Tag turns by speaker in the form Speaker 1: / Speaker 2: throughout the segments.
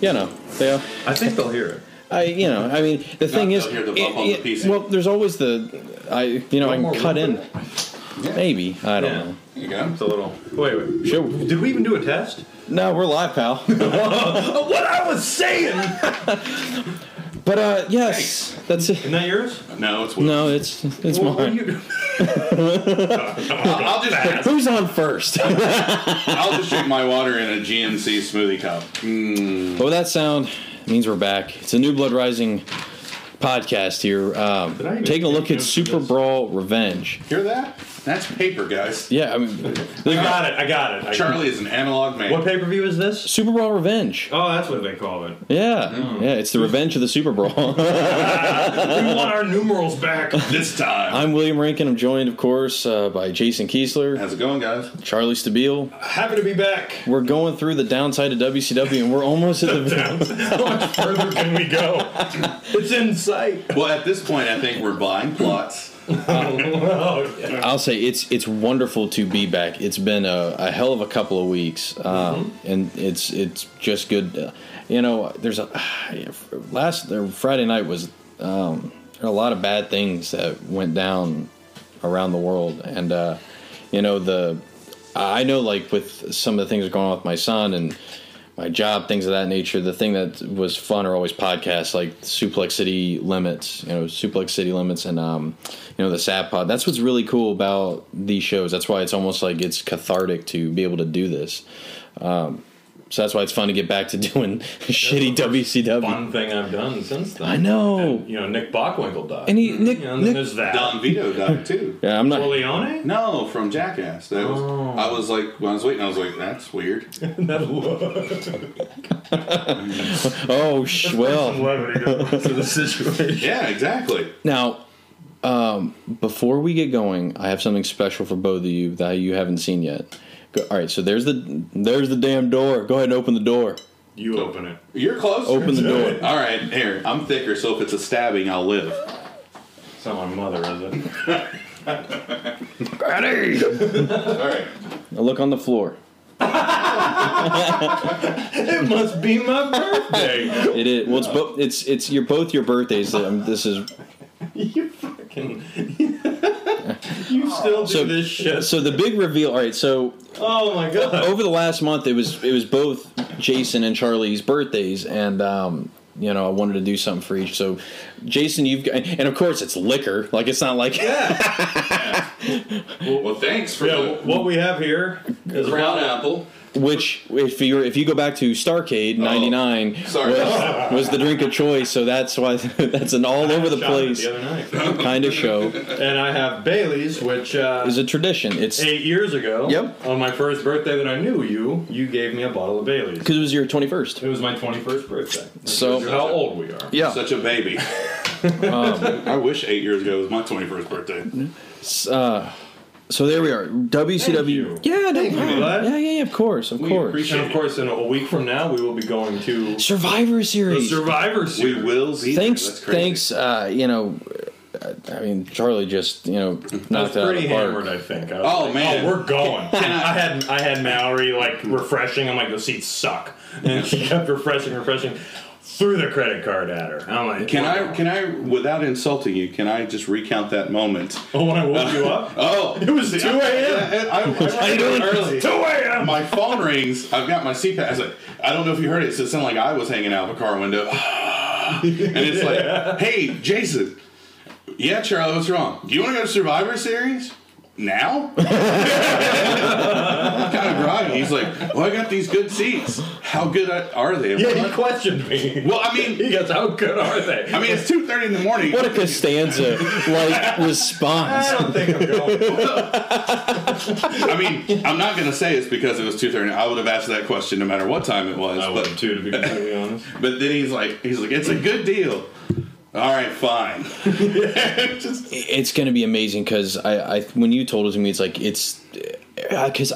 Speaker 1: you know, they are.
Speaker 2: I think they'll hear it.
Speaker 1: I, you know, I mean, the thing is,
Speaker 3: they'll hear the bump on the PC.
Speaker 1: well, there's always the, I, you know, I
Speaker 4: more
Speaker 1: can cut
Speaker 4: room
Speaker 1: in, maybe I don't
Speaker 2: Yeah.
Speaker 1: know.
Speaker 3: There you go.
Speaker 2: It's a little. Wait, wait.
Speaker 1: Sure.
Speaker 2: Did we even do a test?
Speaker 1: No, we're live, pal.
Speaker 2: Uh, what I was saying.
Speaker 1: But uh, yes, that's it.
Speaker 2: Isn't that yours?
Speaker 3: No, it's
Speaker 1: No, it's it's
Speaker 2: What- what
Speaker 1: mine.
Speaker 2: do you- I'll just ask.
Speaker 1: Who's on first?
Speaker 3: I'll just drink my water in a GNC smoothie cup.
Speaker 1: But with that sound, it means we're back. It's a New Blood Rising podcast here.
Speaker 2: Did I
Speaker 1: Um,
Speaker 2: even
Speaker 1: taking a look
Speaker 2: get
Speaker 1: at
Speaker 2: you
Speaker 1: Super
Speaker 2: this?
Speaker 1: Brawl Revenge.
Speaker 3: Hear that? That's paper, guys.
Speaker 1: Yeah, I mean,
Speaker 2: I got it. I got it. I-
Speaker 3: Charlie is an analog man.
Speaker 2: What pay per view is this?
Speaker 1: Super Brawl Revenge.
Speaker 2: Oh, that's what they call it.
Speaker 1: Yeah, yeah, it's the revenge of the Super Brawl.
Speaker 2: We want our numerals back.
Speaker 3: This time.
Speaker 1: I'm William Rankin. I'm joined, of course, uh, by Jason Kiesler,
Speaker 3: How's it going, guys?
Speaker 1: Charlie Stabile.
Speaker 2: Happy to be back.
Speaker 1: We're going through the downside of WCW, and we're almost at the.
Speaker 2: How much further can we go? It's in sight.
Speaker 3: Well, at this point, I think we're buying plots.
Speaker 2: Oh, yeah.
Speaker 1: I'll say it's it's wonderful to be back. It's been a, a hell of a couple of weeks, um, and it's it's just good. uh, You know, there's a last there, Friday night was um, there were a lot of bad things that went down around the world, and uh, you know the I know like with some of the things that are going on with my son and my job, things of that nature. The thing that was fun are always podcasts like Suplex City Limits, you know, Suplex City Limits, and um, you know, the Sap Pod. That's what's really cool about these shows. That's why it's almost like it's cathartic to be able to do this. Um, so that's why it's fun to get back to doing shitty WCW.
Speaker 4: One thing I've done since then.
Speaker 1: I know.
Speaker 4: And, you know, Nick Bockwinkel died.
Speaker 1: And he- Nick-
Speaker 4: you know, and
Speaker 1: Nick-
Speaker 4: then there's that.
Speaker 3: Don Vito died too.
Speaker 1: Yeah, I'm not.
Speaker 4: Corleone?
Speaker 3: No, from Jackass. That was. I was like, when I was waiting, I was like, that's weird.
Speaker 4: That look.
Speaker 1: oh, sh- well.
Speaker 4: Levity goes to the situation.
Speaker 3: Yeah, exactly.
Speaker 1: Now, um, before we get going, I have something special for both of you that you haven't seen yet. Go, all right, so there's the there's the damn door. Go ahead and open the door.
Speaker 4: You open it.
Speaker 3: You're close.
Speaker 1: Open the door.
Speaker 3: All right, here. I'm thicker, so if it's a stabbing, I'll live.
Speaker 4: It's not my mother, is it?
Speaker 3: All right.
Speaker 1: Now look on the floor.
Speaker 4: it must be my birthday.
Speaker 1: It is well. It's both. It's it's your both your birthdays. Um, this is
Speaker 4: you fucking. you still do
Speaker 1: So-
Speaker 4: this shit.
Speaker 1: so the big reveal. All right, so
Speaker 4: oh my god.
Speaker 1: over the last month, it was it was both Jason and Charlie's birthdays, and um, you know I wanted to do something for each. So, Jason, you've got, and of course it's liquor. Like it's not like
Speaker 3: Well, thanks for
Speaker 4: Yeah,
Speaker 3: the
Speaker 4: what we have here is
Speaker 3: brown apple.
Speaker 1: Which, if you if you go back to Starcade
Speaker 4: Oh,
Speaker 1: '99,
Speaker 3: sorry.
Speaker 1: was, was the drink of choice. So that's why that's an all over the
Speaker 4: Shot it
Speaker 1: place
Speaker 4: The other night.
Speaker 1: kind of show.
Speaker 4: and I have Bailey's, which uh,
Speaker 1: It's a tradition. It's
Speaker 4: eight years ago.
Speaker 1: Yep.
Speaker 4: On my first birthday that I knew you, you gave me a bottle of Bailey's.
Speaker 1: because it was your
Speaker 4: It
Speaker 1: 21st.
Speaker 4: was my 21st birthday. This
Speaker 1: So-
Speaker 4: is how old we are.
Speaker 1: Yeah.
Speaker 3: Such a baby. I wish eight years ago was my 21st birthday.
Speaker 1: So there we are. WCW.
Speaker 4: Thank
Speaker 1: Yeah. No
Speaker 4: Thank you,
Speaker 1: problem.
Speaker 4: bud.
Speaker 1: yeah. Yeah. Yeah. Of course. Of
Speaker 3: We
Speaker 1: course.
Speaker 3: appreciate-
Speaker 4: And of course, in a week from now, we will be going to
Speaker 1: Survivor
Speaker 4: the
Speaker 1: Series.
Speaker 4: Survivor
Speaker 3: We
Speaker 4: Series.
Speaker 3: will see.
Speaker 1: Thanks.
Speaker 3: That's crazy.
Speaker 1: Thanks. Uh, you know. uh, I mean, Charlie just you know knocked it out
Speaker 4: That's
Speaker 1: of
Speaker 4: pretty
Speaker 1: the park.
Speaker 4: hammered, I think. I was
Speaker 3: Oh,
Speaker 4: like,
Speaker 3: man.
Speaker 4: oh, we're going.
Speaker 3: I-
Speaker 4: I had I had Mallory like refreshing. I'm like, the seats suck, and she kept refreshing, refreshing. Threw the credit card at her. I'm like,
Speaker 3: Can
Speaker 4: wow.
Speaker 3: I? Can I? Without insulting you, can I just recount that moment?
Speaker 4: Oh, when I woke you up,
Speaker 3: Oh,
Speaker 4: it was 2 a.m.
Speaker 3: I, I, I
Speaker 1: doing?
Speaker 3: early.
Speaker 4: 2 a.m.
Speaker 3: My phone rings. I've got my CPAP. I was like, I don't know if you heard it. So it sounded like I was hanging out of a car window. and it's like, hey, Jason. Yeah, Charlie, what's wrong? Do you want to go to Survivor Series? Now? kind of groggy. He's like, well, I got these good seats. How good are they? I'm
Speaker 4: Yeah,
Speaker 3: like,
Speaker 4: he questioned me.
Speaker 3: well, I mean,
Speaker 4: He goes, how good are they?
Speaker 3: I mean, it's 2.30 in the morning.
Speaker 1: What a Costanza like response.
Speaker 4: I don't think I'm going.
Speaker 3: I mean, I'm not going to say it's because it was 2.30. I would have asked that question no matter what time it was.
Speaker 4: I
Speaker 3: but-
Speaker 4: would too, to be completely honest.
Speaker 3: But then he's like, he's like, it's a good deal. All right, fine. Just-
Speaker 1: it's going to be amazing because I, I when you told it to me it's like it's uh, because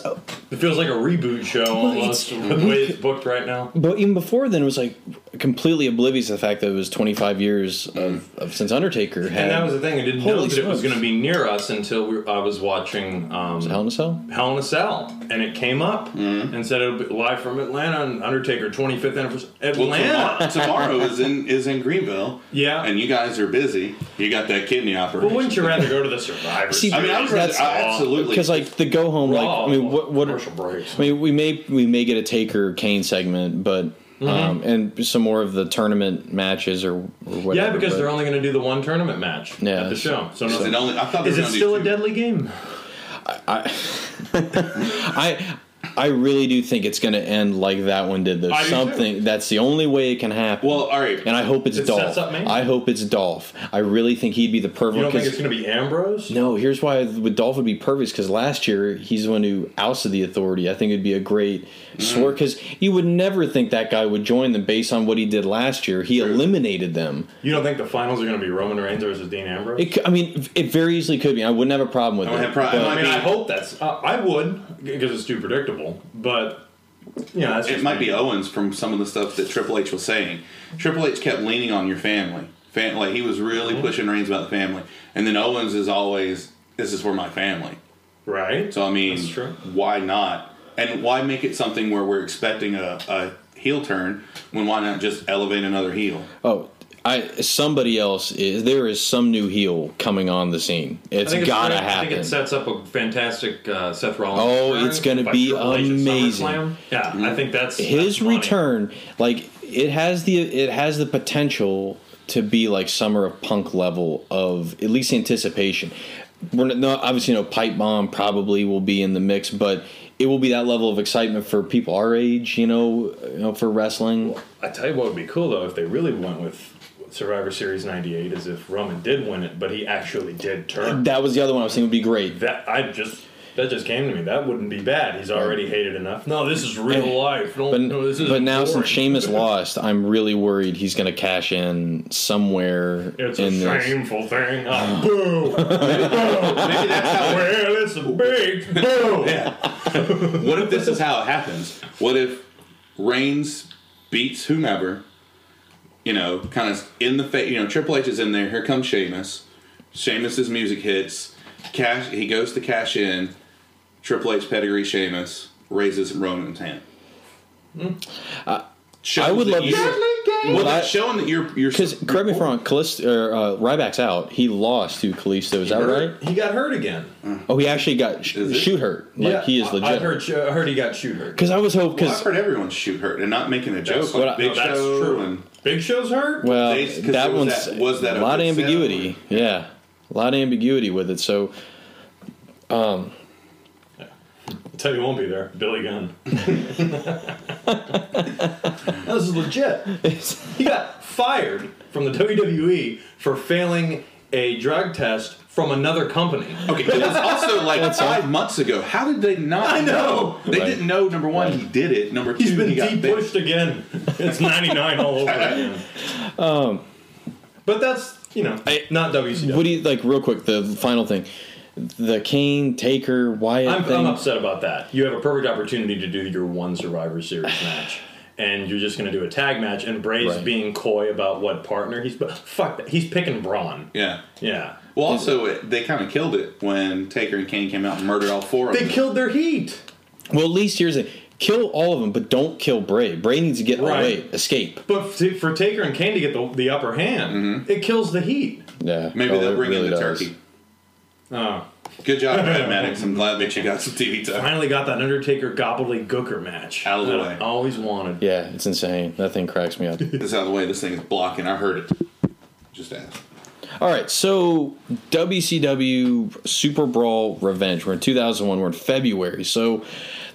Speaker 4: It feels like a reboot show almost, with the way it's booked right now.
Speaker 1: but even before then it was like completely oblivious to the fact that it was 25 years of, of since Undertaker had
Speaker 4: Mm. And that was the thing. I didn't know
Speaker 1: Holy
Speaker 4: that it was
Speaker 1: smokes.
Speaker 4: going to be near us until we, I was watching
Speaker 1: Hell
Speaker 4: um,
Speaker 1: Mm-hmm. in a Cell.
Speaker 4: Hell in a Cell, and it came up and said it would be live from Atlanta on Undertaker 25th anniversary.
Speaker 3: Well,
Speaker 4: Atlanta.
Speaker 3: tomorrow, tomorrow is in is in Greenville.
Speaker 4: Yeah.
Speaker 3: and you guys are busy. You got that kidney operation.
Speaker 4: Well, wouldn't you rather go to the Survivor?
Speaker 1: See,
Speaker 4: Series?
Speaker 3: I mean, I would rather,
Speaker 1: That's-
Speaker 3: I- absolutely.
Speaker 1: Because like the go home, like I mean, what what
Speaker 4: commercial breaks?
Speaker 1: I mean, we may we may get a Taker Kane segment, but
Speaker 4: Mm-hmm.
Speaker 1: um, and some more of the tournament matches or, or whatever.
Speaker 4: yeah, because
Speaker 1: but-
Speaker 4: they're only going to do the one tournament match
Speaker 1: Yeah,
Speaker 4: at the
Speaker 1: it's-
Speaker 4: show. So
Speaker 3: Is it
Speaker 4: no,
Speaker 3: only- I thought they
Speaker 4: is
Speaker 3: were
Speaker 4: it
Speaker 3: gonna do
Speaker 4: still a
Speaker 3: two.
Speaker 4: deadly game?
Speaker 1: I I really do think it's going to end like that one did. Though
Speaker 4: I do, too.
Speaker 1: something that's the only way it can happen.
Speaker 3: Well, all right.
Speaker 1: and I hope it's
Speaker 4: It
Speaker 1: Dolph.
Speaker 4: sets up Mania.
Speaker 1: I hope it's Dolph. I really think he'd be the perfect.
Speaker 4: You don't think
Speaker 1: 'cause-
Speaker 4: it's going to be Ambrose?
Speaker 1: No, here's why with Dolph would be perfect because last year he's the one who ousted the authority. I think it'd be a great
Speaker 4: Mm.
Speaker 1: swerve because you would never think that guy would join them based on what he did last year. He eliminated them.
Speaker 4: You don't think the finals are going to be Roman Reigns versus Dean Ambrose?
Speaker 1: It, cou- I mean, it very easily could be. I wouldn't have a problem with
Speaker 3: I would
Speaker 1: it.
Speaker 3: have prob- I
Speaker 1: but
Speaker 3: might
Speaker 4: I mean,
Speaker 3: be-
Speaker 4: I hope that's. Uh, I would because it's too predictable. But yeah, that's
Speaker 3: it
Speaker 4: just
Speaker 3: might
Speaker 4: me.
Speaker 3: be Owens from some of the stuff that Triple H was saying. Triple H kept leaning on your family. Fam- like he was really
Speaker 4: Mm-hmm.
Speaker 3: pushing Reigns about the family, and then Owens is always this is for my family.
Speaker 4: right.
Speaker 3: So I mean,
Speaker 4: That's true.
Speaker 3: why not? And why make it something where we're expecting a, a heel turn when why not just elevate another heel?
Speaker 1: oh, I somebody else is there is some new heel coming on the scene.
Speaker 4: I
Speaker 1: It's
Speaker 4: think
Speaker 1: gotta
Speaker 4: great. I
Speaker 1: happen.
Speaker 4: think it sets up a fantastic uh, Seth Rollins.
Speaker 1: Oh,
Speaker 4: return
Speaker 1: it's gonna
Speaker 4: by
Speaker 1: be
Speaker 4: Triple H at
Speaker 1: amazing.
Speaker 4: SummerSlam. Yeah, I think that's
Speaker 1: His
Speaker 4: that's money.
Speaker 1: return, like it has the it has the potential to be like summer of punk level of at least anticipation. We're not, not obviously you know pipe bomb probably will be in the mix, but it will be that level of excitement for people our age, you know, you know for wrestling.
Speaker 4: I tell you what would be cool though if they really went with Survivor Series '98 is if Roman did win it, but he actually did turn.
Speaker 1: That was the other one I was thinking would be great.
Speaker 4: That I just that just came to me. That wouldn't be bad. He's already hated enough. No, this is real life. Don't,
Speaker 1: But,
Speaker 4: no, this is
Speaker 1: but now
Speaker 4: boring.
Speaker 1: since Sheamus lost, I'm really worried he's going to cash in somewhere
Speaker 4: It's
Speaker 1: in
Speaker 4: a
Speaker 1: this.
Speaker 4: shameful thing. Oh, boo!
Speaker 3: Maybe that's how
Speaker 4: well, it's a big boo!
Speaker 3: What if this is how it happens? What if Reigns beats whomever, you know, kind of in the face, you know, Triple H is in there, here comes Sheamus. Sheamus's music hits, cash he goes to cash in, Triple H pedigree Sheamus raises Roman's hand. Shows
Speaker 1: I would
Speaker 3: that
Speaker 1: love to
Speaker 3: you-
Speaker 1: see-
Speaker 3: Well,
Speaker 1: Well, I-
Speaker 3: that's showing that you're you're
Speaker 1: Because correct me if I'm wrong, Calist- or, uh, Ryback's out. He lost to Kalisto. Is that right?
Speaker 4: He got hurt again.
Speaker 1: Oh, he actually got sh-
Speaker 3: Is it?
Speaker 1: shoot hurt. Like he is
Speaker 4: I, I
Speaker 1: legit.
Speaker 4: heard, I heard he got shoot hurt.
Speaker 1: Because I was hoping.
Speaker 3: Well, I've
Speaker 1: Because
Speaker 3: heard everyone shoot hurt and not making a joke.
Speaker 4: That's
Speaker 3: Like
Speaker 1: what I-
Speaker 3: Big
Speaker 4: No, that's
Speaker 3: Show
Speaker 4: true.
Speaker 3: and-
Speaker 4: Big Show's hurt.
Speaker 1: well,
Speaker 3: They- 'cause
Speaker 1: that
Speaker 3: was
Speaker 1: one's
Speaker 3: that- was that
Speaker 1: a
Speaker 3: a
Speaker 1: lot of
Speaker 3: good
Speaker 1: ambiguity. Yeah, a lot of ambiguity with it. So
Speaker 4: I'll tell you who won't be there. Billy Gunn. that was legit. He got fired from the WWE for failing a drug test from another company.
Speaker 3: Okay, it was also like five months ago. How did they not
Speaker 4: I know.
Speaker 3: know? They
Speaker 1: Right.
Speaker 3: didn't know. Number one, he did it. Number two,
Speaker 4: He's been
Speaker 3: he got
Speaker 4: deep
Speaker 3: bit.
Speaker 4: pushed again. It's 99 all over again. Um, but that's, you know, not WCW.
Speaker 1: what do you like? Real quick, the final thing, the Kane Taker Wyatt
Speaker 4: I'm,
Speaker 1: thing.
Speaker 4: I'm upset about that. You have a perfect opportunity to do your one Survivor Series match, and you're just going to do a tag match. And Bray's
Speaker 1: Right.
Speaker 4: being coy about what partner he's. But fuck that. He's picking Braun.
Speaker 3: Yeah.
Speaker 4: Yeah.
Speaker 3: Well, also it, they kind of killed it when Taker and Kane came out and murdered all four of
Speaker 4: They
Speaker 3: them.
Speaker 4: killed their heat.
Speaker 1: well, at least here's a kill all of them, but don't kill Bray. Bray needs to get
Speaker 4: Right.
Speaker 1: away, escape.
Speaker 4: But f- for Taker and Kane to get the, the upper hand,
Speaker 1: Mm-hmm.
Speaker 4: it kills the heat.
Speaker 1: Yeah,
Speaker 3: Maybe
Speaker 1: oh,
Speaker 3: they'll
Speaker 1: it
Speaker 3: bring
Speaker 1: really
Speaker 3: in the
Speaker 1: does.
Speaker 3: turkey.
Speaker 4: Oh.
Speaker 3: Good job, Brad Maddox. I'm glad that you got some TV time.
Speaker 4: Finally got that Undertaker gobbledygooker match.
Speaker 3: Out of the
Speaker 4: that
Speaker 3: way.
Speaker 4: I always wanted.
Speaker 1: Yeah, it's insane. That thing cracks me up.
Speaker 3: This out of the way. This thing is blocking. I heard it. Just ask.
Speaker 1: All right, so WCW Super Brawl Revenge. We're in 2001. We're in February. So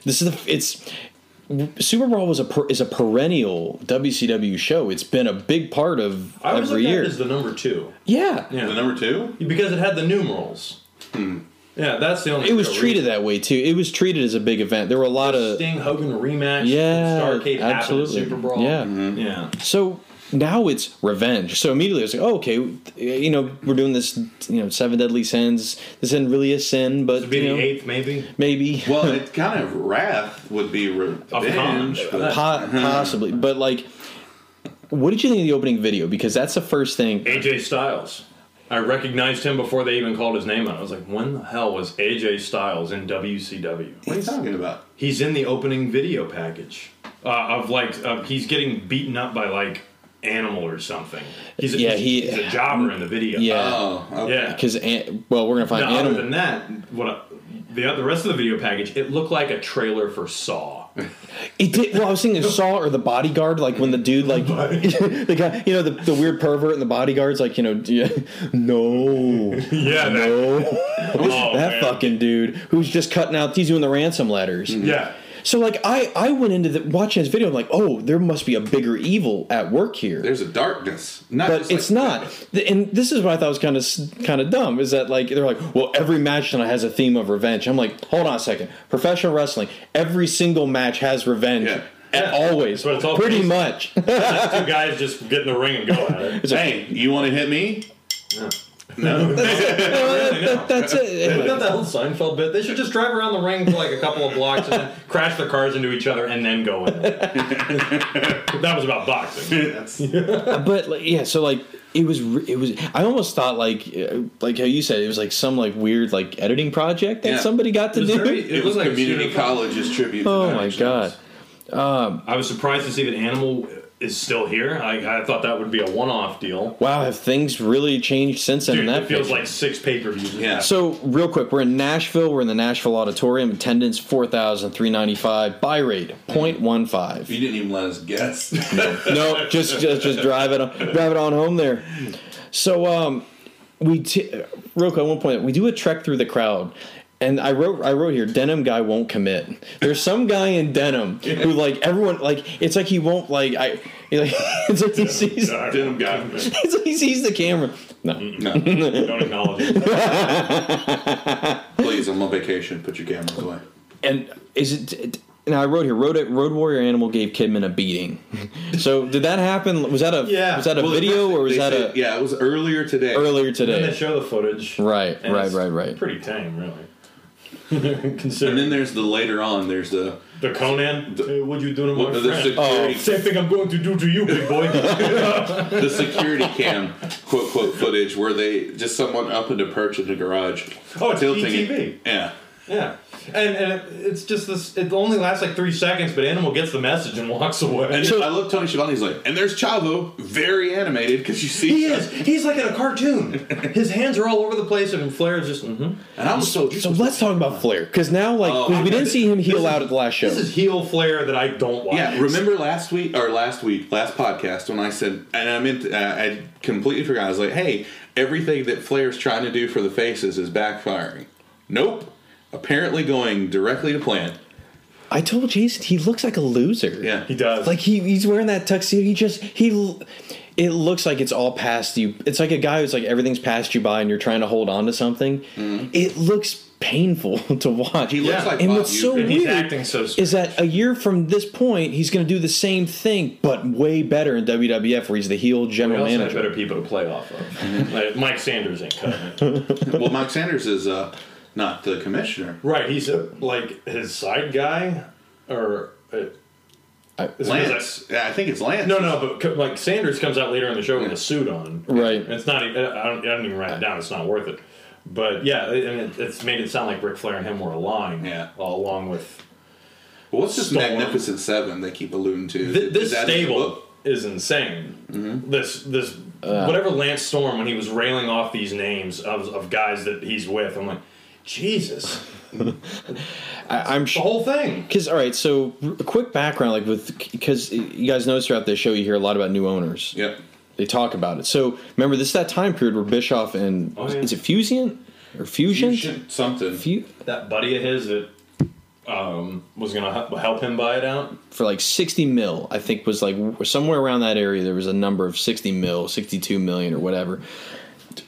Speaker 1: this is the it's Super Brawl was a per, is a perennial WCW show. It's been a big part of
Speaker 4: I always
Speaker 1: every
Speaker 4: looked at
Speaker 1: year.
Speaker 4: it as the number two.
Speaker 1: yeah.
Speaker 3: The number two.
Speaker 4: Because it had the numerals. Yeah, that's the only
Speaker 1: Hmm. it was
Speaker 4: real
Speaker 1: treated
Speaker 4: reason.
Speaker 1: that way too. It was treated as a big event. There were a lot of
Speaker 4: Sting Hogan rematch.
Speaker 1: yeah,
Speaker 4: Starcade happened at
Speaker 1: absolutely.
Speaker 4: Super Brawl.
Speaker 1: Yeah.
Speaker 4: Yeah.
Speaker 1: So now it's revenge. So immediately it's like, oh, okay, you know, we're doing this, you know, seven deadly sins. This isn't really a sin, but
Speaker 4: It'd be
Speaker 1: you
Speaker 4: the
Speaker 1: know,
Speaker 4: eighth, maybe.
Speaker 1: maybe.
Speaker 3: Well, it kind of wrath would be revenge.
Speaker 4: Of Khan.
Speaker 3: but-
Speaker 1: Po- possibly, but like What did you think of the opening video? Because that's the first thing.
Speaker 4: AJ Styles. I recognized him before they even called his name out. I was like, when the hell was AJ Styles in WCW?
Speaker 3: What are you talking about?
Speaker 4: He's in the opening video package uh, of like uh, he's getting beaten up by like animal or something. He's a,
Speaker 1: Yeah, he-
Speaker 4: he's a jobber in the video.
Speaker 1: Yeah,
Speaker 3: Oh, okay.
Speaker 4: yeah.
Speaker 1: because well, we're gonna find
Speaker 4: Now, other
Speaker 1: animal.
Speaker 4: than that, what I, the the rest of the video package it looked like a trailer for Saw.
Speaker 1: It did. Well, I was thinking of Saw or the Bodyguard, like when the dude, like the guy, you know, the, the weird pervert and the bodyguard's like, you know, yeah, no,
Speaker 4: Yeah,
Speaker 1: no,
Speaker 4: Oh,
Speaker 1: that
Speaker 4: man.
Speaker 1: fucking dude who's just cutting out. He's doing the ransom letters.
Speaker 4: Mm-hmm. yeah.
Speaker 1: So like, I I went into the watching this video. I'm like, oh, there must be a bigger evil at work here.
Speaker 3: There's a darkness. Not
Speaker 1: but
Speaker 3: just like-
Speaker 1: it's not. Th- And this is what I thought was kind of kind of dumb is that like they're like, well, every match tonight has a theme of revenge. I'm like, hold on a second. Professional wrestling, every single match has revenge.
Speaker 3: Yeah.
Speaker 1: And always,
Speaker 4: that's what it's all
Speaker 1: pretty much.
Speaker 4: based- Two guys just get in the ring and go at it.
Speaker 3: Hey, you want to hit me?
Speaker 1: That- that's
Speaker 4: We
Speaker 1: it.
Speaker 4: got that whole Seinfeld bit. They should just drive around the ring for like a couple of blocks and then crash their cars into each other and then go in. there. that was about boxing.
Speaker 1: But like, yeah, so like it was. re- It was. I almost thought like uh, like how you said it was like some like weird like editing project that
Speaker 3: Yeah.
Speaker 1: somebody got to
Speaker 4: It was
Speaker 1: do.
Speaker 4: very-
Speaker 3: It was
Speaker 4: looked like a
Speaker 3: community
Speaker 4: student-
Speaker 3: college's tribute. to
Speaker 1: oh
Speaker 3: Nine
Speaker 1: my
Speaker 3: Inch
Speaker 1: god.
Speaker 3: Nails.
Speaker 4: I was surprised to see that Animal is still here. I, I thought that would be a one-off deal.
Speaker 1: Wow, have things really changed since then? in
Speaker 4: Dude,
Speaker 1: that
Speaker 4: that feels
Speaker 1: picture?
Speaker 4: like six pay-per-views.
Speaker 3: Yeah.
Speaker 1: So real quick, we're in Nashville. We're in the Nashville Auditorium. Attendance four thousand three ninety five. Buy rate 0.15.
Speaker 3: You didn't even let us guess.
Speaker 1: no, just just just drive it on, drive it on home there. So um, we t- real quick. One point we do a trek through the crowd. And I wrote, I wrote here, denim guy won't commit. There's some guy in denim who like everyone like it's like he won't like I. It's like he sees,
Speaker 4: Sorry.
Speaker 3: Denim guy.
Speaker 1: it's like he sees the camera. No,
Speaker 3: no,
Speaker 4: Don't acknowledge it.
Speaker 3: please, I'm on vacation. Put your cameras away.
Speaker 1: And is it- it? Now I wrote here. Road Road Warrior Animal gave Kidman a beating. So did that happen? Was that a
Speaker 4: Yeah.
Speaker 1: was that a
Speaker 4: Well,
Speaker 1: video or was
Speaker 3: They
Speaker 1: that
Speaker 3: said-
Speaker 1: a
Speaker 3: yeah, it was earlier today.
Speaker 1: earlier
Speaker 4: Then they
Speaker 1: today?
Speaker 4: show the footage.
Speaker 1: Right,
Speaker 4: and
Speaker 1: right,
Speaker 4: it's
Speaker 1: right, right.
Speaker 4: Pretty tame, really.
Speaker 3: And
Speaker 4: Considering
Speaker 3: then there's the later on. There's the
Speaker 4: the Conan, "Hey, what you doing to my
Speaker 3: what, the
Speaker 4: friend? Oh.
Speaker 3: security
Speaker 4: Same thing I'm going to do to you, big boy.
Speaker 3: the security cam quote quote footage where they just someone up in a perch in the garage.
Speaker 4: Oh, it's
Speaker 3: tilting it.
Speaker 4: ETV.
Speaker 3: Yeah.
Speaker 4: Yeah, and, and it, it's just this. It only lasts like three seconds, but Animal gets the message and walks away.
Speaker 3: And
Speaker 1: So-
Speaker 3: I love Tony Schiavone. He's like, and there's Chavo, very animated because you see.
Speaker 4: He is. He's like in a cartoon. His hands are all over the place, and Flair is just. Mm-hmm.
Speaker 3: And I'm so.
Speaker 1: So let's talk about Flair because now like 'cause
Speaker 3: Oh,
Speaker 1: we didn't see him heal
Speaker 4: is-
Speaker 1: out at the last show.
Speaker 4: This is heel Flair that I don't like.
Speaker 3: Yeah, remember last week or last week, last podcast when I said, and I meant, uh, I completely forgot. I was like, hey, everything that Flair's trying to do for the faces is backfiring. Nope. Apparently going directly to plan.
Speaker 1: I told Jason he looks like a loser.
Speaker 3: Yeah.
Speaker 4: he does.
Speaker 1: Like he, he's wearing that tuxedo. He just he. l- It looks like it's all past you. It's like a guy who's like everything's passed you by, and you're trying to hold on to something.
Speaker 4: Mm-hmm.
Speaker 1: It looks painful to watch.
Speaker 3: He looks
Speaker 4: Yeah.
Speaker 3: like
Speaker 1: And
Speaker 3: Bob
Speaker 1: what's so
Speaker 3: Uecker.
Speaker 4: and he's
Speaker 1: weird
Speaker 4: acting so.
Speaker 1: is that a year from this point he's going to do the same thing but way better in WWF where he's the heel
Speaker 4: we
Speaker 1: general
Speaker 4: also have
Speaker 1: manager.
Speaker 4: better people to play off of. like, Mike Sanders ain't cutting it.
Speaker 3: Well, Mike Sanders is uh, not the commissioner.
Speaker 4: Right, he's a, like his side guy, or uh,
Speaker 1: I-
Speaker 4: is-
Speaker 3: Lance. Yeah, I think it's Lance.
Speaker 4: No, no, but co- like Sanders comes out later in the show with a suit on.
Speaker 1: Right.
Speaker 4: And it's not. e- I don't, I don't even write it down. It's not worth it. But yeah, it- and it, it's made it sound like Ric Flair and him were aligned.
Speaker 3: Yeah.
Speaker 4: along with
Speaker 3: Well, what's this
Speaker 4: Storm.
Speaker 3: Magnificent Seven they keep alluding to?
Speaker 4: Th- this
Speaker 3: That is the
Speaker 4: stable
Speaker 3: book?
Speaker 4: is insane. This this whatever Lance Storm when he was railing off these names of of guys that he's with. I'm like, Jesus,
Speaker 1: I, I'm
Speaker 4: the
Speaker 1: sure.
Speaker 4: whole thing.
Speaker 1: Because all right, so r- a quick background, like with because you guys notice throughout this show, you hear a lot about new owners.
Speaker 3: Yep.
Speaker 1: They talk about it. So remember, this is that time period where Bischoff and
Speaker 4: Oh, yeah.
Speaker 1: is it Fusion or Fusion?
Speaker 3: Fusion Something.
Speaker 1: Fu-
Speaker 4: That buddy of his that um, was gonna he- help him buy it out.
Speaker 1: for like 60 mil i think was like w- somewhere around that area there was a number of 60 mil 62 million or whatever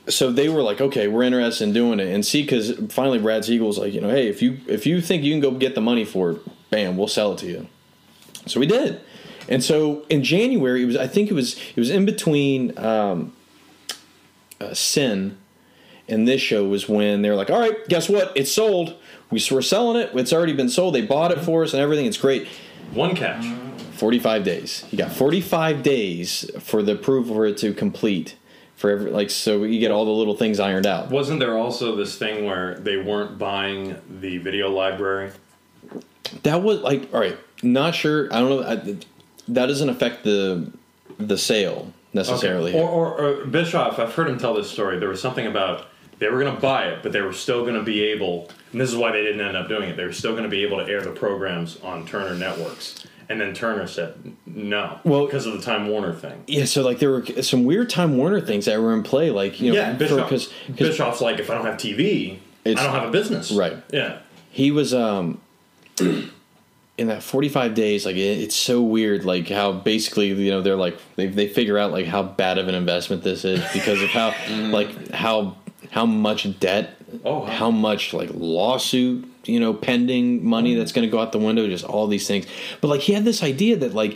Speaker 1: so they were like okay we're interested in doing it and see because finally brad siegel's like you know hey if you if you think you can go get the money for it bam we'll sell it to you so we did and so in january it was i think it was it was in between um, uh, sin and this show was when they were like, all right, guess what? It's sold. We, we're selling it. It's already been sold. They bought it for us and everything. It's great
Speaker 4: One catch.
Speaker 1: 45 days. He got 45 days for the approval for it to complete. For every like, so you get all the little things ironed out.
Speaker 4: Wasn't there also this thing where they weren't buying the video library?
Speaker 1: That was like, all right, not sure. I don't know. I, that doesn't affect the the sale necessarily.
Speaker 4: Or, or, or Bischoff, I've heard him tell this story. There was something about they were going to buy it, but they were still going to be able, and this is why they didn't end up doing it, they were still going to be able to air the programs on Turner Networks. And then Turner said "N- no,
Speaker 1: Well-
Speaker 4: because of the Time Warner thing.
Speaker 1: Yeah, so like there were some weird Time Warner things that were in play, like you know,
Speaker 4: Yeah, and
Speaker 1: for-
Speaker 4: Bischoff, Bischoff's like, if I don't have TV, I
Speaker 1: It's-
Speaker 4: don't have a business.
Speaker 1: Right.
Speaker 4: Yeah.
Speaker 1: he was um in that 45 days like it, it's so weird like how basically you know they're like they, they figure out like how bad of an investment this is because of how like how how much debt
Speaker 4: Mm. Oh, wow.
Speaker 1: how much like lawsuit you know pending money that's going to go out the window just all these things but like he had this idea that like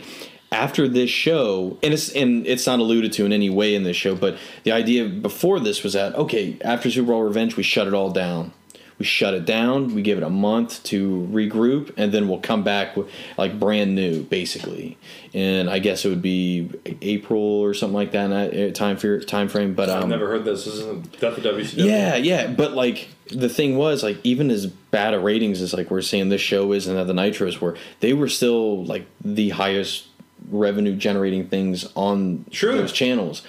Speaker 1: after this show and it's and it's not alluded to in any way in this show but the idea before this was that okay after super bowl revenge we shut it all down we shut it down we give it a month to regroup and then we'll come back with, like brand new basically and i guess it would be april or something like that in that uh, time, for, time frame but um,
Speaker 4: I've never heard this. This isn't Death of WCW.
Speaker 1: yeah, yeah, but like the thing was, like even as bad a ratings as like we're seeing this show is and that the Nitros were, they were still like the highest revenue generating things on
Speaker 4: Sure.
Speaker 1: those channels.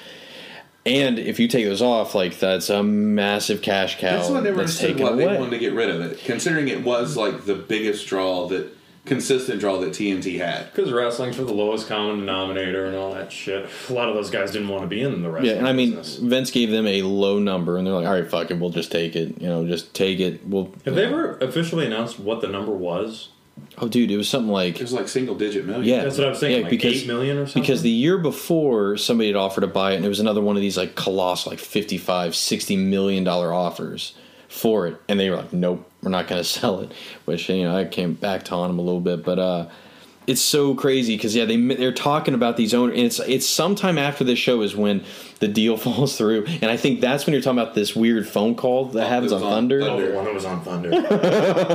Speaker 1: And if you take those off, like that's a massive cash cow
Speaker 3: That's why I never
Speaker 1: that's
Speaker 3: understood
Speaker 1: taken
Speaker 3: why
Speaker 1: away.
Speaker 3: they wanted to get rid of it, considering it was like the biggest draw that consistent draw that TNT had.
Speaker 4: Because wrestling's for the lowest common denominator and all that shit. A lot of those guys didn't want to be in the wrestling
Speaker 1: yeah, and I mean,
Speaker 4: business.
Speaker 1: Vince gave them a low number, and they're like, "All right, fuck it, we'll just take it. You know, just take it. We'll."
Speaker 4: Have they ever officially announced what the number was?
Speaker 1: Oh, dude, it was something like
Speaker 3: It was like single digit million.
Speaker 1: Yeah,
Speaker 4: That's what I was thinking, like 8 million or something?
Speaker 1: Because the year before, somebody had offered to buy it, and it was another one of these like colossal, like 55 60 million dollar offers for it, and they were like, "Nope, we're not going to sell it." Which you know, I came back to on them a little bit, but uh, it's so crazy because yeah, they they're talking about these owners, and it's it's sometime after this show is when the deal falls through, and I think that's when you're talking about this weird phone call that happens
Speaker 3: was
Speaker 1: on
Speaker 3: on
Speaker 1: Thunder.
Speaker 3: Thunder.
Speaker 4: Oh, the one that was on Thunder.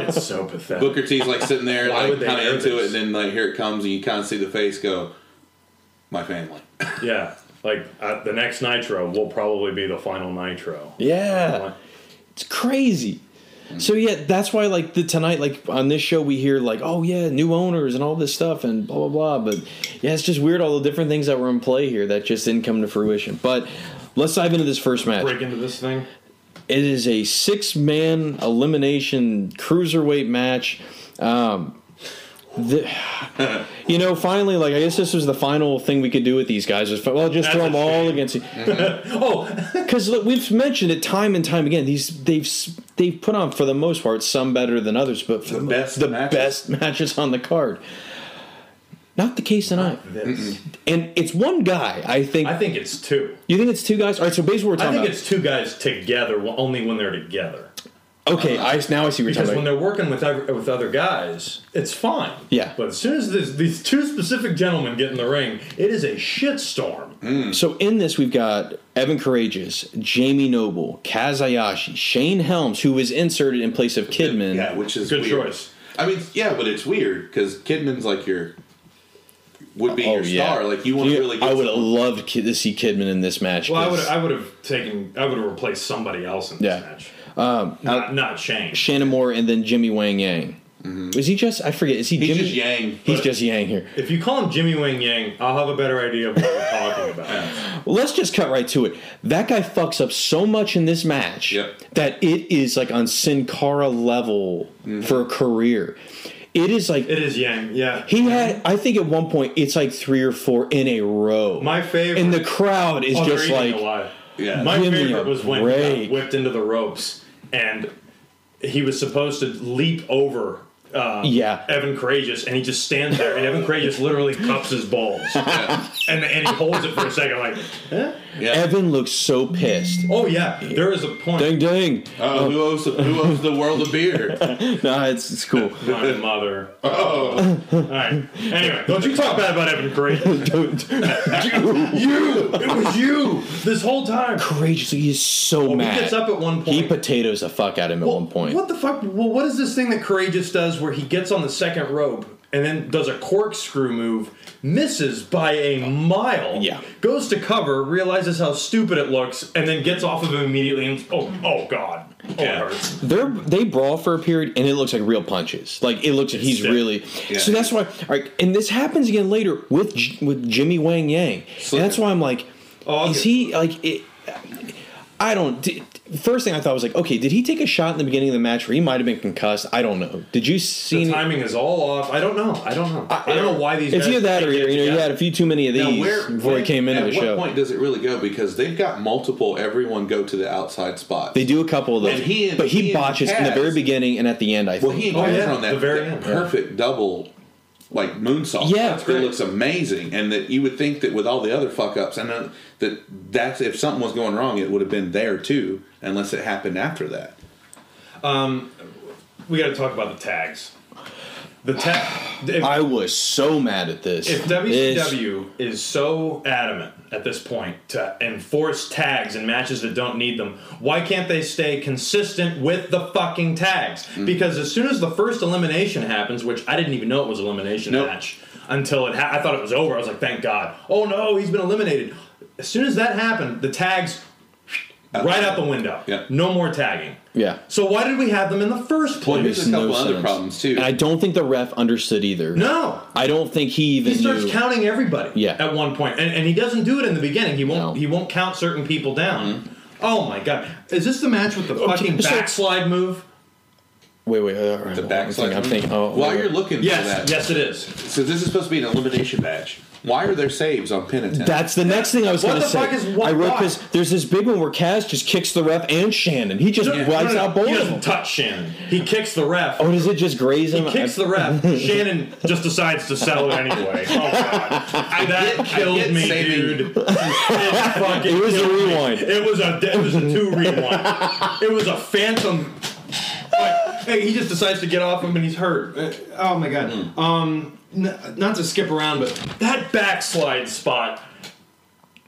Speaker 4: it's so pathetic.
Speaker 3: Booker T's like sitting there,
Speaker 4: Why
Speaker 3: like
Speaker 4: would they
Speaker 3: kind
Speaker 4: air
Speaker 3: of into
Speaker 4: this?
Speaker 3: it, and then like here it comes, and you kind of see the face go, "My family."
Speaker 4: Yeah, like uh, the next Nitro will probably be the final Nitro.
Speaker 1: Yeah. It's crazy. So yeah, that's why like the tonight, like on this show, we hear like, oh yeah, new owners and all this stuff and blah blah blah. But yeah, it's just weird all the different things that were in play here that just didn't come to fruition. But let's dive into this first match.
Speaker 4: break into this thing.
Speaker 1: It is a six man elimination cruiserweight match. Um, the, you know, finally, like I guess this was the final thing we could do with these guys. Was, well, just throw
Speaker 4: That's
Speaker 1: them
Speaker 4: a
Speaker 1: all
Speaker 4: shame.
Speaker 1: against e-, you.
Speaker 4: Oh,
Speaker 1: Because look, we've mentioned it time and time again. These they've s- they've put on for the most part some better than others, but for the, mo-
Speaker 3: best
Speaker 1: the
Speaker 3: matches.
Speaker 1: best matches on the card. Not the case tonight,
Speaker 4: this.
Speaker 1: and it's one guy. I think.
Speaker 4: I think it's two.
Speaker 1: you think it's two guys? All right, so basically we're
Speaker 4: I
Speaker 1: talking
Speaker 4: think
Speaker 1: about.
Speaker 4: it's two guys together, w- only when they're together.
Speaker 1: okay, I now I see what you're
Speaker 4: Because
Speaker 1: talking about.
Speaker 4: when they're working with other, with other guys, it's fine.
Speaker 1: Yeah.
Speaker 4: But as soon as this, these two specific gentlemen get in the ring, it is a shitstorm.
Speaker 1: So in this, we've got Evan Courageous, Jamie Noble, Kazayashi, Shane Helms, who was inserted in place of Kidman.
Speaker 3: Yeah, which is
Speaker 4: Good
Speaker 3: weird.
Speaker 4: choice.
Speaker 3: I mean, yeah, but it's weird because Kidman's like your would be your star. Like you want
Speaker 1: Oh, Yeah,
Speaker 3: to really. Get
Speaker 1: I would have
Speaker 3: some-
Speaker 1: loved ki- to see Kidman in this match.
Speaker 4: Well, I
Speaker 1: 'cause-
Speaker 4: would I would have taken I would have replaced somebody else in this
Speaker 1: Yeah. Um,
Speaker 4: match. not, not Shane.
Speaker 1: Shannon Moore and then Jimmy Wang Yang. Is he just? I forget. Is he
Speaker 3: He's
Speaker 1: Jimmy?
Speaker 3: just Yang.
Speaker 1: He's
Speaker 3: but-
Speaker 1: just Yang here.
Speaker 4: If you call him Jimmy Wang Yang, I'll have a better idea of what we're talking about.
Speaker 1: Well, let's just cut right to it. That guy fucks up so much in this match
Speaker 3: Yep.
Speaker 1: that it is like on Sin Cara level
Speaker 4: Mm-hmm.
Speaker 1: for a career. It is like
Speaker 4: It is Yang. Yeah.
Speaker 1: he had. I think at one point it's like three or four in a row.
Speaker 4: My favorite.
Speaker 1: and the crowd is
Speaker 4: Oh, they're
Speaker 1: just
Speaker 4: eating
Speaker 1: like
Speaker 4: alive.
Speaker 3: Yeah.
Speaker 4: My
Speaker 1: Give me
Speaker 4: favorite
Speaker 1: a
Speaker 4: was when he
Speaker 1: break.
Speaker 4: got whipped into the ropes and he was supposed to leap over uh,
Speaker 1: Yeah.
Speaker 4: Evan Courageous and he just stands there and Evan Courageous literally cups his balls and, and he holds it for a second like eh?
Speaker 3: yeah.
Speaker 1: Evan looks so pissed.
Speaker 4: oh yeah there is a point
Speaker 1: Ding ding.
Speaker 3: Uh, who owes the, who owes the world a beer?
Speaker 1: Nah, it's it's cool.
Speaker 4: my mother oh all right anyway don't you talk bad about Evan Courageous
Speaker 1: Don't-
Speaker 4: you it was you this whole time
Speaker 1: Courageously, he's so mad.
Speaker 4: he gets up at one point
Speaker 1: He potatoes the fuck out of him at one point.
Speaker 4: What the fuck? Well, what is this thing that Courageous does where he gets on the second rope and then does a corkscrew move, misses by a mile.
Speaker 1: Yeah.
Speaker 4: Goes to cover, realizes how stupid it looks, and then gets off of it immediately and oh oh god. Oh it hurts.
Speaker 1: They're, they brawl for a period, and it looks like real punches. Like it looks like he's
Speaker 4: Yeah.
Speaker 1: really. So that's why. All right, and this happens again later with J- with Jimmy Wang Yang. And that's why I'm like,
Speaker 4: okay.
Speaker 1: is he like it? I don't. d- First thing I thought was like, okay, did he take a shot in the beginning of the match where he might have been concussed? I don't know. Did you see?
Speaker 4: The timing is all off. I don't know. I don't know. I, don't know why these
Speaker 1: It's
Speaker 4: guys
Speaker 1: either that or
Speaker 4: can't
Speaker 1: you
Speaker 4: get
Speaker 1: know you
Speaker 4: together.
Speaker 1: had a few too many of
Speaker 3: Now,
Speaker 1: these
Speaker 3: where-
Speaker 1: before
Speaker 3: when-
Speaker 1: he came into
Speaker 3: at
Speaker 1: the show.
Speaker 3: At what point does it really go? Because they've got multiple. Everyone go to the outside spots.
Speaker 1: They do a couple of those,
Speaker 3: And he and-
Speaker 1: but he,
Speaker 3: he and
Speaker 1: botches in the
Speaker 3: Taz-
Speaker 1: very beginning and at the end. I think.
Speaker 3: Well, he and
Speaker 4: Oh,
Speaker 3: Kaz
Speaker 4: yeah,
Speaker 3: are on that,
Speaker 4: the very
Speaker 3: that
Speaker 4: end.
Speaker 3: perfect double, like moonsault.
Speaker 1: Yeah,
Speaker 3: it
Speaker 1: that's
Speaker 4: great.
Speaker 3: looks amazing, and that you would think that with all the other fuck ups, and uh, that that's if something was going wrong, it would have been there too, unless it happened after that.
Speaker 4: we got to talk about the tags. The tag. If,
Speaker 1: I was so mad at this.
Speaker 4: if WCW is so adamant at this point to enforce tags in matches that don't need them, why can't they stay consistent with the fucking tags?
Speaker 3: Mm.
Speaker 4: Because as soon as the first elimination happens, which I didn't even know it was elimination
Speaker 3: Nope.
Speaker 4: match until it, ha- I thought it was over. I was like, thank God. Oh no, he's been eliminated. As soon as that happened, the tags right out the window.
Speaker 3: Uh, Yeah.
Speaker 4: No more tagging.
Speaker 1: yeah,
Speaker 4: So why did we have them in the first
Speaker 3: Well,
Speaker 4: place?
Speaker 3: here's a
Speaker 1: Makes no
Speaker 3: couple other
Speaker 1: sense.
Speaker 3: problems too.
Speaker 1: and I don't think the ref understood either.
Speaker 4: No.
Speaker 1: I don't think he even
Speaker 4: He starts
Speaker 1: knew.
Speaker 4: counting everybody
Speaker 1: Yeah.
Speaker 4: at one point, and, and he doesn't do it in the beginning. He won't.
Speaker 1: No. Mm-hmm.
Speaker 4: He won't count certain people down. Oh my god! Is this the match with the fucking
Speaker 1: so-
Speaker 4: backslide move?
Speaker 1: wait, wait, all right, hold
Speaker 3: the
Speaker 1: on, I'm
Speaker 3: backslide.
Speaker 1: thinking- I'm thinking. Oh,
Speaker 3: While
Speaker 1: wait,
Speaker 3: you're looking
Speaker 4: Yes,
Speaker 3: for that,
Speaker 4: yes, it is.
Speaker 3: so this is supposed to be an elimination match. Why are there saves on penitent?
Speaker 1: that's the next thing I was
Speaker 4: What
Speaker 1: going to
Speaker 4: the
Speaker 1: say.
Speaker 4: fuck is what-
Speaker 1: I wrote
Speaker 4: why?
Speaker 1: this. There's this big one where Kaz just kicks the ref and Shannon. He just wipes out both
Speaker 4: He
Speaker 1: of
Speaker 4: doesn't
Speaker 1: them.
Speaker 4: touch Shannon. He kicks the ref.
Speaker 1: Oh, does it just graze him?
Speaker 4: He kicks
Speaker 1: I-
Speaker 4: the ref. Shannon just decides to settle anyway. Oh god! that
Speaker 3: get- I
Speaker 4: killed
Speaker 3: get
Speaker 4: me,
Speaker 3: saving-
Speaker 4: dude. It fucking
Speaker 1: It was a
Speaker 4: killed me.
Speaker 1: rewind.
Speaker 4: It was a it was a two rewind. It was a phantom. Like, hey, he just decides to get off him and he's hurt. Uh, Oh my god.
Speaker 1: Mm.
Speaker 4: Um, n- not to skip around, but that backslide spot.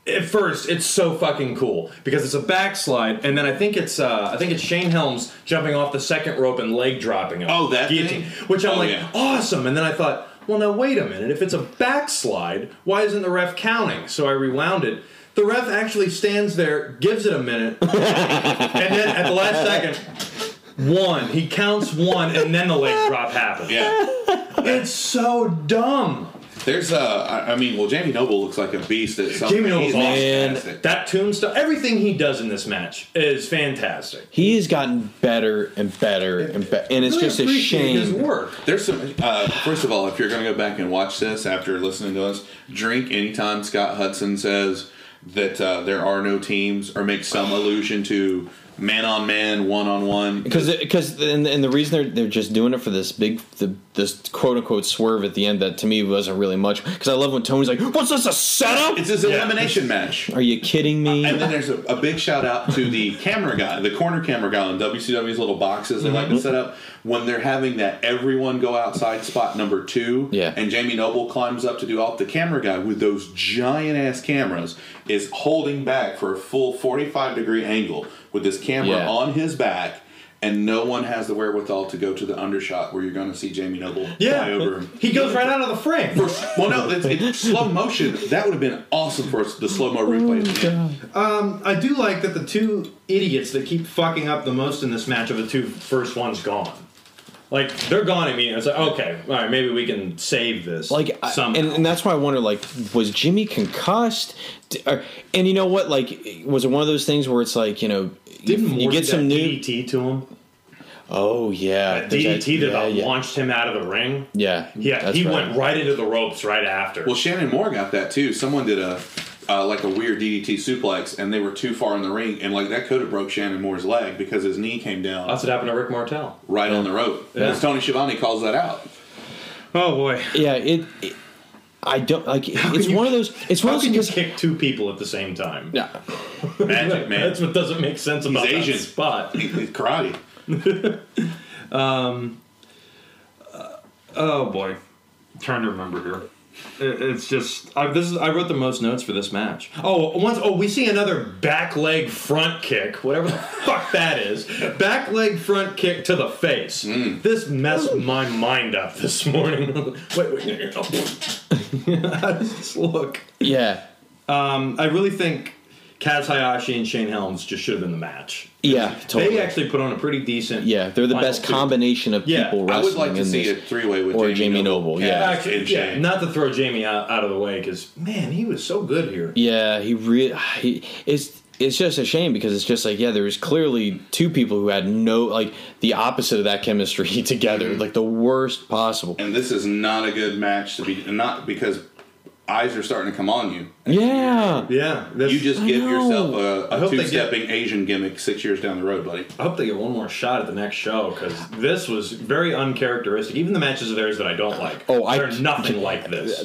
Speaker 4: At first, it's so fucking cool because it's a backslide, and then I think it's uh, I think it's Shane Helms jumping off the second rope and leg dropping him.
Speaker 3: Oh, that
Speaker 4: guillotine,
Speaker 3: thing?
Speaker 4: which I'm
Speaker 3: Oh,
Speaker 4: like,
Speaker 3: yeah.
Speaker 4: awesome. And then I thought, well, now wait a minute. If it's a backslide, why isn't the ref counting? So I rewound it. The ref actually stands there, gives it a minute, and then at the last second, one. He counts one, and then the leg drop happens.
Speaker 3: yeah.
Speaker 4: It's so dumb.
Speaker 3: There's a. I I mean, well, Jamie Noble looks like a beast. At something.
Speaker 4: Jamie Noble's
Speaker 3: He's
Speaker 4: awesome.
Speaker 3: fantastic.
Speaker 4: That tombstone, everything he does in this match is fantastic.
Speaker 1: He has gotten better and better and better, and it's
Speaker 4: Really
Speaker 1: just a
Speaker 4: appreciate
Speaker 1: shame.
Speaker 4: His work.
Speaker 3: There's some. Uh, first of all, if you're going to go back and watch this after listening to us, drink anytime Scott Hudson says that uh, there are no teams or makes some allusion to man on man, one on one.
Speaker 1: because because and, and the reason they're they're just doing it for this big the, this quote unquote swerve at the end that to me wasn't really much because I love when Tony's like what's this a setup?
Speaker 3: It's his
Speaker 4: Yeah.
Speaker 3: elimination match.
Speaker 1: Are you kidding me?
Speaker 3: And then there's a, a big shout out to the camera guy, the corner camera guy on WCW's little boxes they like
Speaker 1: Mm-hmm.
Speaker 3: to set up when they're having that everyone go outside spot number two.
Speaker 1: Yeah.
Speaker 3: And Jamie Noble climbs up to do all the camera guy with those giant ass cameras is holding back for a full 45 degree angle with this camera
Speaker 1: Yeah.
Speaker 3: on his back. And no one has the wherewithal to go to the undershot where you're going to see Jamie Noble
Speaker 4: Yeah,
Speaker 3: fly over him.
Speaker 4: he goes right out of the frame.
Speaker 3: Well, no, it's, it's slow motion. That would have been awesome for us, the slow mo replay. at
Speaker 1: Oh
Speaker 3: the end.
Speaker 4: I do like that the two idiots that keep fucking up the most in this match are the two first ones gone. Like they're gone immediately. It's like okay, all right, maybe we can save this.
Speaker 1: like I-
Speaker 4: some
Speaker 1: and, and that's why i wonder like was jimmy concussed D- or- and you know what like was it one of those things where it's like you know
Speaker 4: didn't
Speaker 1: you, you
Speaker 4: Morty
Speaker 1: get some
Speaker 4: that
Speaker 1: new
Speaker 4: DDT to him.
Speaker 1: oh yeah
Speaker 4: That DDT that
Speaker 1: yeah,
Speaker 4: about
Speaker 1: yeah,
Speaker 4: launched him out of the ring.
Speaker 1: yeah
Speaker 4: Yeah,
Speaker 1: that's
Speaker 4: he
Speaker 1: right.
Speaker 4: went right into the ropes right after.
Speaker 3: Well, Shannon Moore got that too. Someone did a uh, like a weird DDT suplex, and they were too far in the ring, and like that could have broke Shannon Moore's leg because his knee came down
Speaker 4: that's what happened to Rick Martel.
Speaker 3: right on the rope.
Speaker 4: Yeah.
Speaker 3: Because Tony Schiavone calls that out.
Speaker 4: Oh boy,
Speaker 1: yeah it, it- i don't like it's one of those it's one
Speaker 4: how
Speaker 1: of those
Speaker 4: can you
Speaker 1: because
Speaker 4: kick two people at the same time?
Speaker 1: yeah
Speaker 3: Magic man,
Speaker 4: That's what doesn't make sense about that
Speaker 3: Asian.
Speaker 4: spot.
Speaker 3: It's karate.
Speaker 4: Oh boy,
Speaker 2: trying to remember here.
Speaker 4: Oh, It- It's just I, this is I wrote the most notes for this match. Oh, once oh we see another back leg front kick, whatever the fuck that is, back leg front kick to the face. This messed my mind up this morning. wait, wait, how does this look?
Speaker 1: Yeah.
Speaker 4: Um, I really think Kaz Hayashi and Shane Helms just should have been the match.
Speaker 1: Yeah, totally.
Speaker 4: They actually put on a pretty decent.
Speaker 1: yeah, they're the
Speaker 4: final
Speaker 1: best
Speaker 4: two.
Speaker 1: combination of
Speaker 4: Yeah,
Speaker 1: people
Speaker 4: I
Speaker 3: I
Speaker 1: wrestling
Speaker 3: would like to
Speaker 1: in
Speaker 3: see a
Speaker 1: this.
Speaker 3: three way with
Speaker 1: or
Speaker 3: Jamie,
Speaker 1: Jamie Noble, yeah.
Speaker 3: Cass, and
Speaker 4: yeah,
Speaker 3: Shane.
Speaker 4: not to throw Jamie out, out of the way because man, he was so good here.
Speaker 1: Yeah, he really he, it's it's just a shame because it's just like yeah, there was clearly two people who had no like the opposite of that chemistry together,
Speaker 4: Mm-hmm.
Speaker 1: like the worst possible.
Speaker 3: and this is not a good match to be not because eyes are starting to come on you.
Speaker 1: Yeah.
Speaker 4: Yeah, that's,
Speaker 3: You just
Speaker 1: I
Speaker 3: give
Speaker 1: know.
Speaker 3: yourself a,
Speaker 4: I
Speaker 3: a
Speaker 4: hope they
Speaker 3: two
Speaker 4: get-
Speaker 3: stepping Asian gimmick six years down the road, buddy.
Speaker 4: I hope they get one more shot at the next show because this was very uncharacteristic. Even the matches of theirs that I don't like,
Speaker 1: Oh, I-
Speaker 4: they're nothing like this.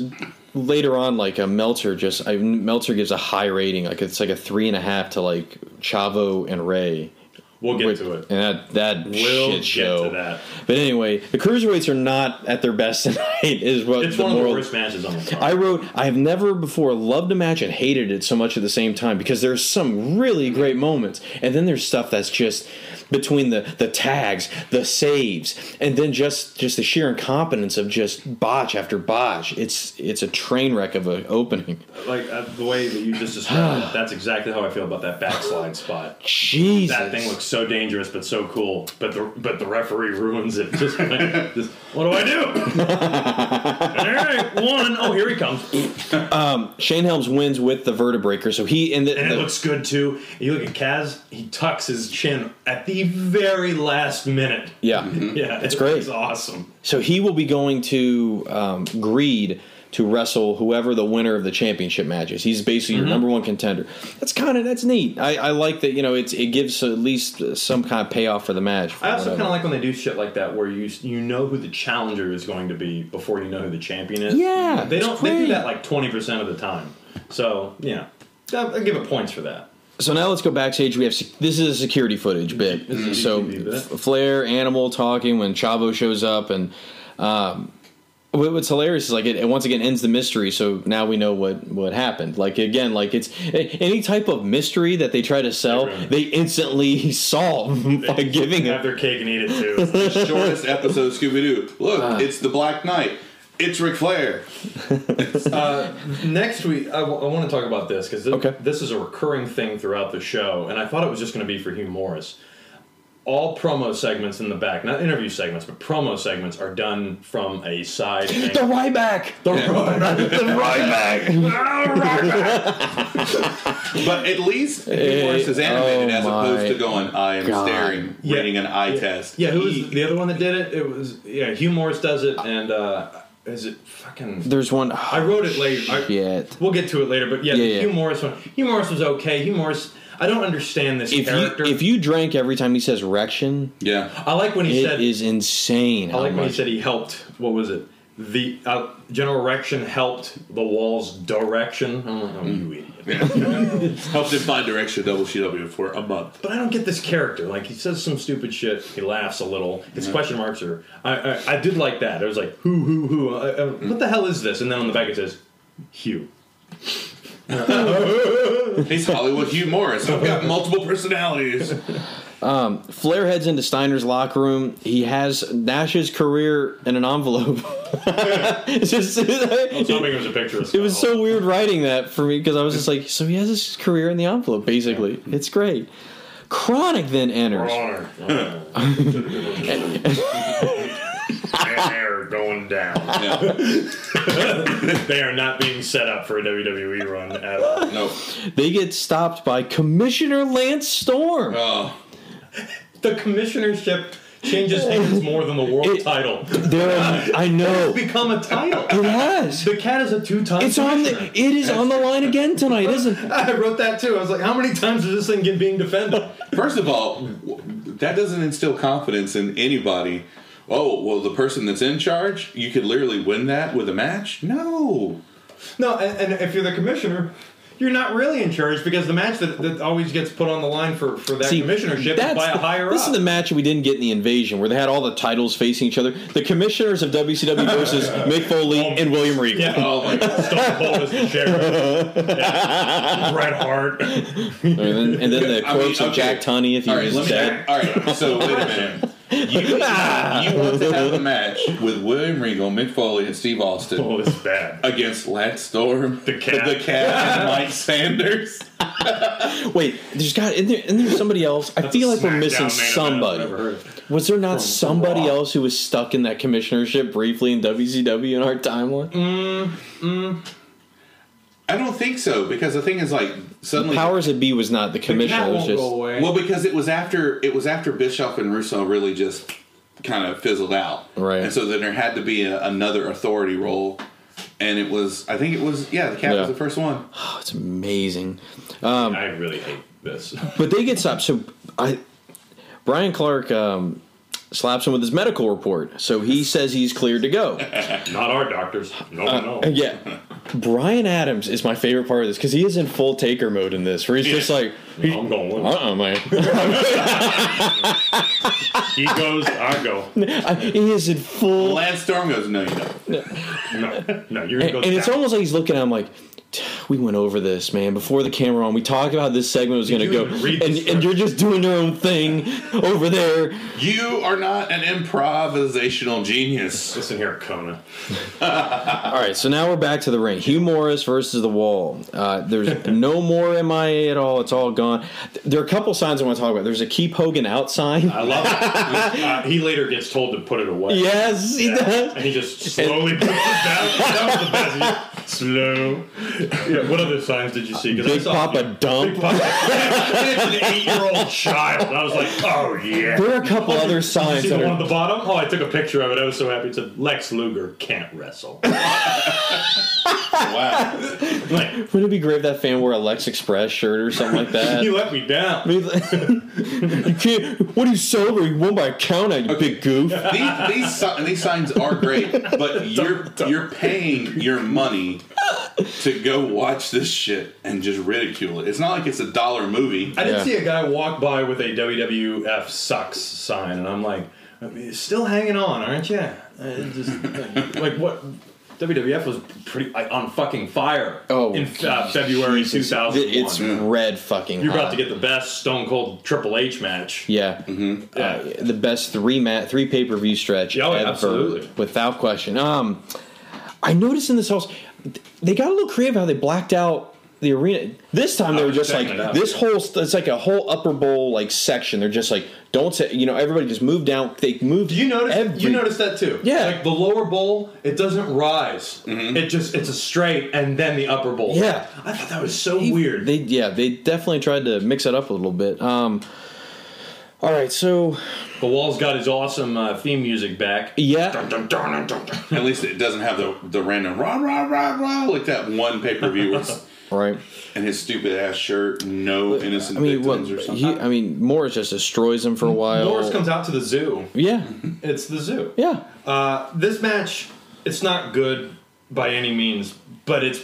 Speaker 1: Later on, like a Meltzer just I, Meltzer gives a high rating, like it's like a three and a half to like Chavo and Ray.
Speaker 4: We'll get
Speaker 1: Wait,
Speaker 4: to it.
Speaker 1: And that that
Speaker 4: We'll
Speaker 1: shit
Speaker 4: get
Speaker 1: show.
Speaker 4: to that.
Speaker 1: But anyway, the cruiserweights are not at their best tonight. Is what
Speaker 4: It's
Speaker 1: the
Speaker 4: one
Speaker 1: moral.
Speaker 4: of the worst matches on the card.
Speaker 1: I wrote, I have never before loved a match and hated it so much at the same time because there's some really great moments, and then there's stuff that's just between the the tags, the saves, and then just just the sheer incompetence of just botch after botch. It's it's a train wreck of an opening.
Speaker 4: like uh, the way that you just described it, that's exactly how I feel about that backslide spot.
Speaker 1: Jesus,
Speaker 4: That thing looks so dangerous, but so cool. But the but the referee ruins it. Just, like, just what do I do? All right, one. Oh, here he comes, and
Speaker 1: Shane Helms wins with the vertebraker, so he and the,
Speaker 4: it
Speaker 1: the-
Speaker 4: looks good too. You look at Kaz; he tucks his chin at the very last minute.
Speaker 1: yeah.
Speaker 4: Yeah, it's
Speaker 1: great.
Speaker 4: It's awesome.
Speaker 1: So he will be going to um, Greed to wrestle whoever the winner of the championship match is. He's basically
Speaker 4: Mm-hmm.
Speaker 1: your number one contender. That's kind of that's neat. I, I like that. You know, it's it gives at least some kind of payoff for the match.
Speaker 4: I also kind of like when they do shit like that, where you you know who the challenger is going to be before you know who the champion is.
Speaker 1: Yeah,
Speaker 4: they
Speaker 1: it's
Speaker 4: don't. They do
Speaker 1: great.
Speaker 4: that like twenty percent of the time. So yeah, I, I give it points for that.
Speaker 1: So now let's go backstage. We have sec- this is a security footage bit.
Speaker 4: This is
Speaker 1: So
Speaker 4: CCTV bit.
Speaker 1: F- Flair, Animal talking when Chavo shows up, and um, what- what's hilarious is like it, it once again ends the mystery. So now we know what what happened. Like again, like it's a- any type of mystery that they try to sell,
Speaker 4: Everyone.
Speaker 1: they instantly solve by giving
Speaker 4: have
Speaker 1: it.
Speaker 4: their cake and eat it too.
Speaker 3: Shortest episode Scooby Doo. Look,
Speaker 1: Ah.
Speaker 3: it's the Black Knight. It's Ric Flair.
Speaker 4: Next week, I want to talk about this because
Speaker 1: Okay.
Speaker 4: this is a recurring thing throughout the show, and I thought it was just going to be for Hugh Morris. All promo segments in the back, not interview segments, but promo segments are done from a side.
Speaker 1: The Ryback, the Ryback.
Speaker 3: But at least Hugh Morris is animated
Speaker 1: oh
Speaker 3: as
Speaker 1: my
Speaker 3: opposed to going, I am
Speaker 1: God.
Speaker 3: staring,
Speaker 4: Yeah.
Speaker 3: reading an eye test.
Speaker 4: Yeah, who
Speaker 3: He-
Speaker 4: was the other one that did it? It was yeah, Hugh Morris does it, and uh, is it fucking?
Speaker 1: There's one.
Speaker 4: I wrote it later. I-
Speaker 1: Shit.
Speaker 4: we'll get to it later, but yeah,
Speaker 1: Yeah,
Speaker 4: the
Speaker 1: yeah.
Speaker 4: Hugh Morris one. Hugh Morris was okay. Hugh Morris, I don't understand this
Speaker 1: If
Speaker 4: character.
Speaker 1: you if you drank every time he says rection,
Speaker 3: Yeah.
Speaker 4: I like when he
Speaker 1: it
Speaker 4: said
Speaker 1: is insane.
Speaker 4: I
Speaker 1: how
Speaker 4: like when he
Speaker 1: much-
Speaker 4: said he helped. What was it? The uh, General Rection helped the wall's direction. I'm like, oh, you idiot.
Speaker 3: Helped him find direction at WCW for a month.
Speaker 4: But I don't get this character. Like, he says some stupid shit. He laughs a little. His question marks are. I, I, I did like that. It was like, who, who, who? I, I, What the hell is this? And then on the back it says, Hugh.
Speaker 3: He's Hollywood Hugh Morris. I've got multiple personalities.
Speaker 1: Flair heads into Steiner's locker room. He has Nash's career in an envelope. It's just-
Speaker 4: I was hoping
Speaker 1: it,
Speaker 4: it was a picture of
Speaker 1: was so weird writing that for me because I was just like, so he has his career in the envelope, basically. It's great. Chronic then enters.
Speaker 4: Honor. They're going down.
Speaker 3: Yeah.
Speaker 4: They are not being set up for a WWE run at all.
Speaker 3: No.
Speaker 1: They get stopped by Commissioner Lance Storm.
Speaker 3: Oh.
Speaker 4: The commissionership changes hands more than the world
Speaker 1: It-
Speaker 4: title.
Speaker 1: There are- I know.
Speaker 4: Become a title.
Speaker 1: It has.
Speaker 4: The cat is a two-time.
Speaker 1: It's on the.
Speaker 4: commissioner.
Speaker 1: It is on the line again tonight, isn't it?
Speaker 4: I wrote that too. I was like, how many times is this thing get being defended?
Speaker 3: First of all, w- that doesn't instill confidence in anybody. Oh, well, the person that's in charge, you could literally win that with a match? No.
Speaker 4: No, and, and if you're the commissioner, you're not really in charge because the match that, that always gets put on the line for, for that
Speaker 1: See,
Speaker 4: commissionership is
Speaker 1: that's
Speaker 4: by a
Speaker 1: the-
Speaker 4: higher
Speaker 1: This
Speaker 4: up.
Speaker 1: is the match we didn't get in the invasion, where they had all the titles facing each other. The commissioners of WCW versus Mick Foley and William Regal.
Speaker 4: yeah.
Speaker 3: Oh my god.
Speaker 2: Stone Cold is the sheriff. Yeah. Bret Hart.
Speaker 1: And then, and then the
Speaker 3: I mean,
Speaker 1: corpse of
Speaker 3: okay.
Speaker 1: Jack Tunney, if he
Speaker 3: All right, let
Speaker 1: was
Speaker 3: me.
Speaker 1: dead.
Speaker 3: All right, so wait a minute. You, you want to have a match with William Regal, Mick Foley, and Steve Austin
Speaker 2: Oh, it's bad.
Speaker 3: against Lance Storm,
Speaker 2: The Cat.
Speaker 3: the cat, and Mike Sanders.
Speaker 1: Wait, there's got isn't there, isn't there somebody else? I feel like we're
Speaker 2: SmackDown main
Speaker 1: missing
Speaker 2: event
Speaker 1: somebody.
Speaker 4: Never heard of it.
Speaker 1: Was there not somebody
Speaker 4: Raw.
Speaker 1: else who was stuck in that commissionership briefly in WCW in our timeline?
Speaker 4: Mm.
Speaker 3: I don't think so because the thing is like suddenly.
Speaker 1: Powers that be was not the
Speaker 4: The
Speaker 1: commissioner.
Speaker 4: cat
Speaker 1: it
Speaker 4: won't go
Speaker 1: was
Speaker 4: away.
Speaker 3: well, because it was after it was after Bischoff and Russo really just kind of fizzled out,
Speaker 1: Right.
Speaker 3: And so then there had to be a, another authority role, and it was I think it was yeah the cat
Speaker 1: Yeah.
Speaker 3: was the first one.
Speaker 1: just oh, it's amazing. Um,
Speaker 4: I really hate this.
Speaker 1: But they get stopped. So I, Brian Clark um, slaps him with his medical report. So he says he's cleared to go.
Speaker 4: Not our doctors. No, no.
Speaker 1: uh, And yeah, Brian Adams is my favorite part of this because he is in full taker mode in this, where he's just like,
Speaker 4: I'm going with
Speaker 1: uh
Speaker 4: it.
Speaker 1: uh man.
Speaker 2: He goes, I go.
Speaker 1: he is in full
Speaker 3: Lance Storm goes no you don't.
Speaker 4: No, no, you're
Speaker 1: and,
Speaker 4: going to go
Speaker 1: and it's
Speaker 4: back.
Speaker 1: almost like he's looking at him like we went over this man before the camera on we talked about how this segment was going to
Speaker 4: you
Speaker 1: go
Speaker 4: even read
Speaker 1: and,
Speaker 4: the
Speaker 1: and you're just doing your own thing over there
Speaker 3: You are not an improvisational genius.
Speaker 4: Listen here, Kona.
Speaker 1: all right so now we're back to the ring hugh morris versus the wall uh, there's no more mia at all it's all gone Th- there are a couple signs i want to talk about there's a keep hogan out sign
Speaker 4: I love it. uh, he later gets told to put it away.
Speaker 1: yes he does
Speaker 4: And he just slowly puts it down. That was the best. He- Slow. Yeah, what other signs did you see? 'Cause I
Speaker 1: big
Speaker 4: saw-
Speaker 1: papa dump
Speaker 4: It's an eight-year-old child. I was like, oh yeah.
Speaker 1: there are a couple other
Speaker 4: You
Speaker 1: signs
Speaker 4: see the
Speaker 1: that
Speaker 4: one at
Speaker 1: are
Speaker 4: the bottom? Oh, I took a picture of it. I was so happy. It said Lex Luger can't wrestle.
Speaker 3: Wow.
Speaker 4: Like,
Speaker 1: wouldn't it be great if that fan wore a lex express shirt or something like that
Speaker 4: you let me down.
Speaker 1: you can't. What are you celebrating? You won by a count out, you big goof.
Speaker 3: these these, si- these signs are great, but you're you're paying your money to go watch this shit and just ridicule it. It's not like it's a dollar movie.
Speaker 4: I did
Speaker 1: Yeah.
Speaker 4: see a guy walk by with a WWF sucks sign, and I'm like, I mean, you're still hanging on, aren't you? Just, like, like, what? WWF was pretty like, on fucking fire
Speaker 1: Oh,
Speaker 4: in uh, February 2001.
Speaker 1: It's red fucking.
Speaker 4: You're about
Speaker 1: hot.
Speaker 4: to get the best Stone Cold Triple H match.
Speaker 1: Yeah,
Speaker 4: Mm-hmm.
Speaker 1: Uh,
Speaker 4: Yeah.
Speaker 1: the best three mat three pay per view stretch
Speaker 4: Yeah, oh,
Speaker 1: ever,
Speaker 4: absolutely.
Speaker 1: without question. Um, I noticed in this house they got a little creative how they blacked out the arena. This time they
Speaker 4: Oh,
Speaker 1: were just like
Speaker 4: checking it out.
Speaker 1: this whole st- it's like a whole upper bowl like section. They're just like don't say you know everybody just moved down. They moved.
Speaker 4: You notice
Speaker 1: every-
Speaker 4: you notice that too.
Speaker 1: Yeah. Mm-hmm.
Speaker 4: Like the lower bowl, it doesn't rise. It just it's a straight and then the upper bowl.
Speaker 1: Yeah.
Speaker 4: I thought that was so weird.
Speaker 1: They yeah, they definitely tried to mix it up a little bit. Um all right, so
Speaker 4: the wall's got his awesome uh, theme music back.
Speaker 1: yeah,
Speaker 4: Dun, dun, dun, dun, dun.
Speaker 3: At least it doesn't have the the random rah rah rah rah like that one pay per view
Speaker 1: right.
Speaker 3: and his stupid ass shirt, no innocent
Speaker 1: I mean, what?
Speaker 3: victims or
Speaker 1: He,
Speaker 3: something.
Speaker 1: I mean, Morris just destroys him for a while.
Speaker 4: Morris Mm-hmm. comes out to the zoo.
Speaker 1: yeah,
Speaker 4: It's the zoo.
Speaker 1: yeah.
Speaker 4: Uh, this match, it's not good by any means, but it's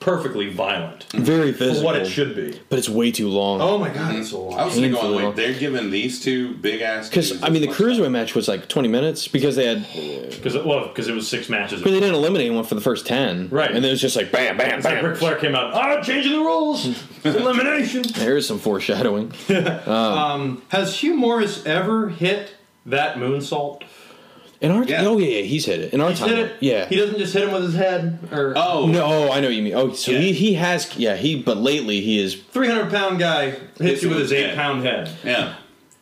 Speaker 4: perfectly violent.
Speaker 1: Very
Speaker 4: For
Speaker 1: physical.
Speaker 4: what it should be.
Speaker 1: but it's way too long.
Speaker 4: Oh my god, it's a
Speaker 3: I
Speaker 4: lot.
Speaker 3: was thinking,
Speaker 1: painful.
Speaker 3: going, wait, they're giving these two big ass.
Speaker 1: Because
Speaker 3: dudes
Speaker 1: I mean, the
Speaker 3: this much-
Speaker 1: cruiserweight match was like twenty minutes because they had, but
Speaker 4: Because it, well, 'cause it was six matches.
Speaker 1: they didn't eliminate anyone for the first ten,
Speaker 4: Right.
Speaker 1: And then it was just like bam, bam,
Speaker 4: It's like
Speaker 1: bam.
Speaker 4: Ric Flair came out, ah, changing the rules, elimination.
Speaker 1: There's some foreshadowing.
Speaker 4: Has Hugh Morris ever hit that moonsault?
Speaker 1: In our,
Speaker 3: Yeah.
Speaker 1: oh yeah, yeah, he's hit it. In our
Speaker 4: He's
Speaker 1: time,
Speaker 4: hit it.
Speaker 1: yeah.
Speaker 4: He doesn't just hit him with his head or
Speaker 3: Oh
Speaker 1: no, oh, I know what you mean. Oh, so
Speaker 3: Yeah.
Speaker 1: he he has, yeah, he. But lately, he is
Speaker 4: 300 pound guy hits, you with his eight pound head.
Speaker 3: yeah,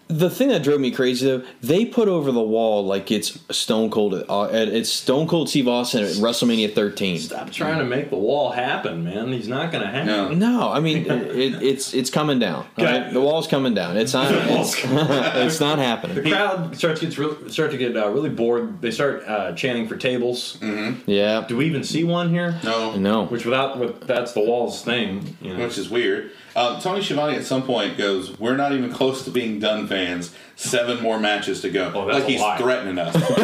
Speaker 1: The thing that drove me crazy though, they put over the wall like it's Stone Cold. Uh, it's Stone Cold Steve Austin at WrestleMania 13.
Speaker 4: Stop trying to make the wall happen, man. He's not going to happen.
Speaker 3: no.
Speaker 1: No, I mean it, it's it's coming down. all
Speaker 4: Okay.
Speaker 1: right? The wall's coming down. It's not. It's, it's not happening.
Speaker 4: The crowd starts gets real start to get uh, really bored. They start uh, chanting for tables.
Speaker 1: Yeah.
Speaker 4: Do we even see one here?
Speaker 3: No,
Speaker 1: No.
Speaker 4: Which without with, that's the wall's thing. You know.
Speaker 3: which is weird. Um, Tony Schiavone at some point goes, "We're not even close to being done, fans. Seven more matches to go."
Speaker 2: Oh, that's
Speaker 3: like
Speaker 2: a
Speaker 3: he's
Speaker 2: lie.
Speaker 3: threatening us. like,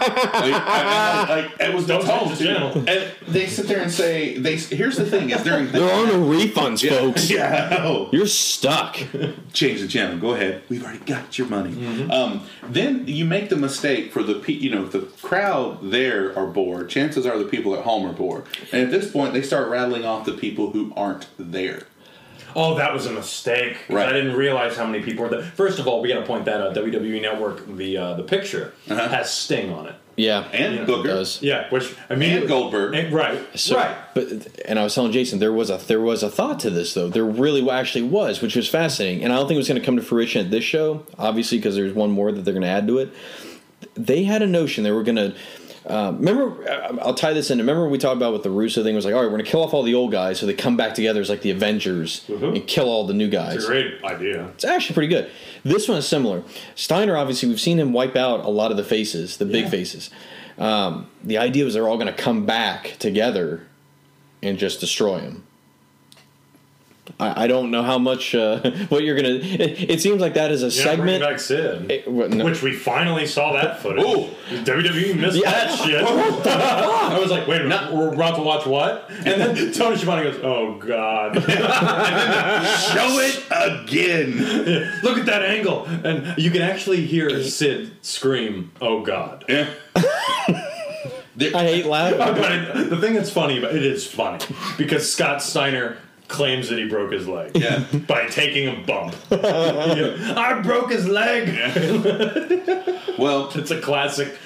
Speaker 3: I- I- like, it was the
Speaker 2: Don't change
Speaker 3: tone.
Speaker 2: the channel.
Speaker 3: And they sit there and say, "They." Here's the thing: is during
Speaker 1: There are no refunds, folks.
Speaker 3: yeah, I know.
Speaker 1: You're stuck.
Speaker 3: change the channel. Go ahead. We've already got your money.
Speaker 2: Mm-hmm.
Speaker 3: Um, then you make the mistake for the pe- you know if the crowd there are bored. Chances are the people at home are bored. And at this point, they start rattling off the people who aren't there.
Speaker 2: Oh, that was a mistake. 'cause
Speaker 3: Right.
Speaker 2: I didn't realize how many people were there. First of all, we got to point that out.
Speaker 4: E
Speaker 2: WWE Network, the uh, the picture
Speaker 3: Uh-huh.
Speaker 2: has Sting on it.
Speaker 1: Yeah.
Speaker 3: And
Speaker 2: Yeah, it
Speaker 3: Booker
Speaker 1: does.
Speaker 2: Yeah, which I mean,
Speaker 3: And Goldberg.
Speaker 2: and- right?
Speaker 1: So,
Speaker 2: right.
Speaker 1: But and I was telling Jason there was a there was a thought to this though. There really actually was, which was fascinating. And I don't think it was going to come to fruition at this show, obviously because there's one more that they're going to add to it. They had a notion they were going to. Uh, remember, I- I'll tie this in. Remember, we talked about with the Russo thing it was like, all right, we're going to kill off all the old guys, so they come back together as like the Avengers
Speaker 2: Mhm.
Speaker 1: and kill all the new guys.
Speaker 2: It's a great idea.
Speaker 1: It's actually pretty good. This one is similar. Steiner, obviously, we've seen him wipe out a lot of the faces, the big faces. Um, the idea was they're all going to come back together and just destroy him. I, I don't know how much uh, what you're going to. It, it seems like that is a
Speaker 2: Yeah, bring
Speaker 1: segment.
Speaker 2: back Sid,
Speaker 1: It- what- no.
Speaker 2: which we finally saw that footage.
Speaker 3: Ooh.
Speaker 2: WWE missed
Speaker 1: Yeah.
Speaker 2: that shit. I was like, wait a minute, we're about to watch what? And then Tony Schiavone goes, oh god,
Speaker 3: Show it again.
Speaker 2: look at that angle, and you can actually hear Sid scream, oh god.
Speaker 3: Yeah.
Speaker 1: I hate laughing.
Speaker 2: But it- the thing that's funny about it is funny because Scott Steiner claims that he broke his leg
Speaker 3: Yeah.
Speaker 2: by taking a bump. Yeah, I broke his leg.
Speaker 3: Well,
Speaker 2: It's a classic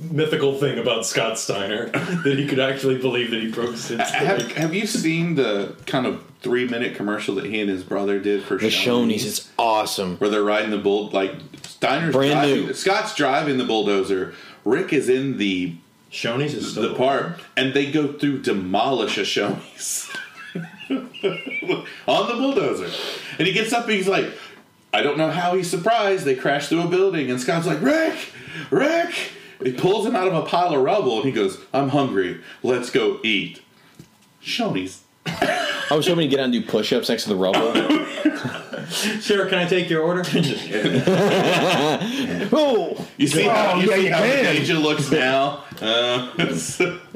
Speaker 2: mythical thing about Scott Steiner that he could actually believe that he broke his
Speaker 3: have,
Speaker 2: leg.
Speaker 3: have you seen the kind of three minute commercial that he and his brother did for
Speaker 1: The
Speaker 3: Shoney's?
Speaker 1: Shonies, it's awesome.
Speaker 3: where they're riding the bull like Steiner's
Speaker 1: Brand
Speaker 3: driving,
Speaker 1: new.
Speaker 3: Scott's driving the bulldozer. Rick is in the
Speaker 2: Shoney's is still
Speaker 3: the part, and they go through demolish a Shoney's on the bulldozer. And he gets up and he's like, I don't know how he's surprised. They crash through a building, and Scott's like, Rick, Rick. He pulls him out of a pile of rubble, and he goes, I'm hungry. Let's go eat. Shoney's.
Speaker 1: I was hoping to get out and do push ups next to the rubble.
Speaker 2: Sarah, can I take your order?
Speaker 1: oh!
Speaker 3: You see how, you
Speaker 4: yeah,
Speaker 3: see
Speaker 4: you
Speaker 3: how
Speaker 4: can.
Speaker 3: Asia looks now? Uh,
Speaker 2: what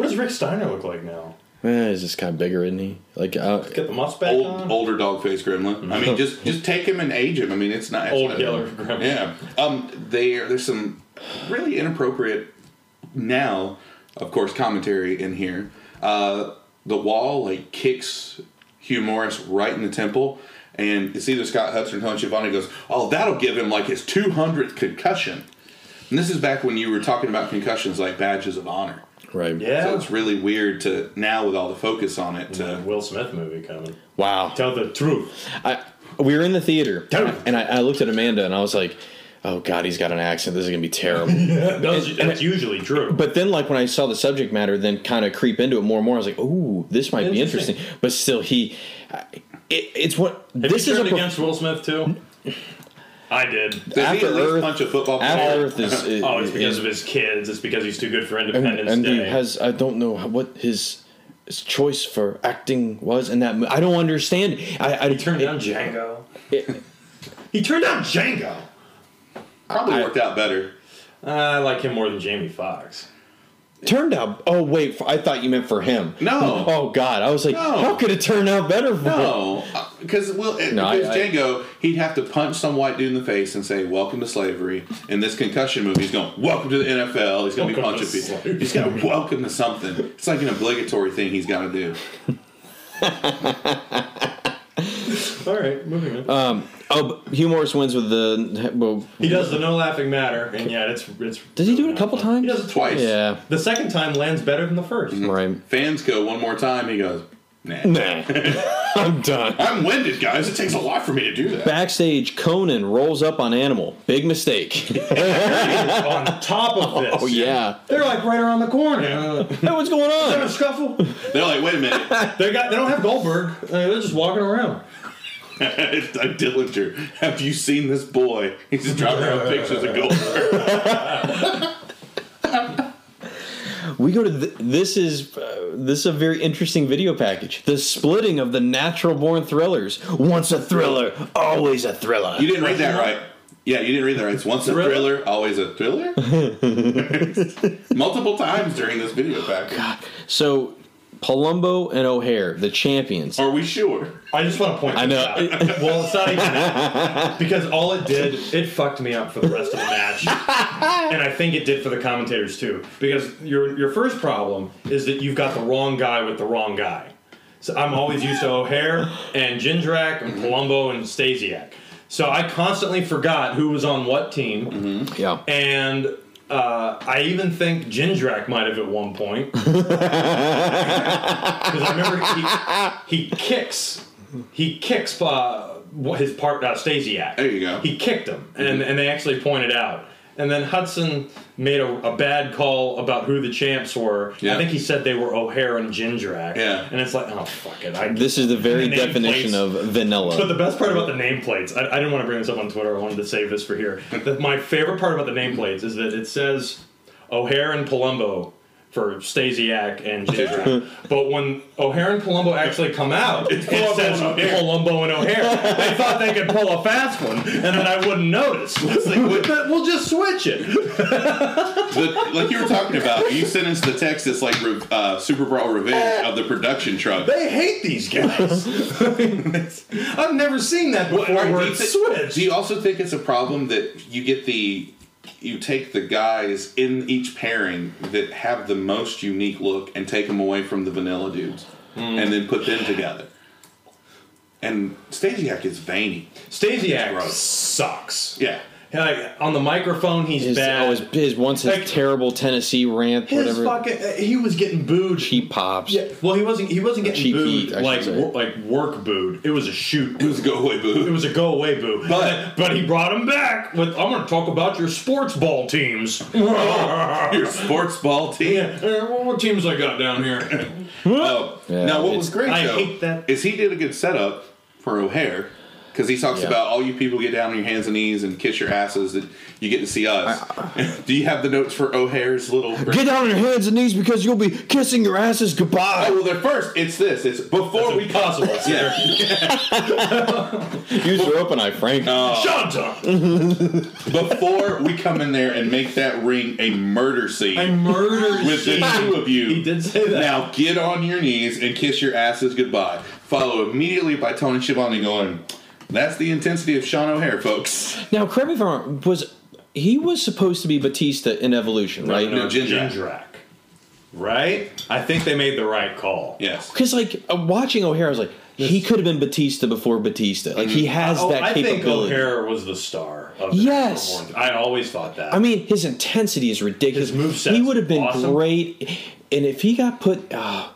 Speaker 2: does Rick Steiner look like now?
Speaker 1: Eh, is this guy bigger, isn't he? Like, uh,
Speaker 2: Get the muff back
Speaker 3: old
Speaker 2: on.
Speaker 3: older dog face gremlin. I mean, just just take him and age him. I mean, it's not it's
Speaker 2: Old
Speaker 3: not-
Speaker 2: yeller gremlin.
Speaker 3: Yeah. Um. There. There's some really inappropriate now, of course, commentary in here. Uh, the wall like kicks Hugh Morris right in the temple. And it's either Scott Hudson or Tony Schiavone goes, oh, that'll give him like his 200th concussion. And this is back when you were talking about concussions like badges of honor.
Speaker 1: right.
Speaker 2: yeah. Mm-hmm.
Speaker 3: So it's really weird to now with all the focus on it to
Speaker 2: Will Smith movie coming.
Speaker 1: Wow.
Speaker 2: Tell the truth.
Speaker 1: I we were in the theater,
Speaker 2: Dude.
Speaker 1: and I, I looked at Amanda, and I was like, "Oh God, he's got an accent. This is gonna be terrible."
Speaker 2: That's, that's usually true.
Speaker 1: but then, like when I saw the subject matter, then kind of creep into it more and more. I was like, "Ooh, this might be
Speaker 2: Interesting.
Speaker 1: interesting." But still, he, I- it, it's what
Speaker 2: Have
Speaker 1: this
Speaker 2: you
Speaker 1: is a
Speaker 2: turned
Speaker 1: perf-
Speaker 2: against Will Smith too? I did.
Speaker 3: Does
Speaker 1: After
Speaker 3: he at least
Speaker 1: Earth-
Speaker 3: punch a football
Speaker 1: After
Speaker 3: player?
Speaker 1: Earth is, is
Speaker 2: Oh, it's because
Speaker 1: is-
Speaker 2: of his kids. It's because he's too good for
Speaker 1: and,
Speaker 2: Independence
Speaker 1: and he
Speaker 2: Day.
Speaker 1: has I don't know how- what his. His choice for acting was in that. mo- I don't understand. I, I
Speaker 2: he turned down Django.
Speaker 1: it-
Speaker 2: He turned down Django.
Speaker 3: Probably
Speaker 1: I-
Speaker 3: worked out better.
Speaker 2: I like him more than Jamie Foxx.
Speaker 1: turned out. Oh wait, for, I thought you meant for him.
Speaker 3: No.
Speaker 1: Oh God, I was like,
Speaker 3: No.
Speaker 1: how could it turn out better for him?
Speaker 3: No, because well, it-
Speaker 1: No, I-
Speaker 3: because
Speaker 1: I-
Speaker 3: Django, he'd have to punch some white dude in the face and say, "Welcome to slavery." In this concussion movie, he's going, "Welcome to the NFL." He's going to be
Speaker 2: Welcome to
Speaker 3: punching people.
Speaker 2: slavery.
Speaker 3: He's got to welcome to something. It's like an obligatory thing he's got to do.
Speaker 2: All right, moving on.
Speaker 1: Oh, but Hugh Morris wins with the. Well,
Speaker 2: he does the no laughing matter, and yeah, it's it's.
Speaker 1: does he do it a couple times?
Speaker 2: He does it twice.
Speaker 3: Twice.
Speaker 1: Yeah,
Speaker 2: The second time lands better than the 1st
Speaker 1: right.
Speaker 3: Fans go one more time. He goes, "Nah,
Speaker 1: Nah, I'm done.
Speaker 3: I'm winded, guys. It takes a lot for me to do that."
Speaker 1: Backstage, Conan rolls up on Animal. Big mistake.
Speaker 2: On top of this, Uh,
Speaker 1: Oh yeah.
Speaker 2: they're like right around the corner.
Speaker 1: Hey, what's going
Speaker 2: A
Speaker 1: on?
Speaker 2: scuffle.
Speaker 3: They're like, "Wait a minute,
Speaker 2: They got. They don't have Goldberg. Uh, They're just walking around.
Speaker 3: Dillinger, have you seen this boy? He's just dropping around pictures of Goldberg."
Speaker 1: We go to th- this is uh, this is a very interesting video package. The splitting of the natural born thrillers. Once a thriller, always a thriller.
Speaker 3: You didn't read that right. Yeah, you didn't read that right. It's once a thriller, always a thriller. Multiple times during this video package.
Speaker 1: So, Palumbo and O'Hare, the champions.
Speaker 3: Are we sure?
Speaker 5: I just want to point.
Speaker 1: I
Speaker 5: this
Speaker 1: know.
Speaker 5: out.
Speaker 2: Uh, Well, it's not even that. because all it did, it fucked me up for the rest of the match, and I think it did for the commentators too. Because your your first problem is that you've got the wrong guy with the wrong guy. So I'm always used to O'Hare and Jindrak and Palumbo and Stasiak. So I constantly forgot who was on what team.
Speaker 1: Yeah.
Speaker 2: And uh, I even think Jindrak might have at one point. Because I remember he, he kicks, he kicks uh, wh- his part uh, Stasiak.
Speaker 3: There you go.
Speaker 2: He kicked him, and, and they actually pointed out. And then Hudson made a, a bad call about who the champs were.
Speaker 3: Yeah.
Speaker 2: I think he said they were O'Hare and Jindrak.
Speaker 3: Yeah.
Speaker 2: And it's like, oh fuck it. I,
Speaker 1: This is the very
Speaker 2: The nameplates.
Speaker 1: definition of vanilla.
Speaker 2: but the best part about the nameplates, I, I didn't want to bring this up on Twitter. I wanted to save this for here. The, my favorite part about the nameplates is that it says O'Hare and Palumbo for Stasiak and Jindrak. but when O'Hare and Palumbo actually come out, it
Speaker 3: Palumbo
Speaker 2: says
Speaker 3: and O'Hare.
Speaker 2: Palumbo and O'Hare. they thought they could pull a fast one, and then I wouldn't notice. It's like, "Well, that- we'll just switch it.
Speaker 3: The, like you were talking about, you sent us the text that's like re- uh, Super Brawl Revenge of the production truck.
Speaker 2: They hate these guys. I've never seen that before.
Speaker 3: All right,
Speaker 2: where
Speaker 3: do, you
Speaker 2: it's
Speaker 3: thi-
Speaker 2: switched.
Speaker 3: do you also think it's a problem that you get the you take the guys in each pairing that have the most unique look and take them away from the vanilla dudes and then put them together? And Stasiak is veiny.
Speaker 2: Stasiak
Speaker 3: Gross.
Speaker 2: sucks.
Speaker 3: Yeah.
Speaker 2: Like, on the microphone, he's
Speaker 1: his,
Speaker 2: bad.
Speaker 1: oh, his, his once his
Speaker 2: Like-
Speaker 1: terrible Tennessee rant,
Speaker 2: his
Speaker 1: whatever.
Speaker 2: fucking uh, he was getting booed.
Speaker 1: cheap pops.
Speaker 2: yeah, well, he wasn't. He wasn't getting
Speaker 1: cheap
Speaker 2: booed
Speaker 1: heat, I should
Speaker 2: like
Speaker 1: say.
Speaker 2: wor- like work booed. It was a shoot.
Speaker 3: It was a go away
Speaker 2: It
Speaker 3: boo.
Speaker 2: was a go away boo.
Speaker 3: But-
Speaker 2: but he brought him back with I'm going to talk about your sports ball teams. yeah.
Speaker 3: Your sports ball team.
Speaker 2: eh, What what teams I got down here?
Speaker 3: Oh,
Speaker 1: Yeah,
Speaker 3: now what
Speaker 1: it's-
Speaker 3: was great
Speaker 2: I
Speaker 3: though
Speaker 2: hate that.
Speaker 3: is he did a good setup for O'Hare because he talks
Speaker 1: Yeah.
Speaker 3: about all you people get down on your hands and knees and kiss your asses that you get to see us. Do you have the notes for O'Hare's little?
Speaker 1: Get down on your hands and knees because you'll be kissing your asses
Speaker 3: Oh,
Speaker 1: goodbye.
Speaker 3: well, they're first. It's this. It's before
Speaker 2: It's
Speaker 3: we come.
Speaker 2: impossible.
Speaker 3: Yeah.
Speaker 1: Use your open eye, Frank.
Speaker 2: Shut up!
Speaker 3: before we come in there and make that ring a murder scene
Speaker 2: I murdered
Speaker 3: with the
Speaker 2: you.
Speaker 3: two of you.
Speaker 2: He did say that.
Speaker 3: Now get on your knees and kiss your asses goodbye. Followed immediately by Tony Schiavone going, "That's the intensity of Sean O'Hare, folks."
Speaker 1: Now, correct me if I'm wrong. Was he was supposed to be Batista in Evolution, right?
Speaker 3: no. Jindrak.
Speaker 2: Jindrak. Right? I think they made the right call.
Speaker 3: Yes.
Speaker 1: Because like uh, watching O'Hare, I was like, he could have been Batista before Batista. Like he has
Speaker 2: Oh,
Speaker 1: that
Speaker 2: I think
Speaker 1: capability.
Speaker 2: O'Hara was the star. Of the
Speaker 1: Yes.
Speaker 2: National Born. I always thought that.
Speaker 1: I mean, his intensity is ridiculous.
Speaker 2: His moveset's
Speaker 1: He would have been
Speaker 2: awesome.
Speaker 1: great, and if he got put, uh,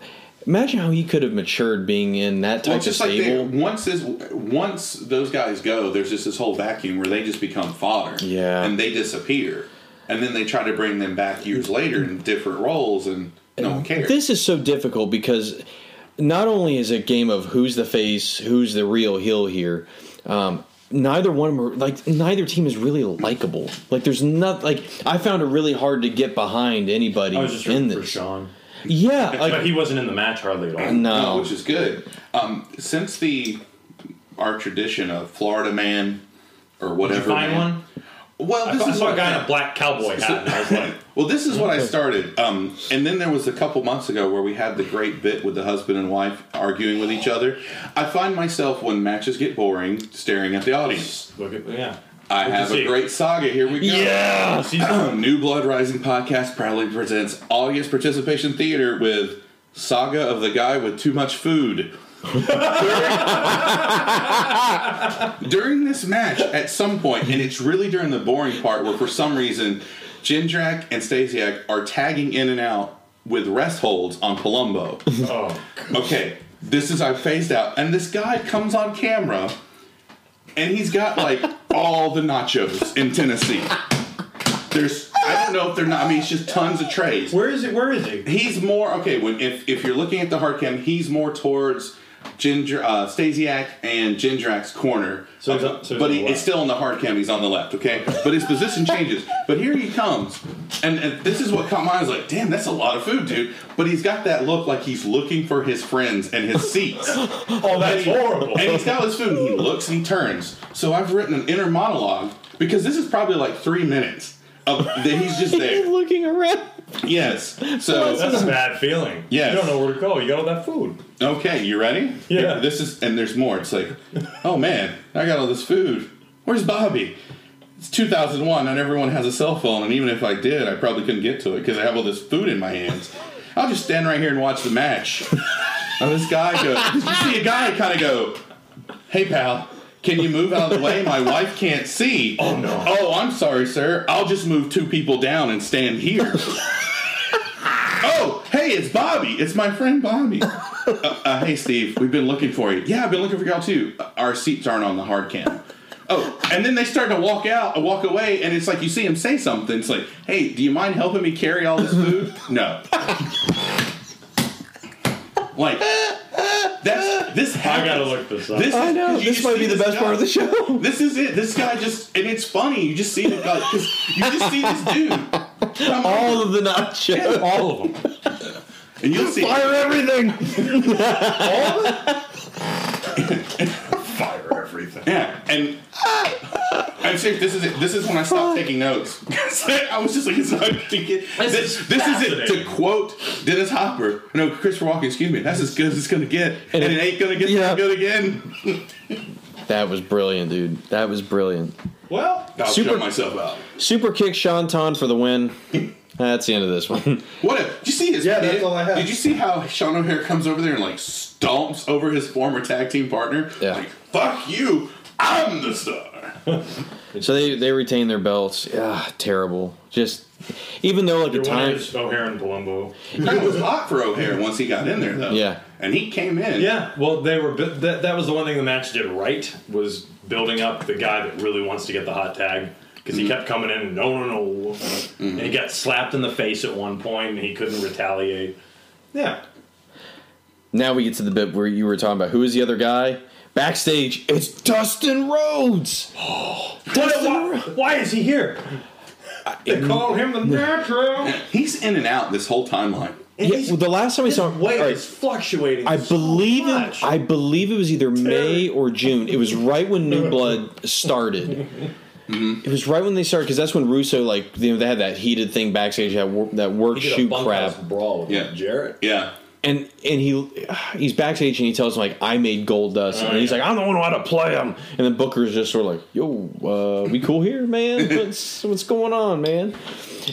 Speaker 1: imagine how he could have matured being in that type
Speaker 3: Well,
Speaker 1: of
Speaker 3: it's just like they,
Speaker 1: stable.
Speaker 3: once this, once those guys go, there's just this whole vacuum where they just become fodder,
Speaker 1: Yeah.
Speaker 3: and they disappear, and then they try to bring them back years later in different roles, and no one cares.
Speaker 1: This is so difficult because not only is it a game of who's the face, who's the real heel here. Um, neither one of 'em are- like neither team is really likable. Like there's not like I found it really hard to get behind anybody
Speaker 2: I was just
Speaker 1: in
Speaker 2: rooting for
Speaker 1: this.
Speaker 2: Sean.
Speaker 1: Yeah,
Speaker 2: but
Speaker 1: like
Speaker 2: he wasn't in the match hardly at all.
Speaker 1: no.
Speaker 3: which is good. Um, since the our tradition of Florida man or
Speaker 2: Did
Speaker 3: whatever,
Speaker 2: you find
Speaker 3: man-
Speaker 2: one?
Speaker 3: Well,
Speaker 2: I
Speaker 3: this
Speaker 2: saw- I
Speaker 3: is
Speaker 2: saw
Speaker 3: what
Speaker 2: a guy in a black cowboy hat, and I was like,
Speaker 3: Well, this is what I started, um, and then there was a couple months ago where we had the great bit with the husband and wife arguing with each other. I find myself when matches get boring, staring at the audience.
Speaker 2: look at yeah.
Speaker 3: I
Speaker 2: Good to
Speaker 3: have
Speaker 2: see.
Speaker 3: a great saga. Here we go.
Speaker 1: yeah.
Speaker 2: Season-
Speaker 3: New Blood Rising podcast proudly presents audience participation theater with Saga of the Guy with Too Much Food. during, during this match, at some point, and it's really during the boring part where for some reason Jindrak and Stasiak are tagging in and out with rest holds on Palumbo.
Speaker 2: oh,
Speaker 3: Okay, this is I phased out, and this guy comes on camera, and he's got like all the nachos in Tennessee. There's I don't know if they're not. I mean, it's just tons of trays.
Speaker 2: where is it? Where is he?
Speaker 3: He's more okay when if if you're looking at the hard cam, he's more towards Ginger uh, Stasiak and Gindrax corner.
Speaker 4: So he's on- so he's
Speaker 3: but
Speaker 4: on
Speaker 3: he,
Speaker 4: the left.
Speaker 3: it's still on the hard cam. He's on the left, okay? But his position changes. But here he comes, and, and this is what caught my eyes. Like, damn, that's a lot of food, dude. But he's got that look like he's looking for his friends and his seats.
Speaker 2: Oh, that's horrible.
Speaker 3: And he's got all his food and he looks and he turns. So I've written an inner monologue because this is probably like three minutes of that he's just there.
Speaker 1: looking around.
Speaker 3: Yes. So
Speaker 4: That's a bad feeling.
Speaker 3: Yes.
Speaker 4: You don't know where to go. You got all that food.
Speaker 3: okay, you ready?
Speaker 4: Yeah.
Speaker 3: This is and there's more. It's like, oh man, I got all this food. Where's Bobby? It's 2001, and everyone has a cell phone. And even if I did, I probably couldn't get to it because I have all this food in my hands. I'll just stand right here and watch the match. and this guy goes, you see a guy kind of go, hey pal, can you move out of the way? My wife can't see. Oh
Speaker 4: no.
Speaker 3: Oh, I'm sorry, sir. I'll just move two people down and stand here. oh, hey, it's Bobby. It's my friend Bobby. uh, uh, hey, Steve, we've been looking for you. Yeah, I've been looking for y'all too. Uh, Our seats aren't on the hard cam. Oh, and then they start to walk out, uh, walk away, and it's like you see him say something. It's like, hey, do you mind helping me carry all this food? no. like, that's, this
Speaker 4: I
Speaker 3: happens.
Speaker 4: gotta look this up.
Speaker 3: This
Speaker 1: I know.
Speaker 3: you
Speaker 1: This
Speaker 3: just
Speaker 1: might
Speaker 3: see
Speaker 1: be the best
Speaker 3: guy-
Speaker 1: part of the show.
Speaker 3: This is it. This guy just, and it's funny. You just see the guy. 'cause You just see this dude. Come
Speaker 1: All
Speaker 3: on,
Speaker 1: of the nachos.
Speaker 4: all of them.
Speaker 3: and you'll see.
Speaker 1: Fire everything.
Speaker 4: Fire everything.
Speaker 3: Yeah, and I'm serious. This is it. This is when I stopped taking notes. 'Cause I was just like, it's not to get. This, this,
Speaker 4: is
Speaker 3: is it. To
Speaker 4: fascinating.
Speaker 3: quote Dennis Hopper, no, Christopher Walken. Excuse me. That's as good as it's gonna get, and, it,
Speaker 1: it-
Speaker 3: ain't gonna get
Speaker 1: Yeah.
Speaker 3: that good again.
Speaker 1: That was brilliant, dude. That was brilliant.
Speaker 4: Well,
Speaker 3: I'll
Speaker 1: Super-
Speaker 3: shut myself out.
Speaker 1: Super kick Shanton for the win. That's the end of this one.
Speaker 3: What? If, did you see his?
Speaker 2: Yeah,
Speaker 3: kid?
Speaker 2: that's all I have.
Speaker 3: Did you see how Sean O'Hare comes over there and like stomps over his former tag team partner?
Speaker 1: Yeah.
Speaker 3: Like, fuck you! I'm the star.
Speaker 1: So they they retain their belts. Ah, terrible. Just even though at the
Speaker 4: your winner
Speaker 1: time,
Speaker 4: is O'Hare and Palumbo.
Speaker 3: That was hot for O'Hare once he got in there though.
Speaker 1: Yeah.
Speaker 3: And he came in.
Speaker 4: Yeah, well, they were. bu- That, that was the one thing the match did right was building up the guy that really wants to get the hot tag because
Speaker 1: Mm-hmm.
Speaker 4: he kept coming in. No, no, no, and he got slapped in the face at one point, and he couldn't retaliate. Yeah,
Speaker 1: now we get to the bit where you were talking about who is the other guy backstage. It's Dustin Rhodes.
Speaker 4: What- why, why is he here? They call him the natural.
Speaker 3: He's in and out this whole timeline.
Speaker 1: Yeah, well, the last time we
Speaker 4: His
Speaker 1: saw,
Speaker 4: weight
Speaker 1: all right,
Speaker 4: is fluctuating.
Speaker 1: I
Speaker 4: so
Speaker 1: believe
Speaker 4: much.
Speaker 1: it. I believe it was either May or June. It was right when New Blood started.
Speaker 4: Mm-hmm.
Speaker 1: It was right when they started because that's when Russo like you know they had that heated thing backstage that wor- that work
Speaker 4: He did a
Speaker 1: shoot
Speaker 4: bunkhouse
Speaker 1: crap
Speaker 4: brawl with
Speaker 3: Yeah.
Speaker 4: Jarrett.
Speaker 3: Yeah.
Speaker 1: and and he he's backstage and he tells him like I made gold dust and he's
Speaker 4: yeah.
Speaker 1: like I'm the one who had to play him and then Booker's just sort of like yo uh, we cool here man what's what's going on man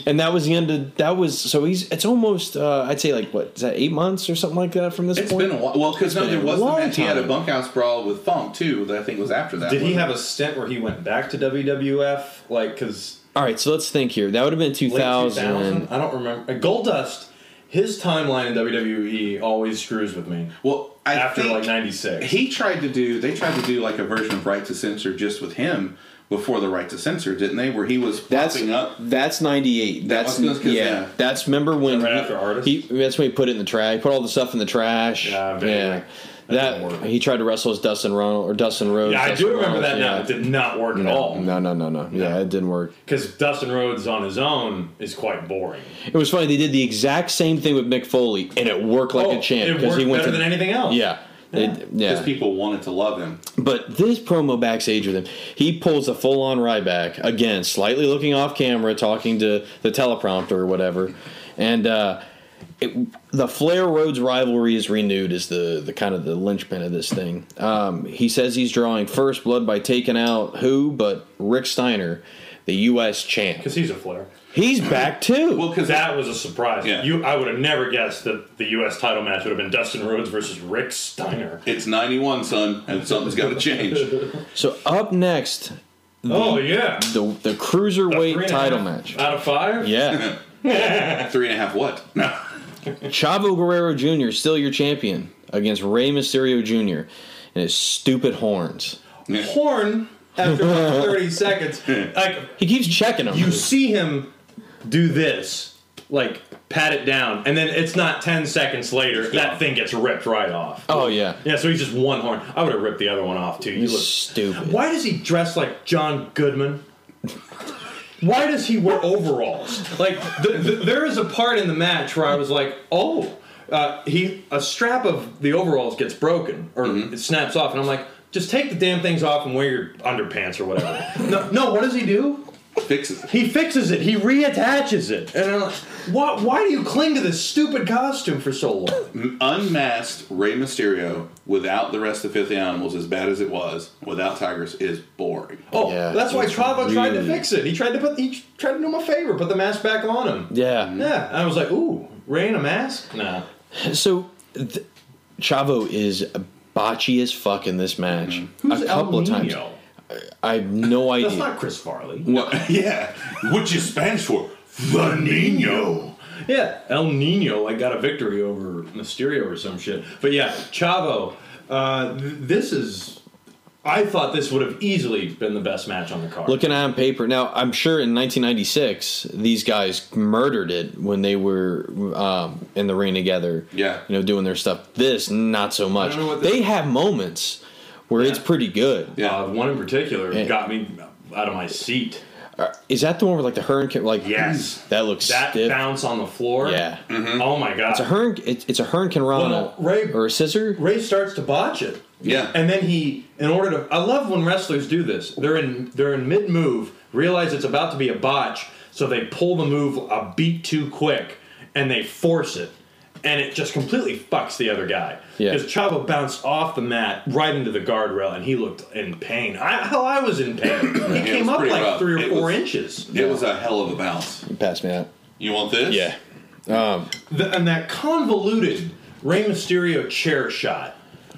Speaker 1: and that was the end of that was so he's it's almost uh, I'd say like what is that eight months or something like that from this
Speaker 3: It's
Speaker 1: point
Speaker 3: been a while. Well, because no,
Speaker 1: been
Speaker 3: there
Speaker 1: a
Speaker 3: was the
Speaker 1: long
Speaker 3: match. He had a
Speaker 1: time.
Speaker 3: bunkhouse brawl with Funk too. That I think was after that.
Speaker 4: Did he
Speaker 3: wasn't
Speaker 4: have a stint where he went back to WWF? Like, because
Speaker 1: all right so let's think here that would have been
Speaker 4: late
Speaker 1: 2000
Speaker 4: 2000? I don't remember. Uh, Goldust, his timeline in WWE always screws with me.
Speaker 3: it? Well, I
Speaker 4: After
Speaker 3: think
Speaker 4: like 96.
Speaker 3: he tried to do. They tried to do like a version of Right to Censor just with him before the Right to Censor, didn't they? Where he was
Speaker 1: that's
Speaker 3: popping up.
Speaker 1: that's 98 that's
Speaker 3: was- 'cause,
Speaker 1: yeah,
Speaker 3: yeah.
Speaker 1: that's remember when
Speaker 4: Right
Speaker 1: he-
Speaker 4: after Artist?
Speaker 1: he that's when he put it in the trash put all the stuff in the trash
Speaker 4: Yeah, vaguely.
Speaker 1: yeah
Speaker 4: That
Speaker 1: that,
Speaker 4: didn't work.
Speaker 1: he tried to wrestle as Dustin Ronald or Dustin Rhodes
Speaker 4: Yeah, I
Speaker 1: Dustin
Speaker 4: do remember
Speaker 1: Rhodes,
Speaker 4: that now.
Speaker 1: yeah.
Speaker 4: It did not work at all.
Speaker 1: No, no, no, no. Yeah, it didn't work.
Speaker 4: Because Dustin Rhodes on his own is quite boring.
Speaker 1: It was funny. They did the exact same thing with Mick Foley, and it worked like a champ
Speaker 4: Oh, it worked
Speaker 1: he went
Speaker 4: better
Speaker 1: to
Speaker 4: than anything else.
Speaker 1: yeah. They-
Speaker 3: Because
Speaker 1: yeah,
Speaker 3: people wanted to love him.
Speaker 1: but this promo backstage with him, he pulls a full-on Ryback again, slightly looking off camera, talking to the teleprompter or whatever, and uh, it, the Flair Rhodes rivalry is renewed. Is the the kind of the linchpin of this thing? Um, he says he's drawing first blood by taking out who, but Rick Steiner, the U.S. champ.
Speaker 4: Because he's a flair.
Speaker 1: He's back too.
Speaker 3: Well, because
Speaker 4: That was a surprise.
Speaker 3: Yeah.
Speaker 4: You, I would have never guessed that the U.S. title match would have been Dustin Rhodes versus Rick Steiner.
Speaker 3: it's '91, son, and something's got to change.
Speaker 1: So up next, Mm-hmm.
Speaker 4: Oh, yeah.
Speaker 1: the the
Speaker 4: Three and
Speaker 1: cruiserweight
Speaker 4: a
Speaker 1: title
Speaker 4: half
Speaker 1: match.
Speaker 4: Out of five?
Speaker 1: Yeah,
Speaker 3: Three and a half. What? No.
Speaker 1: Chavo Guerrero Jr. still your champion against Rey Mysterio Jr. and his stupid horns.
Speaker 4: Horn after about 30 seconds. Like,
Speaker 1: He keeps checking them.
Speaker 4: you see him do this like pat it down, and then it's not ten seconds later that thing gets ripped right off.
Speaker 1: Oh yeah,
Speaker 4: Yeah, so he's just one horn. I would have ripped the other one off too. You
Speaker 1: He's
Speaker 4: look
Speaker 1: stupid.
Speaker 4: Why does he dress like John Goodman? Why does he wear overalls? Like the, the, there is a part in the match where I was like, oh, uh, he a strap of the overalls gets broken or it snaps off, and I'm like, just take the damn things off and wear your underpants or whatever. no, no, what does he do?
Speaker 3: Fixes it.
Speaker 4: He fixes it. He reattaches it, and I'm like, why, why do you cling to this stupid costume for so long?
Speaker 3: Unmasked Rey Mysterio without the rest of Fifth Animals, as bad as it was, without Tigers, is boring.
Speaker 4: Oh,
Speaker 1: Yeah,
Speaker 4: that's why
Speaker 1: it's
Speaker 4: Chavo tried to
Speaker 1: really-
Speaker 4: fix it. He tried to put he tried to do him a favor, put the mask back on him.
Speaker 1: yeah.
Speaker 4: Yeah, and I was like, ooh, Ray in a mask? Nah.
Speaker 1: So, th- Chavo is botchy as fuck in this match.
Speaker 4: Who's
Speaker 1: a couple
Speaker 4: El
Speaker 1: of times.
Speaker 4: Nino?
Speaker 1: I have no idea.
Speaker 4: Mm-hmm. That's not Chris Farley.
Speaker 3: Yeah, which is Spanish for the Nino.
Speaker 4: Yeah, El Nino like got a victory over Mysterio or some shit. But yeah, Chavo, uh, th- this is. I thought this would have easily been the best match on the card.
Speaker 1: Looking at it on paper now, I'm sure in 1996 these guys murdered it when they were um, in the ring together.
Speaker 3: Yeah.
Speaker 1: you know, doing their stuff. This not so much.
Speaker 4: know what this-
Speaker 1: They have moments where it's pretty good.
Speaker 3: Yeah.
Speaker 4: uh, one in particular
Speaker 1: Yeah.
Speaker 4: got me out of my seat.
Speaker 1: Uh, Is that the one with like the hurricane? Like
Speaker 4: Yes.
Speaker 1: that looks
Speaker 4: That
Speaker 1: stiff.
Speaker 4: bounce on the floor.
Speaker 1: Yeah.
Speaker 4: Oh my god.
Speaker 1: It's a hurricane. It's, it's a hurricane rana
Speaker 4: Well, Uh, Ray-
Speaker 1: or a scissor.
Speaker 4: Ray starts to botch it.
Speaker 3: Yeah.
Speaker 4: And then he, in order to, I love when wrestlers do this. They're in, they're in mid move, realize it's about to be a botch, so they pull the move a beat too quick, and they force it, and it just completely fucks the other guy.
Speaker 1: Yeah.
Speaker 4: Because Chavo bounced off the mat right into the guardrail, and he looked in pain. I, hell, I was in pain. he came
Speaker 3: was
Speaker 4: up
Speaker 3: pretty
Speaker 4: like
Speaker 3: rough.
Speaker 4: three or
Speaker 3: It
Speaker 4: four
Speaker 3: was-
Speaker 4: inches.
Speaker 3: It was a hell of a bounce.
Speaker 1: Pass me that. Um,
Speaker 3: You want this?
Speaker 1: Yeah.
Speaker 4: the, and that convoluted Rey Mysterio chair shot,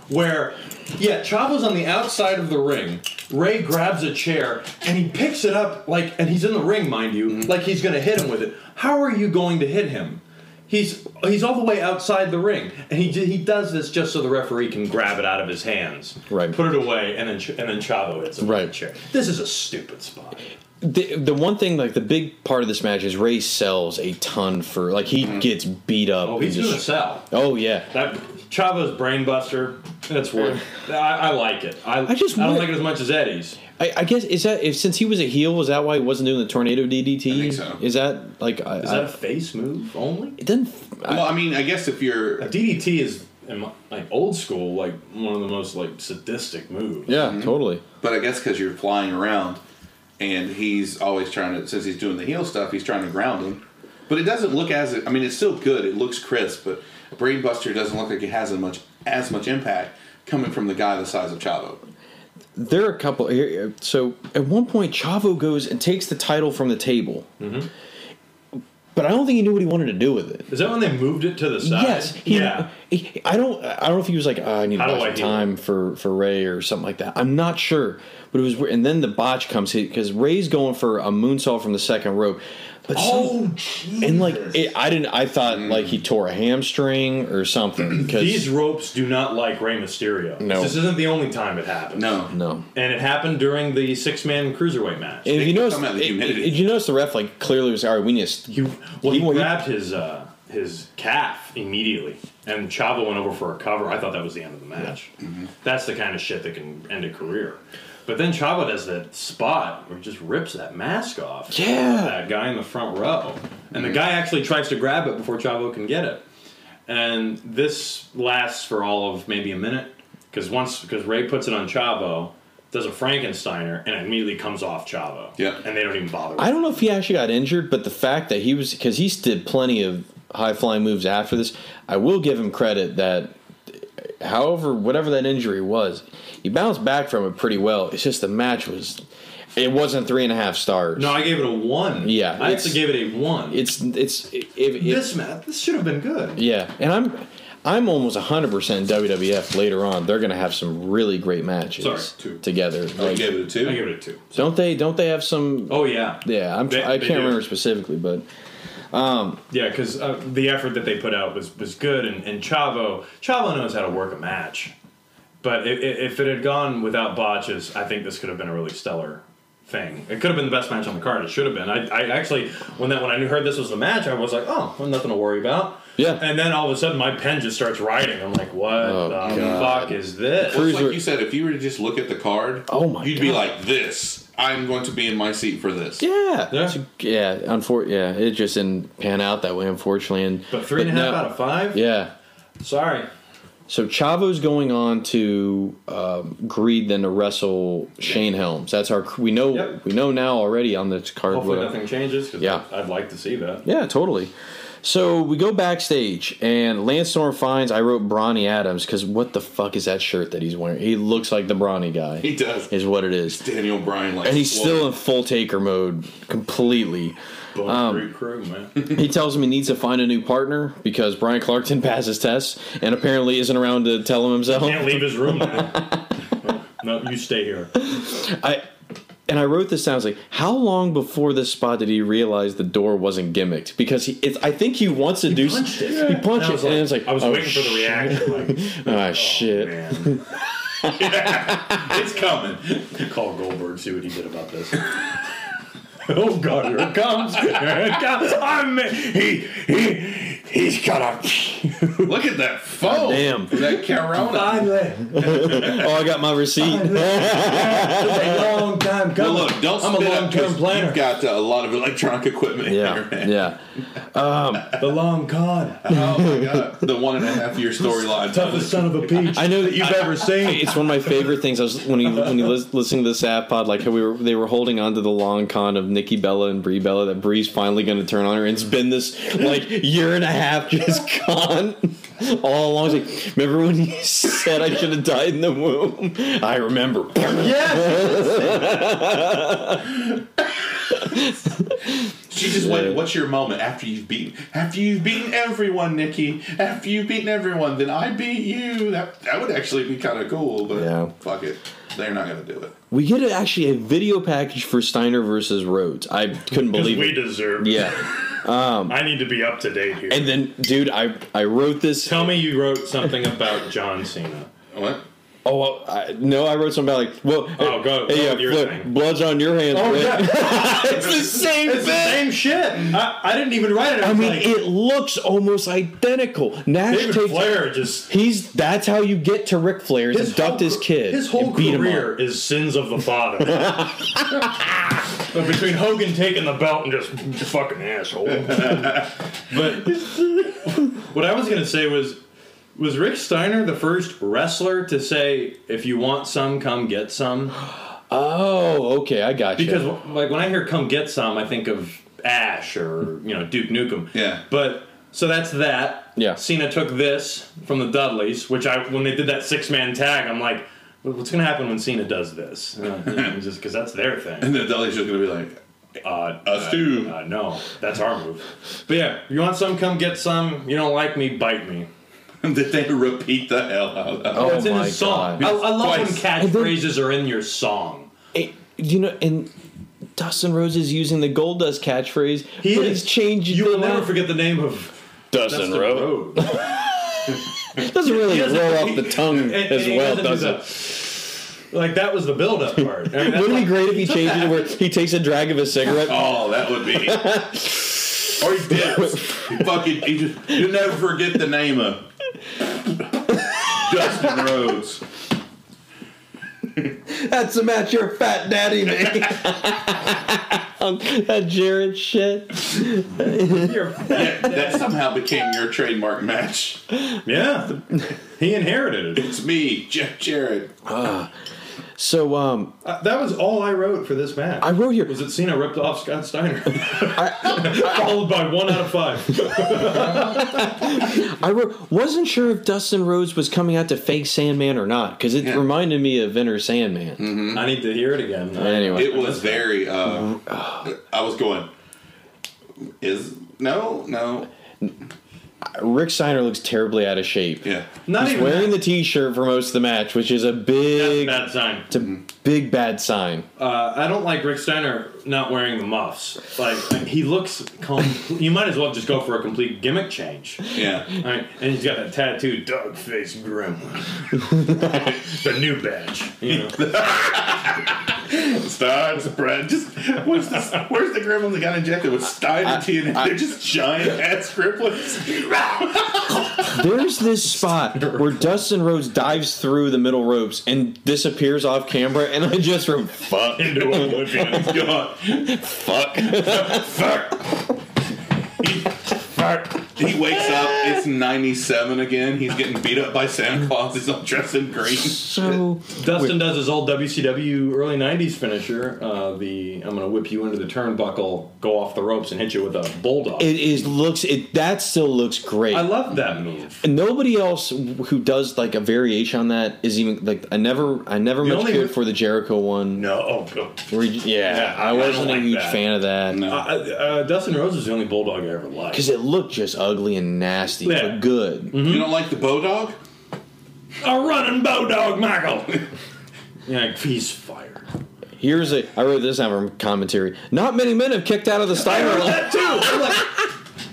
Speaker 4: where yeah, Chavo's on the outside of the ring. Ray grabs a chair and he picks it up like, and he's in the ring, mind you,
Speaker 1: Mm-hmm.
Speaker 4: like he's gonna hit him with it. How are you going to hit him? He's he's all the way outside the ring, and he j- he does this just so the referee can grab it out of his hands,
Speaker 1: Right.
Speaker 4: Put it away, and then Ch- and then Chavo hits him with
Speaker 1: Right.
Speaker 4: the chair. This is a stupid spot.
Speaker 1: The, the one thing, like the big part of this match, is Ray sells a ton for. Like he gets beat up.
Speaker 4: Mm-hmm. Oh,
Speaker 1: and
Speaker 4: he's
Speaker 1: just-
Speaker 4: gonna sell.
Speaker 1: Oh yeah.
Speaker 4: That Chavo's brainbuster. That's worth. I, I like it. I, I
Speaker 1: just
Speaker 4: I don't
Speaker 1: want-
Speaker 4: like it as much as Eddie's.
Speaker 1: I, I guess is that if since he was a heel, was that why he wasn't doing the tornado DDT?
Speaker 3: I think so.
Speaker 1: Is that like I,
Speaker 4: Is
Speaker 1: I,
Speaker 4: that a face move only?
Speaker 1: it doesn't? I,
Speaker 3: Well, I mean, I guess if you're
Speaker 4: A DDT is in my, like old school, like one of the most like sadistic moves.
Speaker 1: yeah, totally.
Speaker 3: But I guess because you're flying around, and he's always trying to, since he's doing the heel stuff, he's trying to ground him. But it doesn't look as I mean, it's still good. It looks crisp, but a brainbuster doesn't look like it has as much as much impact coming from the guy the size of Chavo.
Speaker 1: There are a couple here. So at one point, Chavo goes and takes the title from the table,
Speaker 4: Mm-hmm.
Speaker 1: but I don't think he knew what he wanted to do with it.
Speaker 4: Is that when they moved it to the side?
Speaker 1: Yes. he-
Speaker 4: Yeah.
Speaker 1: he- I don't. I don't know if he was like, "Ah, I need to
Speaker 4: How
Speaker 1: buy
Speaker 4: do I
Speaker 1: some
Speaker 4: heal?
Speaker 1: time for for Ray or something like that. I'm not sure, but it was. weird. And then the botch comes because Ray's going for a moonsault from the second rope, but some-
Speaker 4: Oh, Jesus.
Speaker 1: and like it, I didn't. I thought
Speaker 3: Mm.
Speaker 1: like he tore a hamstring or something.
Speaker 4: these
Speaker 1: Because
Speaker 4: ropes do not like Rey Mysterio.
Speaker 1: No.
Speaker 4: This isn't the only time it happened.
Speaker 3: No,
Speaker 1: no.
Speaker 4: And it happened during the six-man cruiserweight match.
Speaker 1: And if you
Speaker 3: could
Speaker 1: notice,
Speaker 3: come out of the
Speaker 1: if-
Speaker 3: humidity.
Speaker 1: if you notice the ref like clearly was all right. We need to. st-
Speaker 4: He well, he,
Speaker 1: He- he-
Speaker 4: grabbed his uh, his calf immediately, and Chavo went over for a cover. I thought that was the end of the match. That's the kind of shit that can end a career. But then Chavo does that spot where he just rips that mask off.
Speaker 1: Yeah.
Speaker 4: that guy in the front row, and the guy actually tries to grab it before Chavo can get it. And this lasts for all of maybe a minute because once because Ray puts it on Chavo. Does a Frankensteiner and it immediately comes off Chavo.
Speaker 3: Yeah.
Speaker 4: and they don't even bother. with
Speaker 1: I don't know if he actually got injured, but the fact that he was because he did plenty of high flying moves after this, I will give him credit that. However, whatever that injury was, he bounced back from it pretty well. It's just the match was, it wasn't three and a half stars.
Speaker 4: No, I gave it a one.
Speaker 1: Yeah,
Speaker 4: I
Speaker 1: it's-
Speaker 4: actually gave it a one.
Speaker 1: it's it's if, if
Speaker 4: this match, this should have been good.
Speaker 1: yeah, and I'm I'm almost hundred percent WWF later on. They're gonna have some really great matches
Speaker 4: Sorry, two.
Speaker 1: together.
Speaker 3: I
Speaker 1: Like,
Speaker 3: gave it a two.
Speaker 4: I gave it a two.
Speaker 1: don't they don't they have some?
Speaker 4: Oh yeah,
Speaker 1: yeah, I'm,
Speaker 4: They-
Speaker 1: I
Speaker 4: they
Speaker 1: can't
Speaker 4: do.
Speaker 1: remember specifically, but
Speaker 4: yeah, because uh, the effort that they put out was was good, and, and Chavo Chavo knows how to work a match. But i i if it had gone without botches, I think this could have been a really stellar thing. It could have been the best match on the card. It should have been. I, I actually when that when I heard this was the match, I was like, oh, well, nothing to worry about.
Speaker 1: Yeah.
Speaker 4: And then all of a sudden, my pen just starts writing. I'm like, what
Speaker 1: Oh,
Speaker 4: the
Speaker 1: God.
Speaker 4: fuck is this?
Speaker 1: Cruiser-
Speaker 3: It's like you said, if you were to just look at the card,
Speaker 1: Oh my
Speaker 3: you'd be
Speaker 1: God.
Speaker 3: like, "This, I'm going to be in my seat for this."
Speaker 1: Yeah,
Speaker 4: Yeah.
Speaker 1: yeah, yeah. Unfor- yeah, it just didn't pan out that way, unfortunately. And
Speaker 4: But three and a half
Speaker 1: no-
Speaker 4: out of five.
Speaker 1: yeah.
Speaker 4: Sorry.
Speaker 1: So Chavo's going on to um, Greed then to wrestle Shane Helms. That's our we know
Speaker 4: Yep.
Speaker 1: we know now already on this card.
Speaker 4: Hopefully
Speaker 1: what-
Speaker 4: nothing changes. 'cause
Speaker 1: Yeah.
Speaker 4: I'd like to see that.
Speaker 1: Yeah, totally. So we go backstage, and Lance Storm finds I wrote Bronny Adams because what the fuck is that shirt that he's wearing? He looks like the Bronny guy.
Speaker 3: He does.
Speaker 1: is what it is,
Speaker 3: Daniel Bryan, like,
Speaker 1: and he's
Speaker 3: "Whoa."
Speaker 1: still in full taker mode completely.
Speaker 4: Boom, three crew, man.
Speaker 1: He tells him he needs to find a new partner because Brian Clark didn't pass his tests and apparently isn't around to tell him
Speaker 4: Can't
Speaker 1: himself.
Speaker 4: leave his room. Now. no, you stay here.
Speaker 1: I and I wrote this down. I was like, how long before this spot did he realize the door wasn't gimmicked? Because he, it's, I think he wants to do.
Speaker 4: punched it.
Speaker 1: He punched it,
Speaker 4: I was like,
Speaker 1: and it's like
Speaker 4: I was
Speaker 1: oh,
Speaker 4: waiting for the
Speaker 1: shit.
Speaker 4: reaction. Oh, Like,
Speaker 1: Ah, shit.
Speaker 4: man.
Speaker 3: It's coming.
Speaker 4: Call Goldberg, see what he did about this. oh God, here it comes! Here it comes! I'm he he he's got a.
Speaker 3: Look at that phone.
Speaker 1: Damn.
Speaker 3: That Corona.
Speaker 4: a
Speaker 1: Oh, I got my receipt.
Speaker 4: long time
Speaker 3: Well, look, don't
Speaker 4: I'm a
Speaker 3: spit up
Speaker 4: long-term
Speaker 3: 'cause
Speaker 4: planner.
Speaker 3: You've got uh, a lot of electronic equipment. here,
Speaker 1: yeah,
Speaker 3: man.
Speaker 1: yeah.
Speaker 4: The long con.
Speaker 3: Oh my god, the one and a half year storyline.
Speaker 4: son of a peach
Speaker 1: I know that you.
Speaker 4: you've ever seen.
Speaker 1: It's one of my favorite things. I was when he when he lis- listening to the Sap Pod, like how we were they were holding on to the long con of Nikki Bella and Brie Bella that Brie's finally going to turn on her, and it's been this like year and a half just con all along. It's like, remember when you said I should have died in the womb? I remember.
Speaker 4: Yes.
Speaker 3: She just went. What's your moment after you've beaten? After you've beaten everyone, Nikki. After you've beaten everyone, then I beat you. That that would actually be kind of cool, but
Speaker 1: Yeah.
Speaker 3: fuck it, they're not gonna do it.
Speaker 1: We get a, actually a video package for Steiner versus Rhodes. I couldn't believe
Speaker 4: we
Speaker 1: it.
Speaker 4: deserve. it.
Speaker 1: Yeah,
Speaker 4: I need to be up to date here.
Speaker 1: and then dude, I I wrote this.
Speaker 4: Tell me you wrote something about John Cena.
Speaker 3: What?
Speaker 1: Oh well, I, no, I wrote something about like, well,
Speaker 4: Oh, go-
Speaker 1: hey,
Speaker 4: go
Speaker 1: yeah,
Speaker 4: with your
Speaker 1: look,
Speaker 4: thing.
Speaker 1: blood's on your hands.
Speaker 4: Oh,
Speaker 1: Rick.
Speaker 4: it's the same. It's the same shit. I, I didn't even write it.
Speaker 1: I
Speaker 4: was
Speaker 1: mean,
Speaker 4: like,
Speaker 1: it looks almost identical. Nash
Speaker 4: David
Speaker 1: takes
Speaker 4: Flair just
Speaker 1: he's that's how you get to Ric Flair is abduct
Speaker 4: whole
Speaker 1: his
Speaker 4: ca-
Speaker 1: kid.
Speaker 4: His whole
Speaker 1: and beat him
Speaker 4: career is sins of the father. but between Hogan taking the belt and just fucking asshole. but what I was gonna say was, was Rick Steiner the first wrestler to say, "If you want some, come get some"?
Speaker 1: up. Oh, okay, I got
Speaker 4: Because
Speaker 1: you.
Speaker 4: like when I hear "come get some," I think of Ash or you know Duke Nukem.
Speaker 3: Yeah.
Speaker 4: But so that's that.
Speaker 1: Yeah.
Speaker 4: Cena took this from the Dudleys, which I when they did that six man tag, I'm like, "Well, what's gonna happen when Cena does this? Uh, You know, just because that's their thing.
Speaker 3: And then Dolly's just gonna be like,
Speaker 4: Uh,
Speaker 3: us too.
Speaker 4: uh, no, that's our move. But yeah, you want some? Come get some. You don't like me? Bite me.
Speaker 3: Did they repeat the hell out of?
Speaker 1: Oh
Speaker 4: That's in
Speaker 1: my
Speaker 4: his song.
Speaker 1: god.
Speaker 4: I, I love when
Speaker 3: Twice.
Speaker 4: catchphrases are in your song.
Speaker 1: It- you know, and Dustin Rose is using the gold dust catchphrase,
Speaker 4: He
Speaker 1: but
Speaker 4: is.
Speaker 1: it's changed.
Speaker 4: You
Speaker 1: to
Speaker 4: will
Speaker 1: now-
Speaker 4: never forget the name of
Speaker 1: Dustin
Speaker 4: Dustin
Speaker 1: Rose.
Speaker 4: Rhodes.
Speaker 1: It doesn't really
Speaker 4: doesn't-
Speaker 1: roll off the tongue
Speaker 4: And- and
Speaker 1: as
Speaker 4: he
Speaker 1: well,
Speaker 4: doesn't do
Speaker 1: does it?
Speaker 4: the- Like that was the build-up part. I mean, that's
Speaker 1: Wouldn't it be
Speaker 4: like-
Speaker 1: great if he changed it to where he takes a drag of his cigarette?
Speaker 3: Oh, that would be. or he did. He fucking. He just. You'll never forget the name of Dustin Rhodes.
Speaker 1: That's the match your fat daddy made. Um, that Jared shit.
Speaker 3: Yeah, that somehow became your trademark match.
Speaker 4: yeah, he inherited it.
Speaker 3: It's me, Jeff Jarrett.
Speaker 1: So um,
Speaker 4: Uh, that was all I wrote for this match.
Speaker 1: I wrote here.
Speaker 4: was that Cena ripped off Scott Steiner, followed by one out of five.
Speaker 1: I wrote. Wasn't sure if Dustin Rhodes was coming out to fake Sandman or not because it
Speaker 3: Yeah.
Speaker 1: reminded me of Inner Sandman.
Speaker 4: I need to hear it again.
Speaker 1: Anyway,
Speaker 3: It was very. Uh, I was going. Is no, no,
Speaker 1: Rick Steiner looks terribly out of shape.
Speaker 3: yeah.
Speaker 4: Not
Speaker 1: He's
Speaker 4: even
Speaker 1: wearing the T-shirt for most of the match, which is a big,
Speaker 4: that sign.
Speaker 1: it's a big bad sign.
Speaker 4: Uh, I don't like Rick Steiner not wearing the muffs. Like he looks. Com- you might as well just go for a complete gimmick change.
Speaker 3: Yeah,
Speaker 4: All right, and he's got that tattoo, dog face gremlin. the new badge. You know,
Speaker 3: Stein spread. Just where's the where's the gremlin that got injected with Stein and TNA? They're just giant ass gremlins.
Speaker 1: There's this spot where Dustin Rhodes dives through the middle ropes and disappears off camera, and I just wrote,
Speaker 3: Fuck.
Speaker 4: Into oblivion.
Speaker 3: God. Fuck. Fuck. He, he wakes up. It's ninety-seven again. He's getting beat up by Santa Claus. He's all dressed in green.
Speaker 1: so.
Speaker 4: Dustin does his old WCW early '90s finisher. Uh, the I'm going to whip you into the turnbuckle, go off the ropes, and hit you with a bulldog.
Speaker 1: It is looks it that still looks great.
Speaker 4: I love that move.
Speaker 1: And nobody else who does like a variation on that is even like I never I never much
Speaker 4: only
Speaker 1: cared
Speaker 4: one-
Speaker 1: for the Jericho one.
Speaker 4: No, oh,
Speaker 1: Where you- yeah,
Speaker 4: Yeah, I
Speaker 1: I
Speaker 4: don't
Speaker 1: wasn't
Speaker 4: like
Speaker 1: a huge
Speaker 4: that.
Speaker 1: fan of that.
Speaker 4: uh, uh, Dustin Rhodes was the only bulldog I ever liked.
Speaker 1: Because it looked just ugly and nasty,
Speaker 4: Yeah. Mm-hmm.
Speaker 1: but good.
Speaker 3: You don't like the bow dog?
Speaker 4: A running bow dog, Michael. yeah, he's fired.
Speaker 1: Here's a I wrote this out from commentary. Not many men have kicked out of the Steiner line.
Speaker 4: that too. I'm like,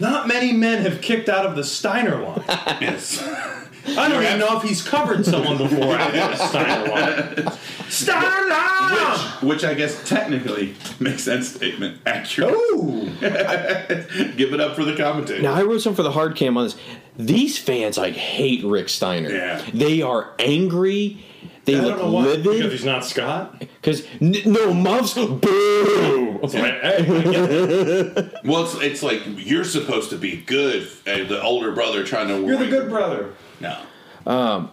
Speaker 4: not many men have kicked out of the Steiner line.
Speaker 3: Yes.
Speaker 4: I don't even know if he's covered someone before out of the Steiner line. Steiner!
Speaker 3: Which I guess technically makes that statement accurate. Oh.
Speaker 4: Ooh.
Speaker 3: Give it up for the commentator.
Speaker 1: Now I wrote some for the hard cam on this. These fans like hate Rick Steiner.
Speaker 3: Yeah.
Speaker 1: They are angry. They
Speaker 4: I don't
Speaker 1: look
Speaker 4: know why. Because
Speaker 1: livid.
Speaker 4: he's not Scott.
Speaker 1: Because n- no muffs. Boo!
Speaker 4: So, hey, I get it.
Speaker 3: Well, it's, it's like you're supposed to be good, and the older brother trying to.
Speaker 4: You're the good brother.
Speaker 3: No.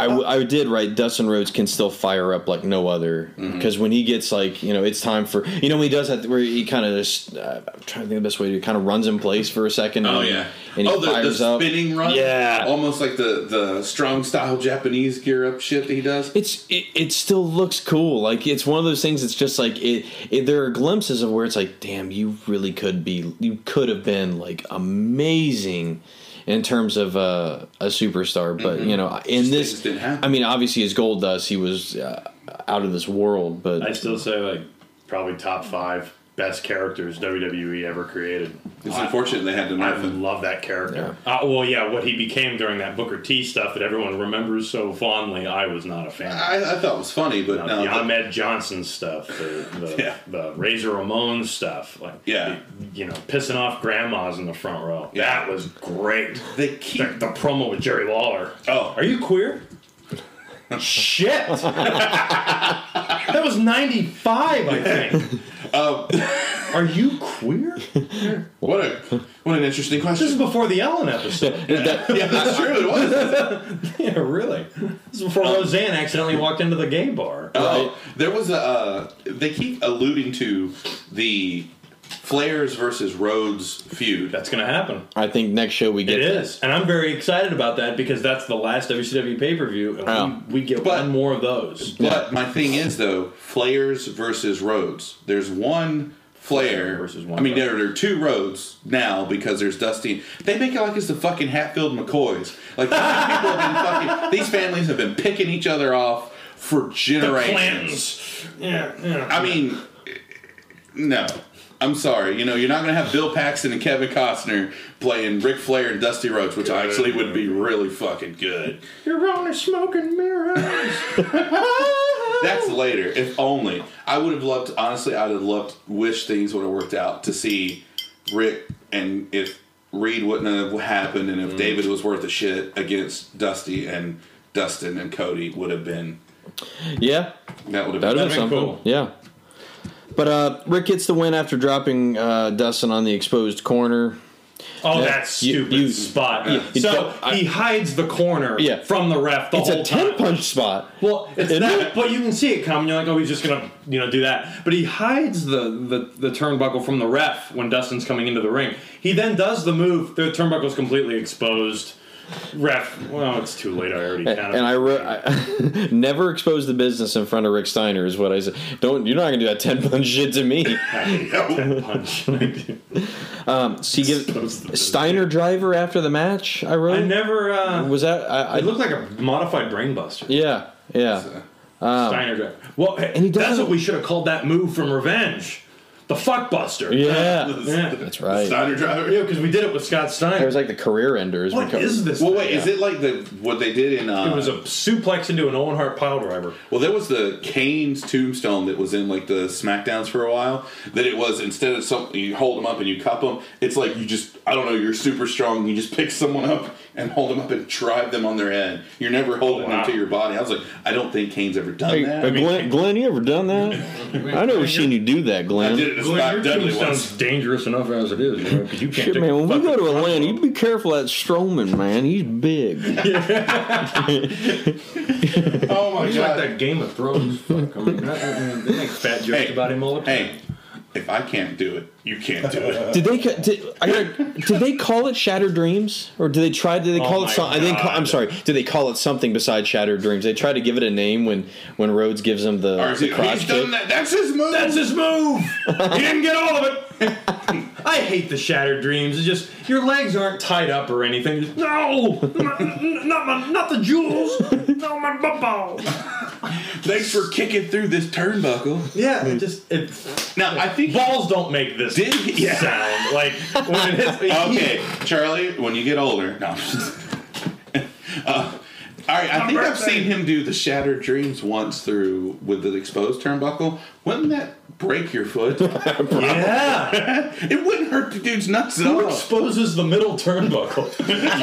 Speaker 1: I, w- I did write Dustin Rhodes can still fire up like no other
Speaker 3: Mm-hmm.
Speaker 1: because when he gets like you know it's time for you know when he does that where he kind of just uh, I'm trying to think of the best way to kind of runs in place for a second
Speaker 3: Oh
Speaker 1: and,
Speaker 3: yeah.
Speaker 1: and he
Speaker 3: oh, the,
Speaker 1: fires
Speaker 3: the
Speaker 1: up
Speaker 3: spinning run.
Speaker 1: Yeah.
Speaker 3: Almost like the the strong style Japanese gear up shit that he does.
Speaker 1: it's it, it still looks cool like it's one of those things that's just like it, it there are glimpses of where it's like damn you really could be you could have been like amazing in terms of uh, a superstar but
Speaker 4: Mm-hmm.
Speaker 1: you know in
Speaker 3: things
Speaker 1: this
Speaker 3: didn't happen.
Speaker 1: I mean obviously as Gold Dust he was uh, out of this world but
Speaker 4: I still say, like, probably top five best characters WWE ever created.
Speaker 3: It's
Speaker 4: I-
Speaker 3: unfortunate they had to
Speaker 4: I
Speaker 3: nerf him.
Speaker 4: love that character. Uh, well, yeah, what he became during that Booker T stuff that everyone remembers so fondly, I was not a fan. of.
Speaker 3: I, I thought it was funny, but
Speaker 4: Uh,
Speaker 3: no.
Speaker 4: the
Speaker 3: the-
Speaker 4: Ahmed Johnson stuff, the, the,
Speaker 3: Yeah.
Speaker 4: the Razor Ramon stuff, like
Speaker 3: Yeah.
Speaker 4: you know, pissing off grandmas in the front row.
Speaker 3: Yeah.
Speaker 4: That was great.
Speaker 3: they keep.
Speaker 4: The, the promo with Jerry Lawler.
Speaker 3: Oh.
Speaker 4: are you queer? Shit, that was ninety five, I think.
Speaker 1: Um,
Speaker 3: Oh,
Speaker 4: Are you queer?
Speaker 3: what a what an interesting
Speaker 4: This is
Speaker 3: question.
Speaker 4: before the Ellen episode.
Speaker 3: yeah, that's true. It was.
Speaker 4: yeah, really. This is before
Speaker 1: Um,
Speaker 4: Roseanne accidentally walked into the gay bar.
Speaker 3: Oh, there was a. Uh, they keep alluding to the Flares versus Rhodes feud.
Speaker 4: That's gonna happen.
Speaker 1: I think next show we get
Speaker 4: It
Speaker 1: that.
Speaker 4: is, and I'm very excited about that because that's the last WCW pay per view, and
Speaker 1: Oh.
Speaker 4: we, we get
Speaker 3: But-
Speaker 4: one more of those.
Speaker 3: But my thing is though, Flares versus Rhodes. There's one Flair
Speaker 4: versus one
Speaker 3: I mean,
Speaker 4: Rhodes.
Speaker 3: there, there are two Rhodes now because there's Dusty. They make it like it's the fucking Hatfield McCoys. Like these people have been fucking. These families have been picking each other off for generations.
Speaker 4: Clans. Yeah, yeah.
Speaker 3: I mean, no. I'm sorry. You know, you're not going to have Bill Paxton and Kevin Costner playing Ric Flair and Dusty Rhodes, which actually would be really fucking good.
Speaker 4: You're on a smoking mirrors.
Speaker 3: That's later. If only I would have loved. Honestly, I would have loved. Wish things would have worked out to see Rick and if Reed wouldn't have happened, and if David was worth a shit against Dusty and Dustin and Cody would have been.
Speaker 1: Yeah,
Speaker 3: That would
Speaker 1: that
Speaker 3: have
Speaker 1: would have
Speaker 4: That'd
Speaker 3: been.
Speaker 1: been
Speaker 4: been
Speaker 1: something.
Speaker 4: cool.
Speaker 1: Yeah. But uh, Rick gets the win after dropping uh, Dustin on the exposed corner.
Speaker 4: Oh,
Speaker 1: Yeah.
Speaker 4: that
Speaker 1: You-
Speaker 4: stupid
Speaker 1: you-
Speaker 4: spot.
Speaker 1: you
Speaker 4: so
Speaker 1: don't- I-
Speaker 4: he hides the corner
Speaker 1: Yeah.
Speaker 4: from the ref the
Speaker 1: It's
Speaker 4: whole
Speaker 1: a ten
Speaker 4: time.
Speaker 1: punch spot.
Speaker 4: Well, it's
Speaker 1: Isn't
Speaker 4: that,
Speaker 1: it?
Speaker 4: but you can see it coming. You're like, oh, he's just gonna, you know, do that. But he hides the, the the turnbuckle from the ref when Dustin's coming into the ring. He then does the move. The turnbuckle's completely exposed. Ref, well, it's too late. I already counted.
Speaker 1: And I, wrote, I never expose the business in front of Rick Steiner is what I said. Don't you're not gonna do that ten punch shit to me.
Speaker 4: Ten punch.
Speaker 1: So he
Speaker 4: Expose the
Speaker 1: gives
Speaker 4: business.
Speaker 1: Steiner driver after the match. I wrote.
Speaker 4: I never. Uh,
Speaker 1: Was that I, I
Speaker 4: it looked like a modified brainbuster.
Speaker 1: yeah yeah.
Speaker 4: Steiner drive. Well, hey,
Speaker 1: And he does
Speaker 4: that's
Speaker 1: it-
Speaker 4: what we should have called that move from Revenge. the fuck buster.
Speaker 1: Yeah.
Speaker 4: Yeah.
Speaker 1: That's right.
Speaker 3: Steiner driver.
Speaker 4: Yeah, because we did it with Scott Stein.
Speaker 1: It was like the career ender. Is
Speaker 4: what
Speaker 1: become-
Speaker 4: is this?
Speaker 3: Well,
Speaker 4: thing?
Speaker 3: wait, is
Speaker 4: Yeah.
Speaker 3: it like the what they did in? Uh,
Speaker 4: It was a suplex into an Owen Hart pile driver.
Speaker 3: well, there was the Kane's tombstone that was in like the Smackdowns for a while. That it was instead of something you hold them up and you cup them, it's like you just I don't know, you're super strong. You just pick someone up and hold them up and drive them on their head. You're never holding
Speaker 4: wow.
Speaker 3: them to your body. I was like, I don't think Kane's ever done
Speaker 1: Hey,
Speaker 3: that.
Speaker 1: uh, Glenn, Glenn, you ever done that? I never seen you do that,
Speaker 3: I
Speaker 1: Glenn.
Speaker 3: did it to
Speaker 4: Well,
Speaker 3: Scott
Speaker 4: your
Speaker 3: Dudley
Speaker 4: tombstone's
Speaker 3: once.
Speaker 4: dangerous enough as it is, you know, 'cause you can't.
Speaker 1: Shit,
Speaker 4: take
Speaker 1: man,
Speaker 4: a
Speaker 1: when we go
Speaker 4: fucking-
Speaker 1: to Atlanta, you be careful of that Strowman, man. He's big.
Speaker 3: Oh my
Speaker 4: He's like
Speaker 3: god!
Speaker 4: that Game of Thrones. fuck. I mean, that- I mean, they make fat jokes
Speaker 3: Hey,
Speaker 4: about him all the time.
Speaker 3: Hey, if I can't do it, you can't do it.
Speaker 1: Did they? ca- Did, I gotta, did they call it Shattered Dreams, or did they try? Did they call it
Speaker 4: Oh my
Speaker 1: something? I think.
Speaker 4: God.
Speaker 1: I'm sorry. Did they call it something besides Shattered Dreams? They try to give it a name when when Rhodes gives him the,
Speaker 3: Or is
Speaker 1: the
Speaker 3: it,
Speaker 1: crotch
Speaker 3: he's
Speaker 1: kick.
Speaker 3: done that. That's his move.
Speaker 4: That's his move. he didn't get all of it. I hate the shattered dreams. It's just your legs aren't tied up or anything. Just, no, not, not my, not the jewels. No, my bubble.
Speaker 3: Thanks for kicking through this turnbuckle.
Speaker 4: Yeah, it just it.
Speaker 3: Now I think
Speaker 4: Balls don't make this
Speaker 3: Did he- yeah.
Speaker 4: sound like when it is.
Speaker 3: okay, Charlie. When you get older, no. I'm just- Uh, all right, I think I've seen him do the shattered dreams once through with the exposed turnbuckle. Wouldn't that break your foot?
Speaker 4: Yeah.
Speaker 3: it wouldn't hurt the dude's nuts at
Speaker 4: Who
Speaker 3: all.
Speaker 4: exposes the middle turnbuckle?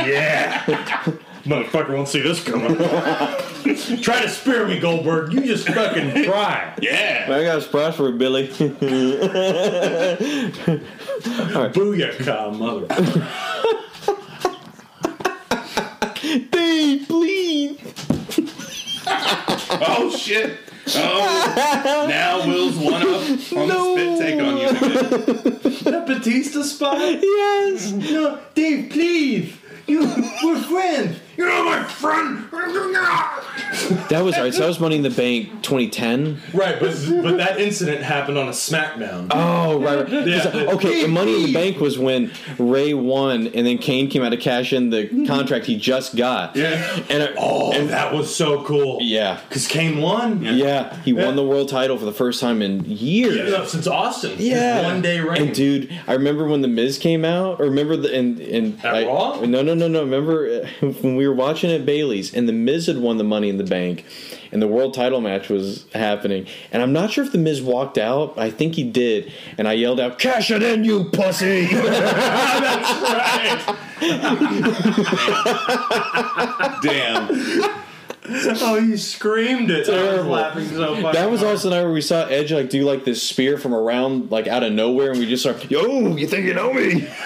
Speaker 4: yeah. Motherfucker won't see this coming. try to spear me, Goldberg. You just fucking try.
Speaker 3: Yeah.
Speaker 1: I got a surprise for you, Billy.
Speaker 4: Booyah, mother.
Speaker 1: Dave, please.
Speaker 3: Oh shit. Oh, now Will's one up on
Speaker 1: No.
Speaker 3: the spit take on you. Again.
Speaker 4: That Batista spot?
Speaker 1: Yes.
Speaker 4: No, Dave, please. You, we're friends. You're not my friend.
Speaker 1: That was all right. So that was Money in the Bank 2010.
Speaker 4: Right, but but that incident happened on a SmackDown.
Speaker 1: Oh, right. right. 'Cause,
Speaker 4: Yeah.
Speaker 1: Okay, the Money in the Bank was when Ray won, and then Kane came out to cash in the contract he just got.
Speaker 3: Yeah.
Speaker 1: And I-
Speaker 4: oh, and that was so cool.
Speaker 1: yeah.
Speaker 4: because Kane won.
Speaker 1: Yeah, he
Speaker 4: Yeah.
Speaker 1: won the world title for the first time in years.
Speaker 4: Yeah, since Austin.
Speaker 1: Yeah.
Speaker 4: one day reign.
Speaker 1: And dude, I remember when the Miz came out. Or remember the and and
Speaker 4: At
Speaker 1: I,
Speaker 4: Raw?
Speaker 1: No, no, no, no. Remember uh, when we were watching at Bailey's and the Miz had won the Money in the Bank, and the World Title match was happening. And I'm not sure if the Miz walked out. I think he did. And I yelled out, "Cash it in, you pussy!"
Speaker 3: Damn.
Speaker 4: oh, he screamed it.
Speaker 1: Terrible.
Speaker 4: I was laughing so fucking
Speaker 1: that was
Speaker 4: hard.
Speaker 1: also the night where we saw Edge like do like this spear from around like out of nowhere, and we just started, "Yo, you think you know me?"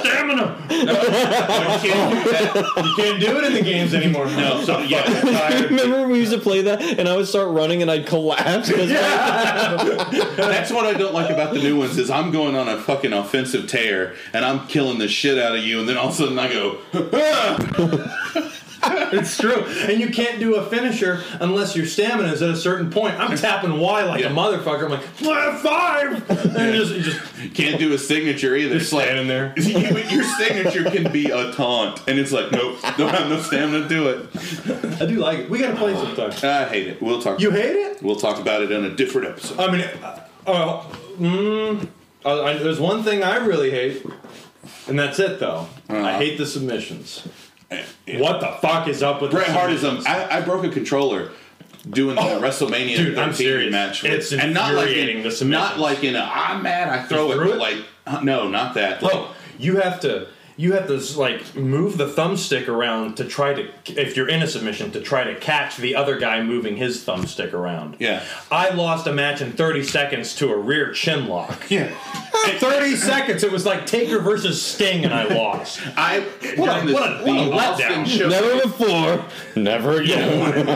Speaker 4: stamina.
Speaker 3: You can't do that.
Speaker 4: You can't do it in the games anymore. No, so yeah, I'm tired.
Speaker 1: Remember we used to play that, and I would start running and I'd collapse because
Speaker 3: That's what I don't like about the new ones is I'm going on a fucking offensive tear and I'm killing the shit out of you and then all of a sudden I go
Speaker 4: It's true. And you can't do a finisher unless your stamina is at a certain point. I'm tapping Y like
Speaker 3: Yeah.
Speaker 4: a motherfucker. I'm like, "Fly five! And it just, it just
Speaker 3: can't do a signature either. It's like
Speaker 4: standing there.
Speaker 3: you, your signature can be a taunt and it's like nope, don't have no stamina to do it.
Speaker 4: I do like it. We gotta play sometime.
Speaker 3: I hate it. We'll talk.
Speaker 4: You hate it?
Speaker 3: We'll talk about it in a different episode.
Speaker 4: I mean, uh, uh, mm, I, I, there's one thing I really hate, and that's it though.
Speaker 3: Uh-huh.
Speaker 4: I hate the submissions. What the fuck is up with
Speaker 3: Bret
Speaker 4: the
Speaker 3: Hart is um,
Speaker 4: submissions?
Speaker 3: I, I broke a controller doing the WrestleMania
Speaker 4: Oh, dude, I'm
Speaker 3: 13
Speaker 4: serious.
Speaker 3: match.
Speaker 4: It's
Speaker 3: and not like
Speaker 4: infuriating,
Speaker 3: in,
Speaker 4: the submissions.
Speaker 3: not like in a I'm mad I throw
Speaker 4: You
Speaker 3: it,
Speaker 4: threw
Speaker 3: but
Speaker 4: it?
Speaker 3: like uh, no, not that. Like,
Speaker 4: Oh, you have to you have to like move the thumbstick around to try to if you're in a submission to try to catch the other guy moving his thumbstick around.
Speaker 3: Yeah.
Speaker 4: I lost a match in 30 seconds to a rear chin lock.
Speaker 3: yeah.
Speaker 4: 30 seconds. It was like Taker versus Sting, and I lost.
Speaker 3: I
Speaker 4: What a-
Speaker 3: during this-
Speaker 4: what a- what a
Speaker 3: the Austin
Speaker 4: letdown.
Speaker 3: show-
Speaker 1: never before, never again.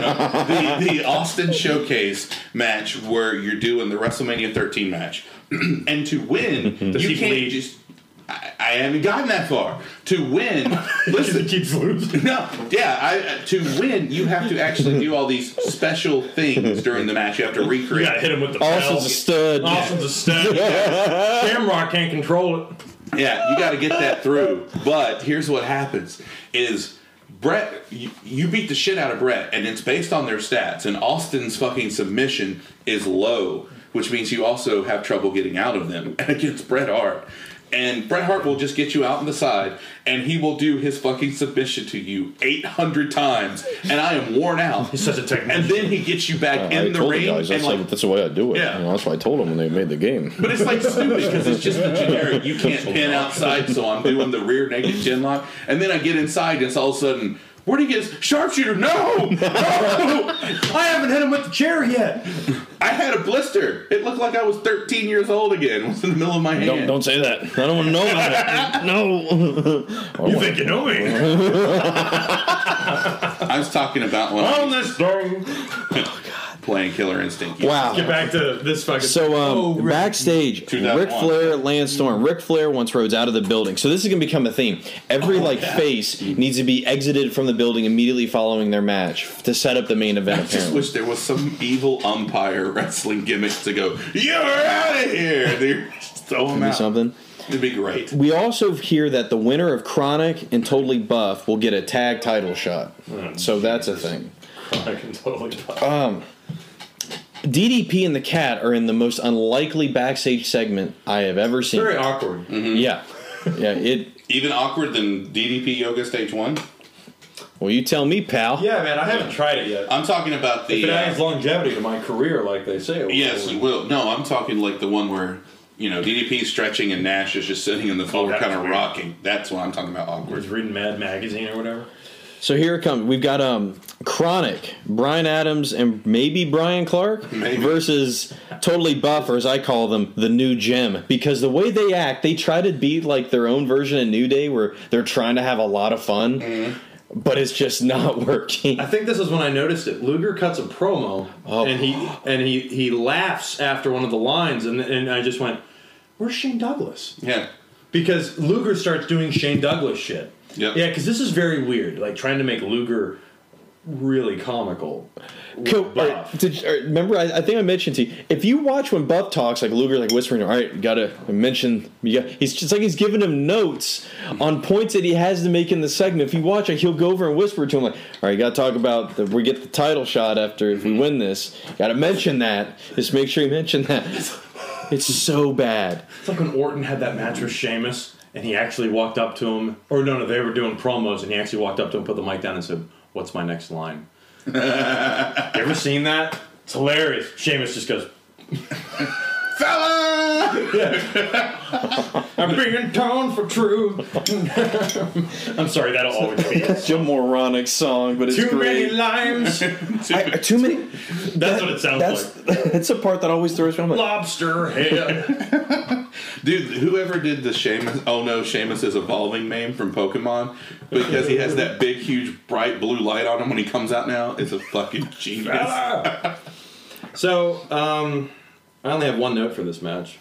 Speaker 3: the, the Austin Showcase match where you're doing the WrestleMania 13 match, and to win,
Speaker 4: he
Speaker 3: you can't
Speaker 4: bleed?
Speaker 3: just. I, I haven't gotten that far. To win, listen.
Speaker 4: keeps losing.
Speaker 3: No, yeah, I, uh, to win, you have to actually do all these special things during the match. You have to
Speaker 4: You
Speaker 3: recreate.
Speaker 4: gotta hit him with the
Speaker 1: Austin's a stud.
Speaker 4: bell. Austin's a stud. Shamrock can't control it.
Speaker 3: Yeah, you got to get that through. But here's what happens: is Brett, you, you beat the shit out of Brett, and it's based on their stats. And Austin's fucking submission is low, which means you also have trouble getting out of them against Bret Hart. And Bret Hart will just get you out on the side, and he will do his fucking submission to you 800 times, and I am worn out.
Speaker 4: He's such a technician.
Speaker 3: And then he gets you back
Speaker 1: Oh, I
Speaker 3: in the
Speaker 1: told
Speaker 3: ring,
Speaker 1: the guys
Speaker 3: and
Speaker 1: that's,
Speaker 3: like
Speaker 1: like, that's the way I do it.
Speaker 3: Yeah.
Speaker 1: You know, that's why I told them when they made the game.
Speaker 3: But it's like stupid because it's just the generic. You can't pin outside, so I'm doing the rear naked chin lock. And then I get inside, and it's all of a sudden, where'd he get his sharpshooter? No! No! I haven't hit him with the chair yet. I had a blister. It looked like I was 13 years old again. It was in the middle of my hand.
Speaker 1: Don't don't say that. I don't want to know about it. No. I
Speaker 4: You
Speaker 1: want-
Speaker 4: think you know me?
Speaker 3: I was talking about when I
Speaker 4: On
Speaker 1: Oh!
Speaker 3: was
Speaker 4: this thing.
Speaker 3: playing Killer Instinct.
Speaker 4: Get
Speaker 1: wow.
Speaker 4: back to this fucking.
Speaker 1: So
Speaker 2: Oh,
Speaker 1: um, backstage, Ric
Speaker 3: 2001.
Speaker 1: Flair, Lance Storm. Ric Flair once Rhodes out of the building. So this is gonna become a theme. Every like face needs to be exited from the building immediately following their match to set up the main event.
Speaker 3: I just
Speaker 1: Apparently,
Speaker 3: wish there was some evil umpire wrestling gimmick to go, you're out of here. They're just throw him
Speaker 1: Do
Speaker 3: out.
Speaker 1: something.
Speaker 3: It'd be great.
Speaker 1: We also hear that the winner of Chronic and Totally Buff will get a tag title shot. so that's a thing.
Speaker 4: I can Oh totally.
Speaker 1: Um, DDP and the cat are in the most unlikely backstage segment I have ever seen.
Speaker 4: Very awkward.
Speaker 1: Yeah. Yeah, it
Speaker 3: Even awkward than DDP Yoga Stage 1?
Speaker 1: well you tell me, pal.
Speaker 4: Yeah, man, I haven't tried it yet.
Speaker 3: I'm talking about the.
Speaker 4: If it
Speaker 3: uh,
Speaker 4: adds longevity to my career, like they say. it
Speaker 3: yes, you
Speaker 4: will.
Speaker 3: will. No, I'm talking like the one where you know DDP stretching and Nash is just sitting in the floor,
Speaker 4: that's
Speaker 3: kind of
Speaker 4: weird.
Speaker 3: rocking. That's what I'm talking about. Awkward.
Speaker 4: was reading Mad Magazine or whatever.
Speaker 1: So here it comes. We've got um Chronic, Brian Adams and maybe Brian Clark
Speaker 3: Maybe.
Speaker 1: versus totally buff or as I call them, the new gem. Because the way they act, they try to be like their own version of New Day where they're trying to have a lot of fun. But it's just not working.
Speaker 4: I think this is when I noticed it. Luger cuts a promo, and he and he he laughs after one of the lines, and and I just went, "Where's Shane Douglas?"
Speaker 3: Yeah,
Speaker 4: Because Luger starts doing Shane Douglas shit.
Speaker 3: Yep.
Speaker 4: Yeah, because this is very weird. Like trying to make Luger really comical.
Speaker 1: Co-
Speaker 4: Buff.
Speaker 1: or- did- or remember, I, I think I mentioned to you. If you watch when Buff talks, like Luger, like whispering, "All right, gotta mention." Yeah, he's just like he's giving him notes on points that he has to make in the segment. If you watch it, he'll go over and whisper to him, like, "All right, gotta talk about the, we get the title shot after if we win this. Gotta mention that. Just make sure you mention that." It's so bad.
Speaker 4: It's like when Orton had that match with Sheamus, and he actually walked up to him, or no, no, they were doing promos, and he actually walked up to him, put the mic down, and said, "What's my next line?" you ever seen that? It's hilarious. Sheamus just goes,
Speaker 3: fella.
Speaker 4: "I'm being torn for true." I'm sorry, that'll always be it.
Speaker 1: It's a moronic song, but it's
Speaker 4: too many
Speaker 1: great.
Speaker 4: limes.
Speaker 1: I- too many.
Speaker 4: That's what it sounds
Speaker 1: That's
Speaker 4: like.
Speaker 1: that's the part that always throws me. I'm like,
Speaker 4: Lobster head.
Speaker 3: Dude, whoever did the Seamus? Oh no, Seamus is evolving name from Pokemon because he has that big, huge, bright blue light on him when he comes out. Now it's a fucking genius.
Speaker 4: so, um, I only have one note for this match.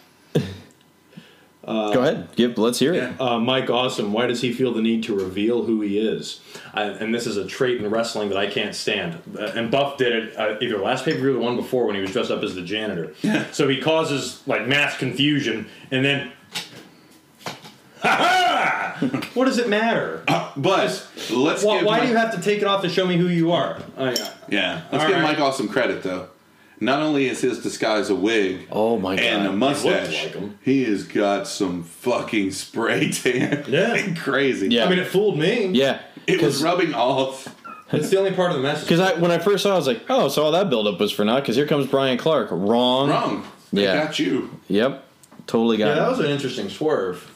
Speaker 1: go ahead, give. Let's hear it.
Speaker 3: Yeah.
Speaker 4: Uh, Mike Awesome, why does he feel the need to reveal who he is? I, and this is a trait in wrestling that I can't stand. Uh, and Buff did it uh, either last pay per view or the one before when he was dressed up as the janitor. so he causes like mass confusion, and then. Ha-ha! what does it matter?
Speaker 1: Uh,
Speaker 3: But let's
Speaker 4: Why,
Speaker 3: give
Speaker 4: why
Speaker 3: Mike-
Speaker 4: do you have to take it off to show me who you are? I-
Speaker 1: uh,
Speaker 3: Yeah, let's
Speaker 4: All
Speaker 3: give
Speaker 4: right.
Speaker 3: Mike Off some credit though. Not only is his disguise a wig,
Speaker 1: Oh, my
Speaker 3: and
Speaker 1: God.
Speaker 3: a
Speaker 4: He
Speaker 3: mustache,
Speaker 4: looks like him.
Speaker 3: he has got some fucking spray tan.
Speaker 4: Yeah.
Speaker 3: crazy.
Speaker 1: Yeah.
Speaker 4: I mean, it fooled me.
Speaker 1: Yeah,
Speaker 3: it was
Speaker 1: 'cause-
Speaker 3: rubbing off.
Speaker 4: It's the only part of the message.
Speaker 1: Because I, when I first saw, it, I was like, "Oh, so all that buildup was for naught." Because here comes Brian Clark. Wrong.
Speaker 3: Wrong. They
Speaker 1: Yeah.
Speaker 3: got you.
Speaker 1: Yep. Totally got.
Speaker 4: Yeah,
Speaker 1: it.
Speaker 4: that was an interesting swerve.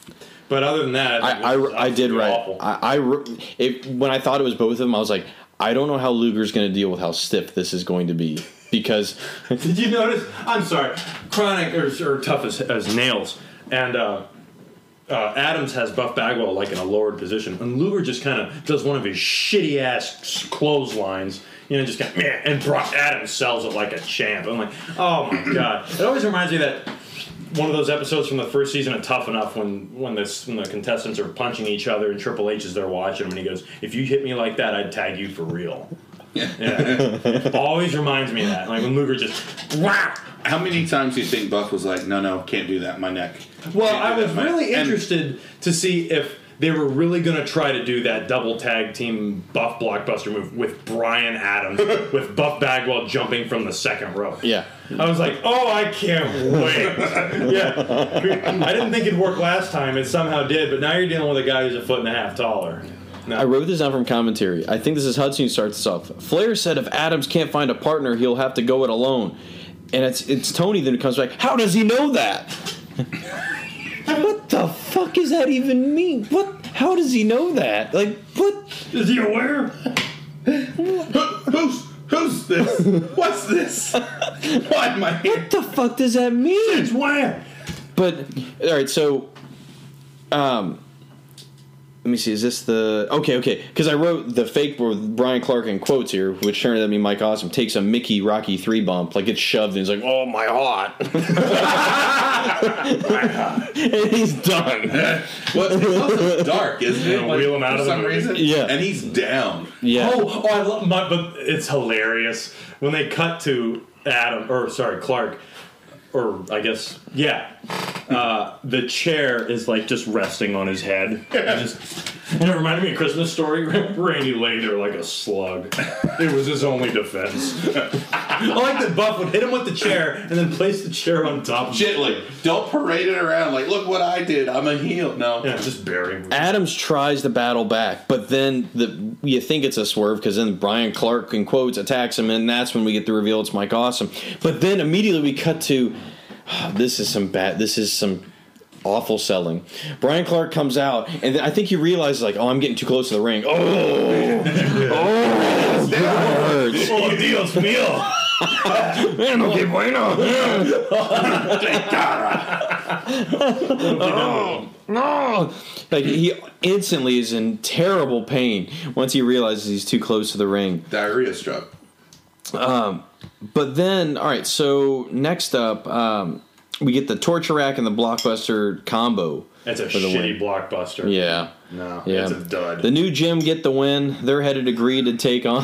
Speaker 4: But other than that, think
Speaker 1: I,
Speaker 4: this is
Speaker 1: I, I did
Speaker 4: absolutely
Speaker 1: right.
Speaker 4: awful.
Speaker 1: I, I wr- it, when I thought it was both of them, I was like, I don't know how Luger's going to deal with how stiff this is going to be because
Speaker 4: Did you notice? I'm sorry, Chronic or, or tough as, as nails, and uh, uh, Adams has Buff Bagwell like in a lowered position, and Luger just kind of does one of his shitty ass clotheslines, you know, just kind of and Brock Adams sells it like a champ. I'm like, oh my god! It always reminds me of that one of those episodes from the first season of Tough Enough when when this when the contestants are punching each other and Triple H is there watching him and he goes, if you hit me like that, I'd tag you for real. Yeah. Always reminds me of that. Like when Luger just Wow.
Speaker 3: How many times do you think Buff was like, "No, no, can't do that. My neck."
Speaker 4: Well,
Speaker 3: Can't do
Speaker 4: I was
Speaker 3: that, my-"
Speaker 4: really
Speaker 3: And
Speaker 4: interested to see if They were really going to try to do that double tag team buff blockbuster move with Brian Adams, with Buff Bagwell jumping from the second row.
Speaker 1: Yeah.
Speaker 4: I was like, oh, I can't wait. yeah. I didn't think it'd work last time. It somehow did, but now you're dealing with a guy who's a foot and a half taller.
Speaker 1: I wrote this down from commentary. I think this is Hudson who starts this off. Flair said if Adams can't find a partner, he'll have to go it alone. And it's it's Tony then who comes back. How does he know that? what the fuck does that even mean? What? How does he know that? Like what?
Speaker 4: Is he aware?
Speaker 3: Who, who's who's this? What's this? Why am I here?
Speaker 1: What the fuck does that mean?
Speaker 4: It's where?
Speaker 1: But all right, so um let me see. Is this the okay? Okay, because I wrote the fake with Brian Clark in quotes here, which turned out to be Mike Awesome takes a Mickey Rocky three bump, like it's shoved, and he's like, "Oh my heart," and he's done.
Speaker 3: What? It's also dark, isn't it?
Speaker 4: Gonna wheel him out
Speaker 3: for
Speaker 4: of the
Speaker 3: some
Speaker 4: movie.
Speaker 3: reason.
Speaker 1: Yeah.
Speaker 3: and he's down.
Speaker 1: Yeah,
Speaker 4: Oh, oh, I love my, but it's hilarious when they cut to Adam or sorry Clark, or I guess yeah, uh, the chair is like just resting on his head. And just- and it reminded me of Christmas story. Randy lay there like a slug. It was his only defense. I like that Buff would hit him with the chair and then place the chair on top. of him.
Speaker 3: Gently, don't parade it around. Like, look what I did. I'm a heel. No,
Speaker 4: Yeah, just bury him.
Speaker 1: Adams tries to battle back, but then the you think it's a swerve because then Brian Clark in quotes attacks him, and that's when we get the reveal it's Mike Awesome. But then immediately we cut to this is some bad. This is some awful selling. Brian Clark comes out, and then I think he realizes like, oh, I'm getting too close to the ring. Oh, oh, that hurts.
Speaker 4: Oh, Dios mío!
Speaker 1: Man, no que bueno. Oh, no. Like he instantly is in terrible pain once he realizes he's too close to the ring.
Speaker 3: diarrhea struck.
Speaker 1: But then, all right. So next up, um, we get the torture rack and the blockbuster combo.
Speaker 4: That's a
Speaker 1: for the win.
Speaker 4: shitty blockbuster.
Speaker 1: Yeah.
Speaker 4: no,
Speaker 1: Yeah.
Speaker 4: it's a dud.
Speaker 1: The new gym get the win. They're headed to agree to take on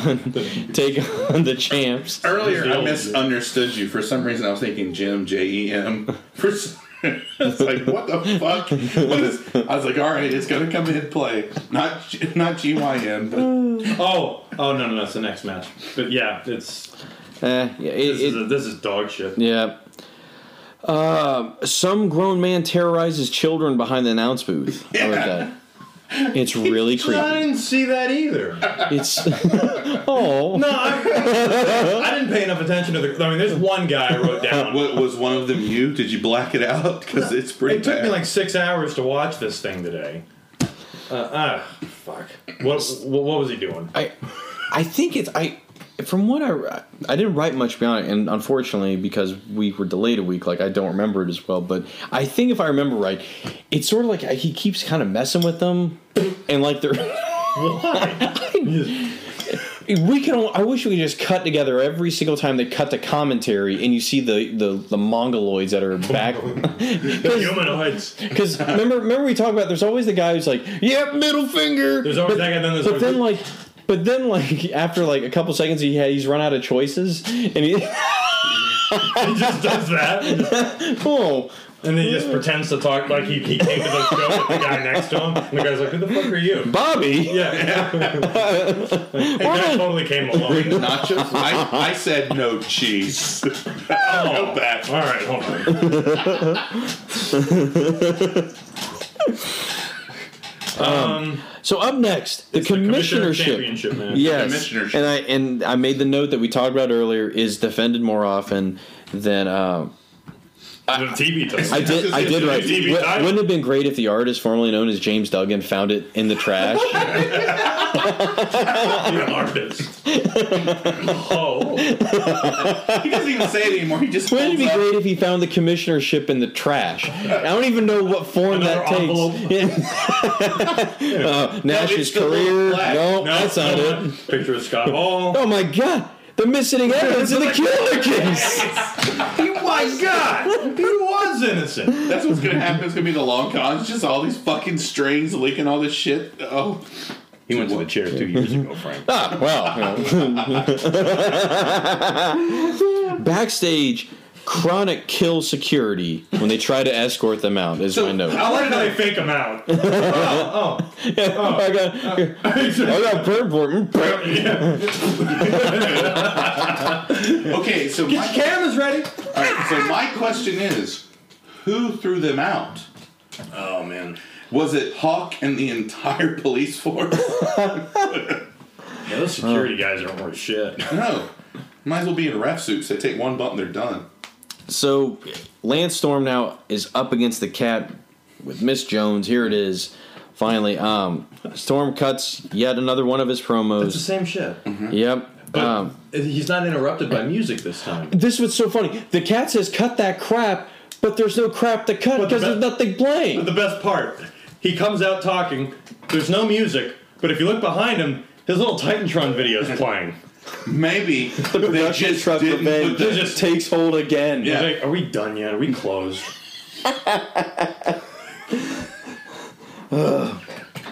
Speaker 1: take on the champs. Eh,
Speaker 3: Earlier,
Speaker 4: He's the
Speaker 3: I
Speaker 4: old-
Speaker 3: misunderstood you. For some reason, I was thinking Jim J E M. For s- it's like what the fuck? What is, I was like, all right, it's gonna come in play. Not G- not G Y M, but
Speaker 4: Oh, oh no, no, no, it's the next match. But yeah, it's
Speaker 1: Eh, yeah, it,
Speaker 4: this, is,
Speaker 1: it-
Speaker 4: this is dog shit.
Speaker 1: yeah. Uh, some grown man terrorizes children behind the announce booth. I wrote
Speaker 3: Yeah.
Speaker 1: that. It's really
Speaker 4: I
Speaker 1: creepy.
Speaker 4: didn't see that either.
Speaker 1: It's oh
Speaker 4: No, I, I didn't pay enough attention to the. I mean, there's one guy I wrote down.
Speaker 3: what was one of them? You did you black it out? Because it's pretty.
Speaker 4: It took
Speaker 3: bad.
Speaker 4: me like six hours to watch this thing today. Uh, ah, fuck. What, what what was he doing?
Speaker 1: I, I think it's I. From what I, I didn't write much beyond it, and unfortunately, because we were delayed a week, like I don't remember it as well. But I think if I remember right, it's sort of like he keeps kind of messing with them, and like they're.
Speaker 4: Why?
Speaker 1: We can. I wish we could just cut together every single time they cut the commentary, and you see the the, the mongoloids that are back.
Speaker 4: Humanoids.
Speaker 1: Because remember, remember we talked about. There's always the guy who's like, "Yep, middle finger."
Speaker 4: There's always
Speaker 1: But-
Speaker 4: that guy. Then there's
Speaker 1: But
Speaker 4: always-
Speaker 1: then like but then like after like a couple seconds he had he's run out of choices and he
Speaker 4: he just does that.
Speaker 1: oh
Speaker 4: And then he just pretends to talk like he, he came to the show with the guy next to him. And the guy's like, who the fuck are you?
Speaker 1: Bobby
Speaker 4: Yeah. hey, that totally came along.
Speaker 3: nachos. I, I said no cheese.
Speaker 4: Oh,
Speaker 3: That-
Speaker 4: All right, hold on.
Speaker 1: so up next the
Speaker 4: Commissioner
Speaker 1: commissionership
Speaker 4: championship man.
Speaker 1: yes
Speaker 3: commissionership.
Speaker 1: and I and I made the note that we talked about earlier is defended more often than uh,
Speaker 4: The TV title.
Speaker 1: I did I did write
Speaker 4: TV
Speaker 1: Wou-
Speaker 4: title.
Speaker 1: wouldn't it have been great if the artist formerly known as James Duggan found it in the trash
Speaker 4: I'm an artist. oh,
Speaker 3: He doesn't even say it anymore. He just
Speaker 1: wouldn't it be
Speaker 3: holds up.
Speaker 1: great if he found the commissionership in the trash I don't even know what form
Speaker 4: Another
Speaker 1: that takes uh, Nash's
Speaker 3: it's the
Speaker 1: career
Speaker 3: little black-
Speaker 1: no,
Speaker 4: no,
Speaker 1: that's not it
Speaker 4: no. Picture of Scott Hall.
Speaker 1: Oh my god! The missing evidence in the killer case!
Speaker 4: Oh my God, he was innocent.
Speaker 3: That's what's gonna happen. It's gonna be the long con. It's just all these fucking strings leaking all this shit. Oh,
Speaker 4: He went to the chair two years ago, Frank.
Speaker 1: Ah, well. you know. Backstage, chronic kill security when they try to escort them out. Is my note.
Speaker 4: How did they fake him out? oh,
Speaker 1: I got, I got burn for it.
Speaker 3: Okay, so my,
Speaker 4: camera's ready.
Speaker 3: all right, so my question is, who threw them out?
Speaker 4: Oh man,
Speaker 3: Was it Hawk and the entire police force?
Speaker 4: yeah, those security guys aren't worth shit.
Speaker 3: no, might as well be in ref suits. They take one bump and they're done.
Speaker 1: So, Lance Storm now is up against the cat with Miss Jones. Here it is. Finally, um, Storm cuts yet another one of his
Speaker 4: It's the
Speaker 1: promos.
Speaker 4: same shit.
Speaker 1: Yep.
Speaker 4: But
Speaker 1: Um,
Speaker 4: he's not interrupted by music this time.
Speaker 1: This was so funny. The cat says, "Cut that crap," but there's no crap to cut
Speaker 4: But the
Speaker 1: because
Speaker 4: be-
Speaker 1: there's nothing playing.
Speaker 4: The best part, he comes out talking. There's no music, but if you look behind him, his little Titantron video is playing.
Speaker 3: Maybe they just didn't put
Speaker 4: They
Speaker 3: the,
Speaker 4: just-
Speaker 1: takes hold again.
Speaker 3: Yeah.
Speaker 4: He's like, are we done yet? Are we closed?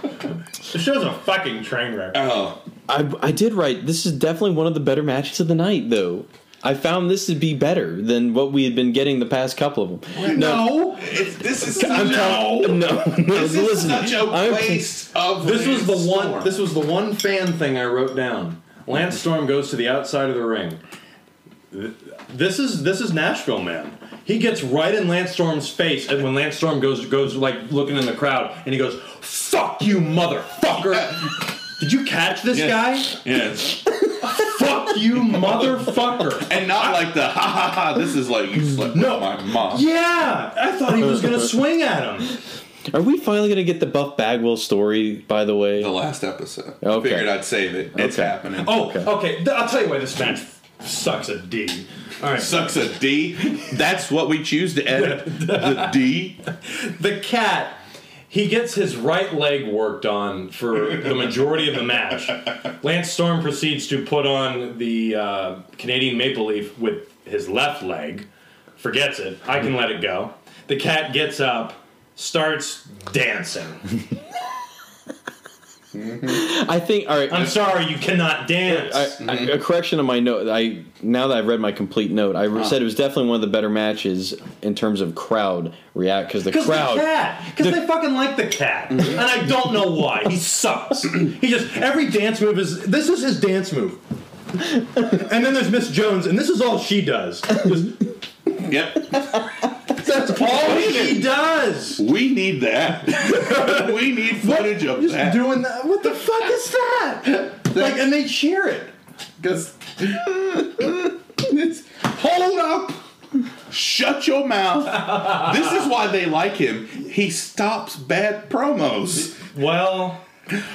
Speaker 4: the show's a fucking train wreck.
Speaker 3: oh,
Speaker 1: I, I did write. This is definitely one of the better matches of the night, though. I found this to be better than what we had been getting the past couple of them.
Speaker 3: it's, this is
Speaker 1: I'm
Speaker 3: such
Speaker 1: telling-
Speaker 3: a,
Speaker 1: no, no.
Speaker 3: this is
Speaker 1: listen,
Speaker 3: such a
Speaker 1: I'm-
Speaker 3: waste of
Speaker 4: This was the
Speaker 3: Storm.
Speaker 4: one. This was the one fan thing I wrote down. Lance Storm goes to the outside of the ring. Th- This is this is Nashville man. He gets right in Lance Storm's face, and when Lance Storm goes goes like looking in the crowd, and he goes, "Fuck you, motherfucker! Did you catch this
Speaker 3: Yes. yes,
Speaker 4: guy? Fuck you, motherfucker!"
Speaker 3: and not like the ha ha ha. This is like you slept
Speaker 4: No.
Speaker 3: with my mom.
Speaker 4: Yeah, I thought he was gonna swing at him.
Speaker 1: Are we finally going to get the Buff Bagwell story? By the way,
Speaker 3: The last episode.
Speaker 1: Okay.
Speaker 3: Figured I'd save it. It's
Speaker 1: Okay.
Speaker 3: happening.
Speaker 4: Oh,
Speaker 1: Okay.
Speaker 4: okay. Th- I'll tell you why this match sucks a D. All right,
Speaker 3: sucks a D. That's what we choose to edit. The D.
Speaker 4: the cat he gets his right leg worked on for the majority of the match lance storm proceeds to put on the uh, canadian maple leaf with his left leg forgets it i can let it go the cat gets up starts dancing
Speaker 1: I think. All right,
Speaker 4: i'm sorry you cannot dance
Speaker 1: I, I- a correction on my note. I now that I've read my complete note,
Speaker 4: Ah.
Speaker 1: I said it was definitely one of the better matches in terms of crowd react because the
Speaker 4: because
Speaker 1: crowd. Mm-hmm.
Speaker 4: the cat, because they fucking like the cat, and I don't know why. He sucks. he just every dance move is this is his dance move, and then there's Miss Jones, and this is all she does.
Speaker 3: Yep.
Speaker 4: That's all he does.
Speaker 3: We need that. we need footage of
Speaker 4: Just
Speaker 3: that.
Speaker 4: doing that. What the fuck is that? Like, and they cheer it.
Speaker 3: Because hold up. Shut your mouth. This is why they like him. He stops bad promos.
Speaker 4: Well,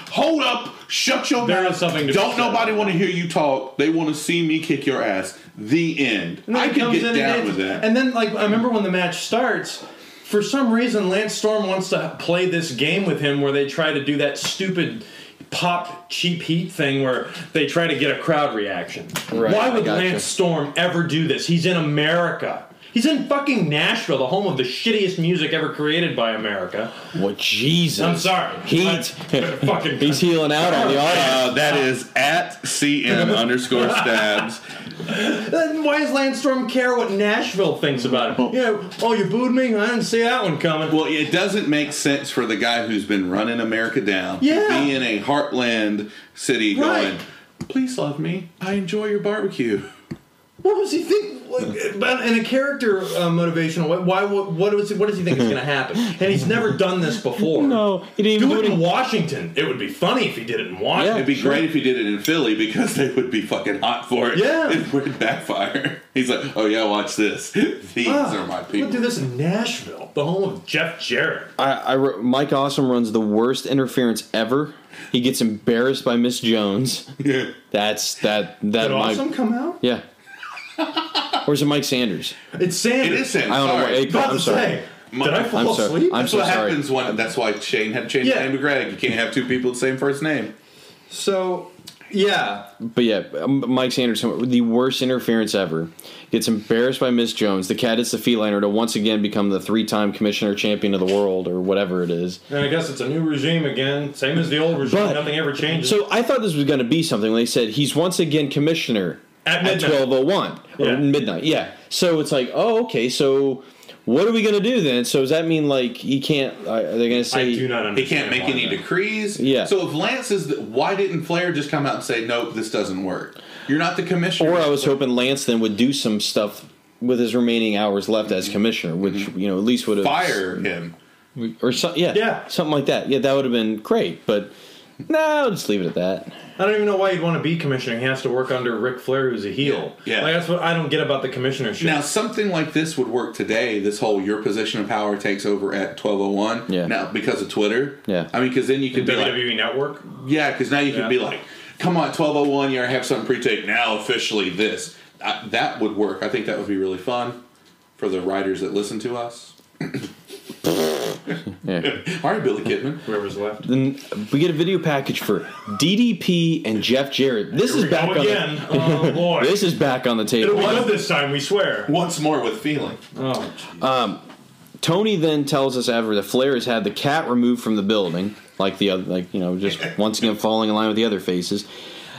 Speaker 3: Hold up. Shut your
Speaker 4: There
Speaker 3: mouth.
Speaker 4: is something to be
Speaker 3: Don't
Speaker 4: said
Speaker 3: nobody
Speaker 4: about
Speaker 3: want to hear you talk. They want to see me kick your ass. The end.
Speaker 4: And then
Speaker 3: I
Speaker 4: he
Speaker 3: can
Speaker 4: comes
Speaker 3: get
Speaker 4: in and
Speaker 3: down
Speaker 4: dances.
Speaker 3: with that.
Speaker 4: And then, like, I remember when the match starts. For some reason, Lance Storm wants to play this game with him where they try to do that stupid pop cheap heat thing where they try to get a crowd reaction.
Speaker 1: Right,
Speaker 4: Why
Speaker 1: I
Speaker 4: would
Speaker 1: gotcha.
Speaker 4: Lance Storm ever do this? He's in America. He's in fucking Nashville, the home of the shittiest music ever created by America.
Speaker 1: Well, Jesus.
Speaker 4: I'm sorry.
Speaker 1: Heat.
Speaker 4: I- fucking
Speaker 1: He's healing out on the audience.
Speaker 3: Uh, that is at cn underscore stabs.
Speaker 4: Then why does Landstorm care what Nashville thinks about him? You know, oh, you booed me? I didn't see that one coming.
Speaker 3: Well, it doesn't make sense for the guy who's been running America down
Speaker 4: Yeah.
Speaker 3: to be in a heartland city
Speaker 4: Right.
Speaker 3: going, please love me. I enjoy your barbecue.
Speaker 4: What was he think? Like, about in a character uh, motivation, why? why what, what, was he, what does he think is going to happen? And he's never done this before.
Speaker 1: No, he didn't even
Speaker 4: Do
Speaker 1: do
Speaker 4: it
Speaker 1: it.
Speaker 4: in Washington. It would be funny if he did it in
Speaker 3: It'd
Speaker 4: Washington.
Speaker 3: be great if he did it in Philly because they would be fucking hot for it.
Speaker 4: Yeah.
Speaker 3: It would backfire. He's like, oh yeah, watch this. These
Speaker 4: Ah,
Speaker 3: are my
Speaker 4: we'll do
Speaker 3: people.
Speaker 4: this in Nashville, the home of Jeff Jarrett.
Speaker 1: I, I wrote- Mike Awesome runs the worst interference ever. He gets embarrassed by Miss Jones.
Speaker 3: Yeah.
Speaker 1: That's that that
Speaker 4: Did
Speaker 1: Mike.
Speaker 4: Awesome come out?
Speaker 1: Yeah. or is it Mike Sanders?
Speaker 4: It's Sanders.
Speaker 3: It is Sam.
Speaker 1: I don't know what-
Speaker 3: Sorry.
Speaker 1: it-
Speaker 4: About
Speaker 1: I'm
Speaker 4: to
Speaker 1: sorry.
Speaker 4: say,
Speaker 3: My-
Speaker 4: did I fall
Speaker 1: I'm sorry.
Speaker 4: asleep?
Speaker 1: I'm
Speaker 3: that's
Speaker 1: so
Speaker 3: what
Speaker 1: sorry.
Speaker 3: happens when. That's why Shane had to change
Speaker 4: Yeah.
Speaker 3: his name to Greg. You can't have two people with the same first name.
Speaker 4: so, yeah.
Speaker 1: But yeah, M- Mike Sanders, the worst interference ever, gets embarrassed by Miss Jones. The cat hits the feliner to once again become the three-time commissioner champion of the world or whatever it is.
Speaker 4: And I guess it's a new regime again, same as the old regime.
Speaker 1: But-
Speaker 4: Nothing ever changes.
Speaker 1: So I thought this was going to be something. They said he's once again commissioner.
Speaker 4: At
Speaker 1: at
Speaker 4: midnight.
Speaker 1: twelve oh one
Speaker 4: Yeah.
Speaker 1: or midnight. Yeah. So it's like, oh, okay. So what are we gonna do then? So does that mean like he can't? Are they gonna
Speaker 4: I
Speaker 1: say?
Speaker 4: do not understand.
Speaker 3: He can't make
Speaker 4: why
Speaker 3: any
Speaker 4: that-
Speaker 3: decrees.
Speaker 1: Yeah.
Speaker 3: So if Lance is, the, why didn't Flair just come out and say, "Nope, this doesn't work"? You're not the commissioner.
Speaker 1: Or I was hoping Lance then would do some stuff with his remaining hours left
Speaker 4: Mm-hmm.
Speaker 1: as commissioner, which you know at least would have
Speaker 3: fire him.
Speaker 1: or so, yeah,
Speaker 4: Yeah.
Speaker 1: something like that. Yeah, that would have been great, but no, I'll just leave it at that.
Speaker 4: I don't even know why he'd want to be commissioner. He has to work under Ric Flair, who's a heel.
Speaker 3: Yeah.
Speaker 4: Like, that's what I don't get about the commissionership.
Speaker 3: Now something like this would work today. This whole your position of power takes over at twelve oh one.
Speaker 1: Yeah.
Speaker 3: Now because of Twitter.
Speaker 1: Yeah.
Speaker 3: I mean, because then you could be like,
Speaker 4: WWE E Network.
Speaker 3: yeah, because now you could
Speaker 4: Yeah.
Speaker 3: be like, come on, twelve oh one. You already have something pre-taped. Now officially this. I, that would work. I think that would be really fun for the writers that listen to us.
Speaker 1: Yeah.
Speaker 3: All right, Billy Kidman.
Speaker 4: Whoever's left.
Speaker 1: then we get a video package for DDP and Jeff Jarrett. This
Speaker 4: Here
Speaker 1: is
Speaker 4: we
Speaker 1: back
Speaker 4: go
Speaker 1: on the,
Speaker 4: again. oh boy.
Speaker 1: this is back on the
Speaker 4: It'll
Speaker 1: table.
Speaker 4: be good this time. We swear.
Speaker 3: Once more with feeling.
Speaker 4: Oh,
Speaker 1: Tony then tells us ever that Flair has had the cat removed from the building, like the other, like you know, just once again falling in line with the other faces.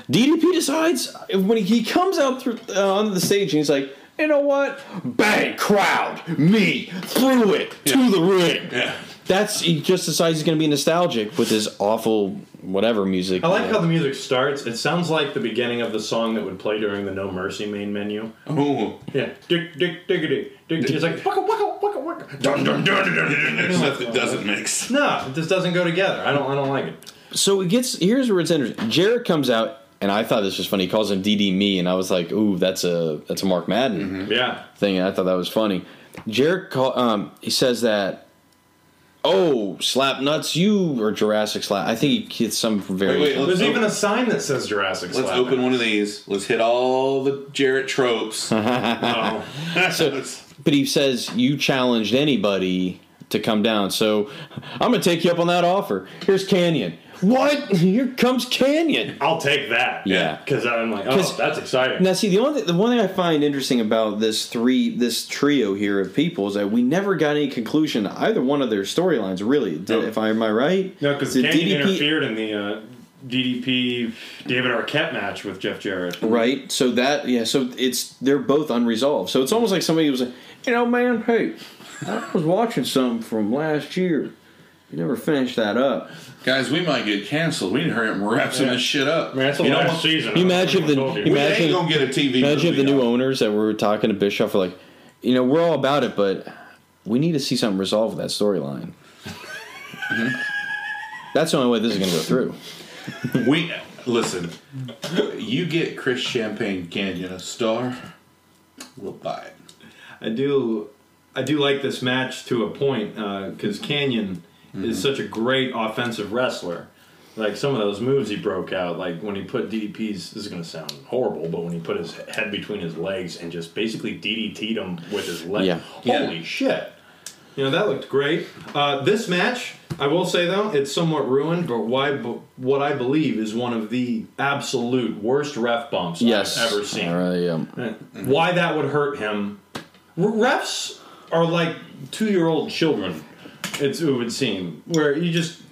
Speaker 1: DDP decides when he comes out through, uh, onto the stage and he's like, you know what? Bang! Crowd, me through it to the ring.
Speaker 3: Yeah.
Speaker 1: That's he just decides he's going to be nostalgic with his awful whatever music.
Speaker 4: I like how the music starts. It sounds like the beginning of the song that would play during the No Mercy main menu.
Speaker 3: Oh.
Speaker 4: Yeah. Dick, dick, diggity. Dick. It's like, waka, waka, waka, waka. Dun, dun, dun, dun, dun, dun, dun.
Speaker 3: Stuff that doesn't mix.
Speaker 4: No, it just doesn't go together. I don't. I don't like it.
Speaker 1: So it gets here's where it's interesting. Jarrett comes out, and I thought this was funny. He calls him DD me, and I was like, ooh, that's a that's a Mark Madden.
Speaker 4: Yeah.
Speaker 1: thing, and I thought that was funny. Jarek, call, um, he says that. Oh, slap nuts! You or Jurassic slap? I think he gets some very.
Speaker 3: Wait, wait,
Speaker 4: There's
Speaker 3: Let's
Speaker 4: even a sign that says Jurassic.
Speaker 3: Let's
Speaker 4: Slap.
Speaker 3: open one of these. Let's hit all the Jarrett tropes.
Speaker 4: Oh.
Speaker 1: So- but he says you challenged anybody to come down, so I'm gonna take you up on that offer. Here's Canyon. What? Here comes Canyon.
Speaker 4: I'll take that.
Speaker 1: Yeah.
Speaker 4: Because I'm like, oh,
Speaker 1: 'Cause-
Speaker 4: that's exciting.
Speaker 1: Now, see the only the one thing I find interesting about this three this trio here of people is that we never got any conclusion to either one of their storylines. Really, did,
Speaker 4: No.
Speaker 1: if I am I right?
Speaker 4: No, because
Speaker 1: Did
Speaker 4: Canyon interfered in the uh, DDP David Arquette match with Jeff Jarrett.
Speaker 1: Right. So that yeah. So it's they're both unresolved. So it's almost like somebody was like, you know, man, hey, I was watching something from last year. You never finished that up.
Speaker 3: Guys, we might get canceled. We need to hurry up and wrap some of this shit up.
Speaker 4: Man, that's the
Speaker 3: you know
Speaker 4: last
Speaker 3: what?
Speaker 4: season.
Speaker 1: You imagine
Speaker 4: I
Speaker 1: the-
Speaker 4: told you.
Speaker 1: you
Speaker 3: We
Speaker 1: imagine-
Speaker 3: ain't gonna get a TV.
Speaker 1: Imagine if the
Speaker 3: movie
Speaker 1: new
Speaker 3: out.
Speaker 1: owners that were talking to Bischoff were like, you know, we're all about it, but we need to see something resolved with that storyline. Mm-hmm. That's the only way this is going to go through.
Speaker 3: We listen. You get Chris Champagne Canyon a star, we'll buy it.
Speaker 4: I do, I do like this match to a point because Canyon
Speaker 1: Mm-hmm.
Speaker 4: is such a great offensive wrestler. Like some of those moves he broke out, like when he put DDP's. This is going to sound horrible, but when he put his head between his legs and just basically DDT'd him with his leg.
Speaker 1: Yeah.
Speaker 4: Holy shit! You know that looked great. Uh, this match, I will say though, it's somewhat ruined, but why? What I believe is one of the absolute worst ref bumps
Speaker 1: Yes.
Speaker 4: I've ever seen.
Speaker 1: All right, um,
Speaker 4: Why that would hurt him? R- refs are like two-year-old children. It's, it would seem where you just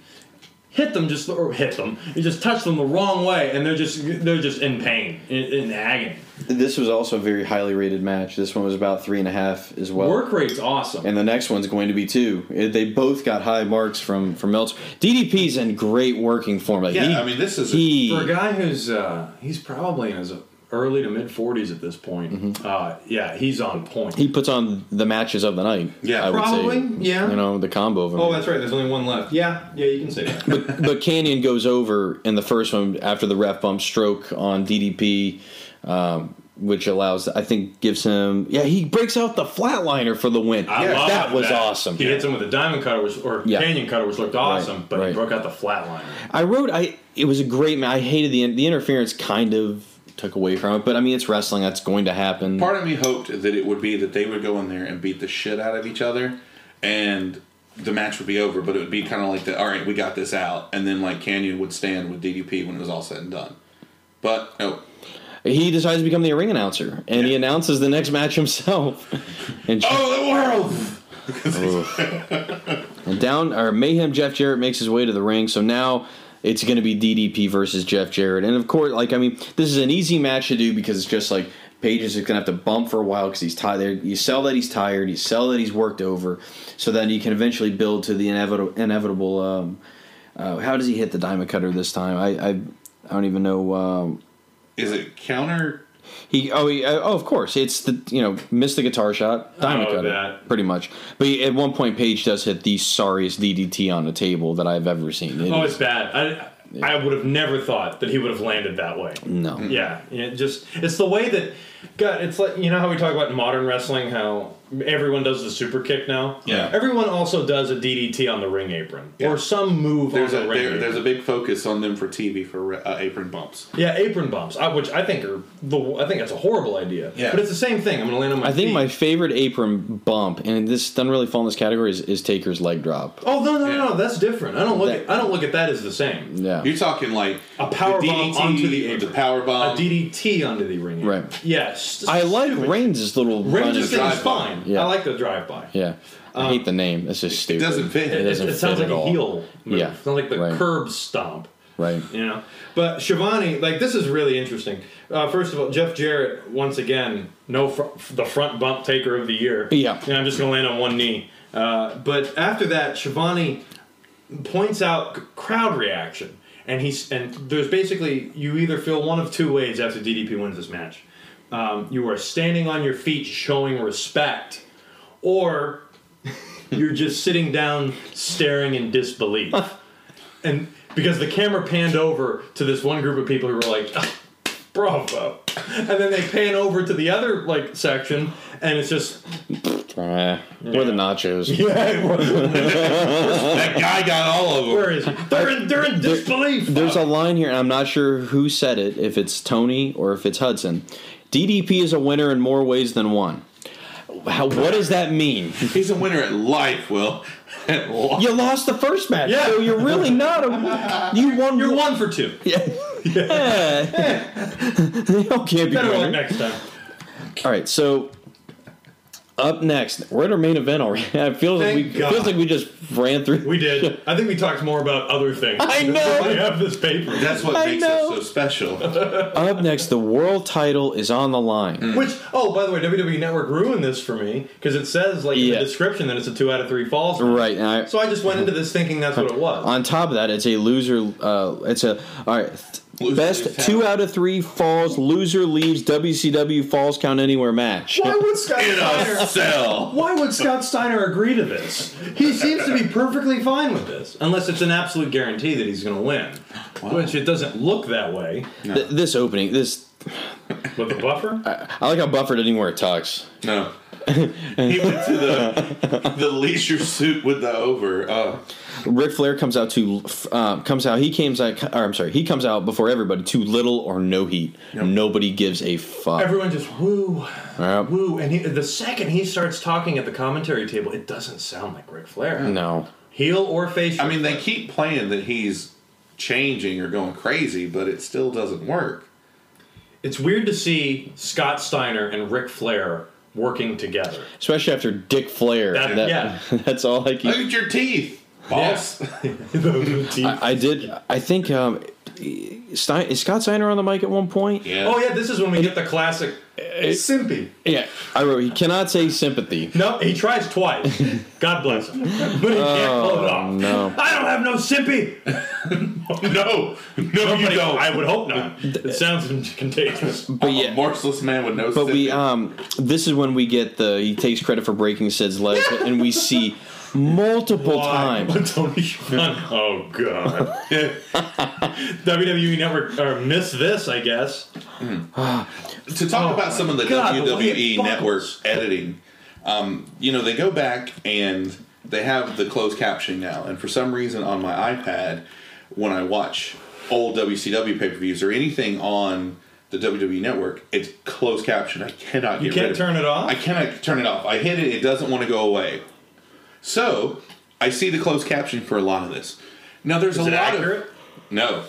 Speaker 4: hit them, just or hit them. You just touch them the wrong way, and they're just they're just in pain, in, in agony.
Speaker 1: This was also a very highly rated match. This one was about three and a half as well.
Speaker 4: Work rate's awesome.
Speaker 1: and the next one's going to be two. It- They both got high marks from from Meltzer. DDP's in great working form. Like,
Speaker 3: Yeah,
Speaker 1: he,
Speaker 3: I mean this is.
Speaker 1: he
Speaker 4: For a guy who's uh, he's probably in his early to mid forties at this point. Uh, yeah, he's on point.
Speaker 1: Mm-hmm. he puts on the matches of the night.
Speaker 3: Yeah.
Speaker 1: I would
Speaker 4: Probably,
Speaker 1: say.
Speaker 4: yeah.
Speaker 1: You know the combo of them.
Speaker 4: oh, that's right. There's only one left. Yeah, yeah, you can say that.
Speaker 1: but, but Canyon goes over in the first one after the ref bump stroke on DDP. Um, which allows, I think, gives him. Yeah, he breaks out the flatliner for the win.
Speaker 4: I love
Speaker 1: that was
Speaker 4: that.
Speaker 1: awesome.
Speaker 4: He hits him with a diamond cutter, which, or
Speaker 1: Yeah.
Speaker 4: canyon cutter, which looked awesome, but
Speaker 1: right.
Speaker 4: he broke out the flatliner.
Speaker 1: I wrote. I it was a great match. I hated the the interference. Kind of took away from it, but I mean, it's wrestling. That's going to happen.
Speaker 3: Part of me hoped that it would be that they would go in there and beat the shit out of each other, and the match would be over. But it would be kind of like the all right, we got this out, and then like Canyon would stand with DDP when it was all said and done. But no,
Speaker 1: he decides to become the ring announcer and he announces the next match himself and,
Speaker 3: oh the world.
Speaker 1: and down or mayhem jeff jarrett makes his way to the ring so now It's going to be DDP versus Jeff Jarrett, and of course, like I mean, this is an easy match to do because it's just like Page is going to have to bump for a while because he's tired. You sell that he's tired. You sell that he's worked over, so that you can eventually build to the inevitable. inevitable um, uh, how does he hit the diamond cutter this time? I I, I don't even know. Um,
Speaker 3: Is it counter?
Speaker 1: he oh he, oh of course it's the you know missed the guitar shot diamond
Speaker 4: Oh,
Speaker 1: cutter
Speaker 4: that.
Speaker 1: pretty much. But he, at one point, Page does hit the sorriest DDT on a table that I've ever seen. It
Speaker 4: Oh,
Speaker 1: is-
Speaker 4: it's bad. I I would have never thought that he would have landed that way.
Speaker 1: no,
Speaker 4: Yeah, it just it's the way that God, it's like you know how we talk about in modern wrestling how everyone does the super kick now.
Speaker 3: Yeah.
Speaker 4: everyone also does a DDT on the ring apron
Speaker 3: Yeah.
Speaker 4: or some move
Speaker 3: There's
Speaker 4: on
Speaker 3: a
Speaker 4: the ring.
Speaker 3: there,
Speaker 4: apron.
Speaker 3: there's a big focus on them for TV for re- uh, apron bumps.
Speaker 4: yeah, apron bumps, I, which I think are the I think that's a horrible idea.
Speaker 3: Yeah.
Speaker 4: but it's the same thing. I'm gonna land on my.
Speaker 1: I think
Speaker 4: feet.
Speaker 1: my favorite apron bump, and this doesn't really fall in this category, is, is Taker's leg drop.
Speaker 4: Oh no no
Speaker 3: Yeah.
Speaker 4: no, that's different. I don't look
Speaker 1: That-
Speaker 4: at I don't look at that as the same.
Speaker 1: Yeah,
Speaker 3: You're talking like
Speaker 4: A power
Speaker 3: the
Speaker 4: bomb
Speaker 3: DDT,
Speaker 4: onto the apron.
Speaker 3: the power
Speaker 4: A E.
Speaker 3: bomb.
Speaker 4: DDT onto the ring. apron.
Speaker 1: Right.
Speaker 4: Yes.
Speaker 1: I like Reigns' little run.
Speaker 4: Ranger's
Speaker 3: the
Speaker 4: thing is
Speaker 3: drive-by.
Speaker 4: fine.
Speaker 1: Yeah.
Speaker 4: I like the drive by.
Speaker 1: yeah, I hate the name. That's just stupid.
Speaker 3: doesn't fit.
Speaker 1: It
Speaker 3: It-
Speaker 1: doesn't
Speaker 4: It, it sounds
Speaker 1: fit at
Speaker 4: like a
Speaker 1: all.
Speaker 4: heel. Move.
Speaker 1: Yeah.
Speaker 4: It's not like the
Speaker 1: Right.
Speaker 4: curb stomp.
Speaker 1: Right.
Speaker 4: You know, but Shivani, like this is really interesting. Uh, first of all, Jeff Jarrett once again, no, fr- the front bump taker of the year.
Speaker 1: Yeah.
Speaker 4: and I'm just gonna land on one knee. Uh, but after that, Shivani points out c- crowd reaction, and he's and there's basically you either feel one of two ways after DDP wins this match. Um, you are standing on your feet, showing respect, or you're just sitting down, staring in disbelief, and because the camera panned over to this one group of people who were like. "Ah, Bravo, and then they pan over to the other like section, and it's just
Speaker 1: Eh, Or the nachos.
Speaker 3: that guy got all of them.
Speaker 4: where is he? They're in they're in disbelief.
Speaker 1: There's a line here, and I'm not sure who said it, if it's Tony or if it's Hudson. DDP is a winner in more ways than one. How, what does that mean?
Speaker 3: He's a winner at life, Will. At life.
Speaker 1: You lost the first match,
Speaker 4: Yeah.
Speaker 1: so you're really not a. You won.
Speaker 4: You're one for two.
Speaker 1: They all can't be
Speaker 4: Better luck
Speaker 1: winners.
Speaker 4: next time.
Speaker 1: All right, so up next, we're at our main event already. It feels like
Speaker 4: Thank
Speaker 1: we
Speaker 4: God.
Speaker 1: feels like we just ran through.
Speaker 4: We did. I think we talked more about other things.
Speaker 1: I know.
Speaker 4: I have this paper.
Speaker 3: That's what
Speaker 1: I
Speaker 3: makes
Speaker 1: know.
Speaker 3: us so special.
Speaker 1: up next, the world title is on the line.
Speaker 4: Which, oh, by the way, WWE Network ruined this for me because it says like in
Speaker 1: Yeah.
Speaker 4: the description that it's a two out of three falls.
Speaker 1: Right, and I,
Speaker 4: So I just went into this thinking that's what it was.
Speaker 1: on top of that, it's a loser. Uh, it's a all right. th-
Speaker 3: Loser
Speaker 1: best
Speaker 3: leaves
Speaker 1: two
Speaker 3: town.
Speaker 1: out of three falls. Loser leaves WCW falls count anywhere match.
Speaker 4: why would Scott
Speaker 3: In
Speaker 4: Steiner?
Speaker 3: a cell.
Speaker 4: Why would Scott Steiner agree to this? He seems to be perfectly fine with this, unless it's an absolute guarantee that he's going to win, which it doesn't look that way.
Speaker 1: Th- this opening, this
Speaker 4: With the buffer,
Speaker 1: I like how Buffer didn't wear tux.
Speaker 3: No. he went to the the leisure suit with the over. Oh,
Speaker 1: Ric Flair comes out to uh, comes out. He came out. Or I'm sorry. He comes out before everybody to little or no heat. Nobody gives a fuck.
Speaker 4: everyone just woo.
Speaker 1: Yep.
Speaker 4: Woo, and he, the second he starts talking at the commentary table, it doesn't sound like Ric Flair.
Speaker 1: no.
Speaker 4: Heel or face.
Speaker 3: I mean, they keep playing that he's changing or going crazy, but it still doesn't work.
Speaker 4: It's weird to see Scott Steiner and Ric Flair working together.
Speaker 1: Especially after Dick Flair.
Speaker 4: That- yeah.
Speaker 1: That's all I
Speaker 3: Look
Speaker 1: can.
Speaker 3: at your teeth, boss.
Speaker 4: oh,
Speaker 1: I did. I think um, Stein, is Scott Steiner on the mic at one point.
Speaker 3: Yeah.
Speaker 4: Oh, yeah, this is when we get the classic Simpy.
Speaker 1: Yeah, I wrote. He cannot say sympathy.
Speaker 4: No, he tries twice. God bless him. But he can't pull it off.
Speaker 1: Oh, no.
Speaker 4: I don't have no Simpy!
Speaker 3: No, no, you
Speaker 4: Nobody-
Speaker 3: don't.
Speaker 4: I would hope not. It sounds contagious.
Speaker 1: But
Speaker 3: A
Speaker 1: yeah.
Speaker 3: Remorseless man with no.
Speaker 1: But we
Speaker 3: Oh,
Speaker 1: um.
Speaker 3: sympathy.
Speaker 1: This is when we get the. He takes credit for breaking Sid's leg, and we see multiple times.
Speaker 4: Tony Schiavone. Oh god. WWE E Network or miss this, I guess.
Speaker 3: to talk about some of the
Speaker 4: Oh God, the way
Speaker 3: WWE
Speaker 4: it
Speaker 3: network
Speaker 4: buckles.
Speaker 3: editing, um, you know, they go back and they have the closed captioning now. And for some reason, on my iPad, when I watch old WCW pay per views or anything on the WWE network, it's closed captioned. I cannot get
Speaker 4: You can't
Speaker 3: rid of
Speaker 4: turn it off?
Speaker 3: I cannot turn it off. I hit it, it doesn't want to go away. So I see the closed caption for a lot of this. Now, there's
Speaker 4: Is
Speaker 3: a
Speaker 4: it
Speaker 3: lot
Speaker 4: accurate?
Speaker 3: of. No.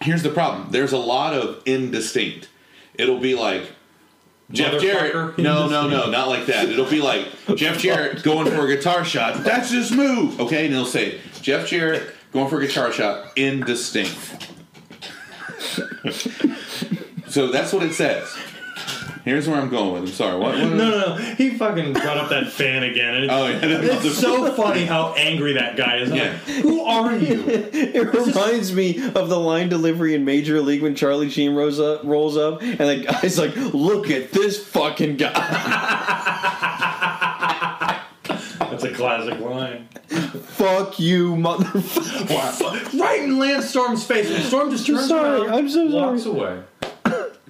Speaker 3: Here's the problem. There's a lot of indistinct. It'll be like Jeff
Speaker 4: Motherfucker.
Speaker 3: Jarrett. No, no, no, not like that. It'll be like Jeff Jarrett going for a guitar shot. That's his move. Okay, and he'll say Jeff Jarrett going for a guitar shot, indistinct. so that's what it says. Here's where I'm going with. I'm sorry. What? what-
Speaker 4: No, no, no. He fucking brought up that fan again, and it's,
Speaker 3: Oh yeah. that
Speaker 4: it's
Speaker 3: motherfucker.
Speaker 4: so funny
Speaker 1: Oh.
Speaker 4: how angry that guy is. I'm
Speaker 3: Yeah.
Speaker 4: like, Who are you?
Speaker 1: It reminds me of the line delivery in Major League when Charlie Sheen rolls up, rolls up, and the guy's like, "Look at this fucking guy,
Speaker 4: That's a classic line.
Speaker 1: fuck you, motherfucker."
Speaker 4: Right in Landstorm's face. and Storm just turns
Speaker 1: sorry,
Speaker 4: around,
Speaker 1: I'm so
Speaker 4: walks away.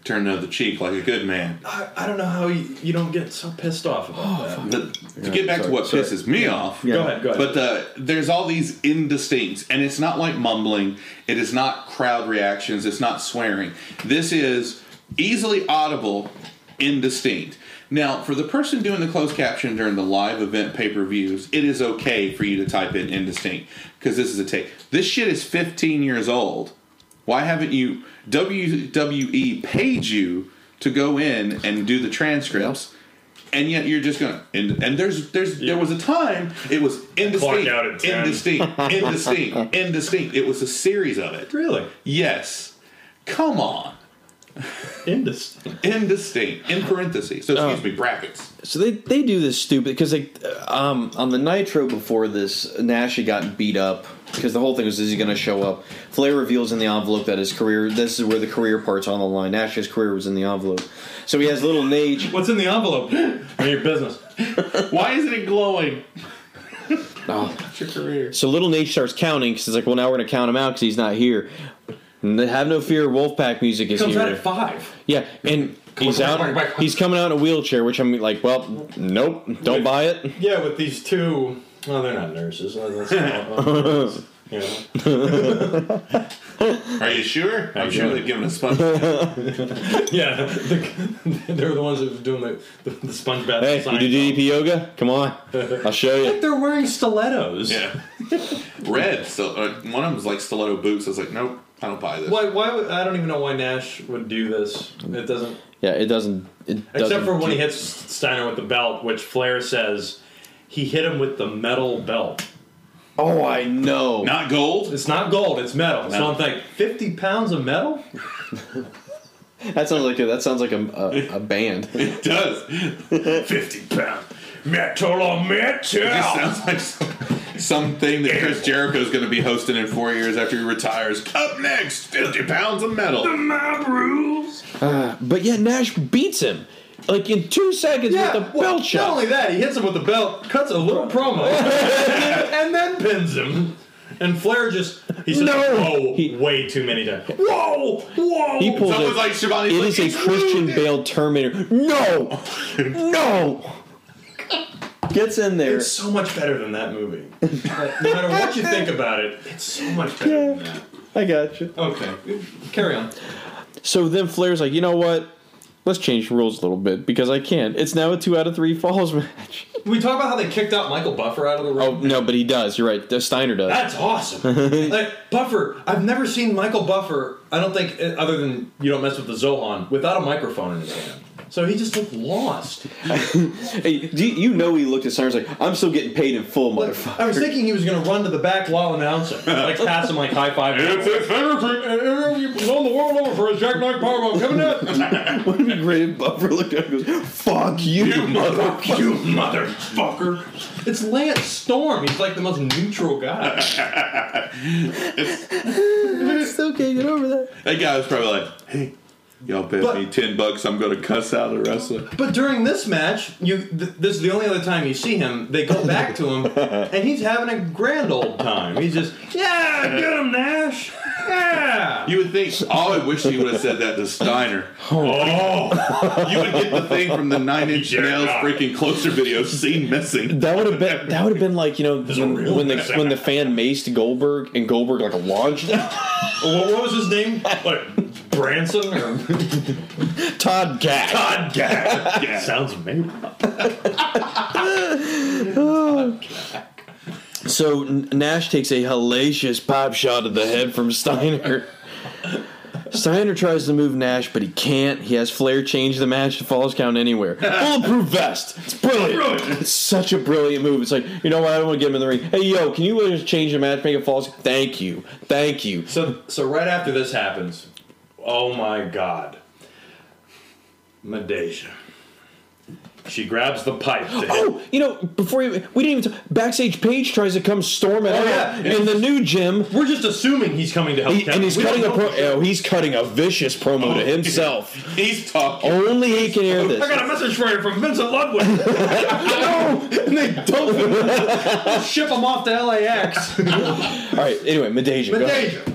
Speaker 3: Turn the other cheek like a good man.
Speaker 4: I, I don't know how you, you don't get so pissed off about that.
Speaker 3: The- to get back to
Speaker 1: sorry,
Speaker 3: what
Speaker 1: sorry.
Speaker 3: pisses me off,
Speaker 4: Go ahead, go ahead.
Speaker 3: But the, there's all these indistincts, and it's not like mumbling. It is not crowd reactions. It's not swearing. This is easily audible, indistinct. Now, for the person doing the closed caption during the live event pay per views, it is okay for you to type in indistinct because this is a tape. This shit is 15 years old. Why haven't you? WWE paid you to go in and do the transcripts. And yet you're just gonna and, and there's there's there was a time it was indistinct,
Speaker 4: out at 10.
Speaker 3: indistinct, indistinct, indistinct. It was a series of it.
Speaker 4: really?
Speaker 3: Yes, come on,
Speaker 4: Indus.
Speaker 3: indistinct in parentheses. So excuse me, brackets.
Speaker 1: So they, they do this stupid because they um, on the Nitro before this Nash had gotten beat up because the whole thing was is he going to show up? Flair reveals in the envelope that his career this is where the career part's on the line. Nash's career was in the envelope, so he has little Nage.
Speaker 4: What's in the envelope? None of your business.
Speaker 3: Why isn't it glowing?
Speaker 1: Oh.
Speaker 3: It's your career.
Speaker 1: So little Nate starts counting because it's like, well, now we're gonna count him out because he's not here. And they have no fear, Wolfpack music is
Speaker 4: Comes out at
Speaker 1: here.
Speaker 4: five.
Speaker 1: Yeah, and he's out. He's coming out in a wheelchair, which I'm like, well, nope, don't buy it.
Speaker 4: Yeah, with these two. Well, they're not nurses. That's you know.
Speaker 3: Are you sure? I'm
Speaker 4: you.
Speaker 3: sure they've given us fun.
Speaker 4: Yeah, the, they're the ones that were doing the, the, the sponge bath.
Speaker 1: Hey,
Speaker 4: design.
Speaker 1: you do DDP yoga? Come on, I'll show you.
Speaker 4: They're wearing stilettos.
Speaker 3: yeah, red. So uh, one of them was like stiletto boots. I was like, nope, I don't buy this.
Speaker 4: Why? Why? Would, I don't even know why Nash would do this. It doesn't.
Speaker 1: Yeah, it doesn't. It doesn't
Speaker 4: Except for when he hits Steiner with the belt, which Flair says he hit him with the metal belt.
Speaker 1: Oh, I know.
Speaker 3: Not gold.
Speaker 4: It's not gold; it's metal. So
Speaker 3: Metal.
Speaker 4: I'm like, fifty pounds of metal.
Speaker 1: That sounds like a, that sounds like a, a, a band.
Speaker 3: It does.
Speaker 4: Fifty pounds metal on
Speaker 3: This
Speaker 4: metal.
Speaker 3: sounds like some- something that Chris Jericho's going to be hosting in four years after he retires. Up next, 50 pounds of metal.
Speaker 4: My rules.
Speaker 1: But yeah, Nash beats him like in two seconds with the
Speaker 4: well,
Speaker 1: belt shot.
Speaker 4: Not only that, he hits him with the belt, cuts a little promo, and then pins him. And Flair just he says,
Speaker 1: No!
Speaker 4: "Whoa!"
Speaker 1: He-
Speaker 4: way too many times. Whoa! Whoa!
Speaker 1: he pulls
Speaker 3: Someone's
Speaker 1: it.
Speaker 3: like, Shivani's
Speaker 1: It
Speaker 3: like,
Speaker 1: is a
Speaker 3: "It's
Speaker 1: Christian
Speaker 3: ruined."
Speaker 1: Bale Terminator. No, no. Gets in there.
Speaker 4: It's so much better than that movie. But no matter what you think about it, it's so much better than that.
Speaker 1: I got you.
Speaker 4: Okay, carry on.
Speaker 1: So then Flair's like, you know what? Let's change the rules a little bit because I can't. It's now a two out of three falls match.
Speaker 4: We talk about how they kicked out Michael Buffer out of the
Speaker 1: Oh
Speaker 4: ring.
Speaker 1: no, but he does. You're right. Steiner does.
Speaker 4: That's awesome. like Buffer, I've never seen Michael Buffer. I don't think uh, other than you don't mess with the Zohan without a microphone in his hand. So he just looked lost.
Speaker 1: Hey, do you, you know he looked at Steiner's like, I'm still getting paid in full, motherfucker.
Speaker 4: I was thinking he was going to run to the back while announcing, like pass him like high five.
Speaker 3: It's a therapy.
Speaker 4: You've known the world over for a Jack Knight powerbomb coming up.
Speaker 1: Wouldn't it be great if Buffer looked at him and goes, "Fuck you, motherfucker."
Speaker 4: you motherfucker! It's Lance Storm. He's like the most neutral guy.
Speaker 1: I still can't get over that.
Speaker 3: That guy was probably like, hey, y'all bet
Speaker 4: But-
Speaker 3: me 10 bucks I'm going to cuss out a wrestler.
Speaker 4: But during this match, you th- this is the only other time you see him. They go back to him, and he's having a grand old time. He's just yeah, get him Nash. Yeah.
Speaker 3: You would think, oh, I wish he would have said that to Steiner. Oh. You would get the thing from the Nine Inch Nails freaking closer video, scene missing.
Speaker 1: That would have been that would have been like you know
Speaker 4: real
Speaker 1: when, when the when the fan maced Goldberg and Goldberg like launched
Speaker 4: What, what was his name? Like Branson or
Speaker 1: Todd Gack.
Speaker 4: God?
Speaker 3: Yeah.
Speaker 4: Sounds amazing.
Speaker 1: So N- Nash takes a hellacious pop shot at the head from Steiner. Steiner tries to move Nash, but he can't. He has Flair change the match to falls count anywhere. Bulletproof vest. It's brilliant. It's such a brilliant move. It's like, you know what? I don't want to get him in the ring. Hey, yo, can you just change the match, make it falls? Thank you. Thank you.
Speaker 4: So, so right after this happens, oh my god, Medeja. She grabs the pipe. To hit.
Speaker 1: Oh, you know, before you, we didn't even. T- Backstage Page tries to come storm it out
Speaker 4: Oh, yeah.
Speaker 1: in the new gym.
Speaker 4: We're just assuming he's coming to help.
Speaker 1: He-
Speaker 4: Kevin.
Speaker 1: and he's
Speaker 4: We
Speaker 1: cutting a
Speaker 4: don't know Oh.
Speaker 1: pro-
Speaker 4: for sure.
Speaker 1: oh, he's cutting a vicious promo to himself.
Speaker 3: He's talking.
Speaker 1: Only he can hear this.
Speaker 4: I got a message for you from Vincent Ludwig.
Speaker 1: And they don't-
Speaker 4: Ship him off to LAX.
Speaker 1: All right. Anyway, Medeja. go ahead.
Speaker 4: Medeja.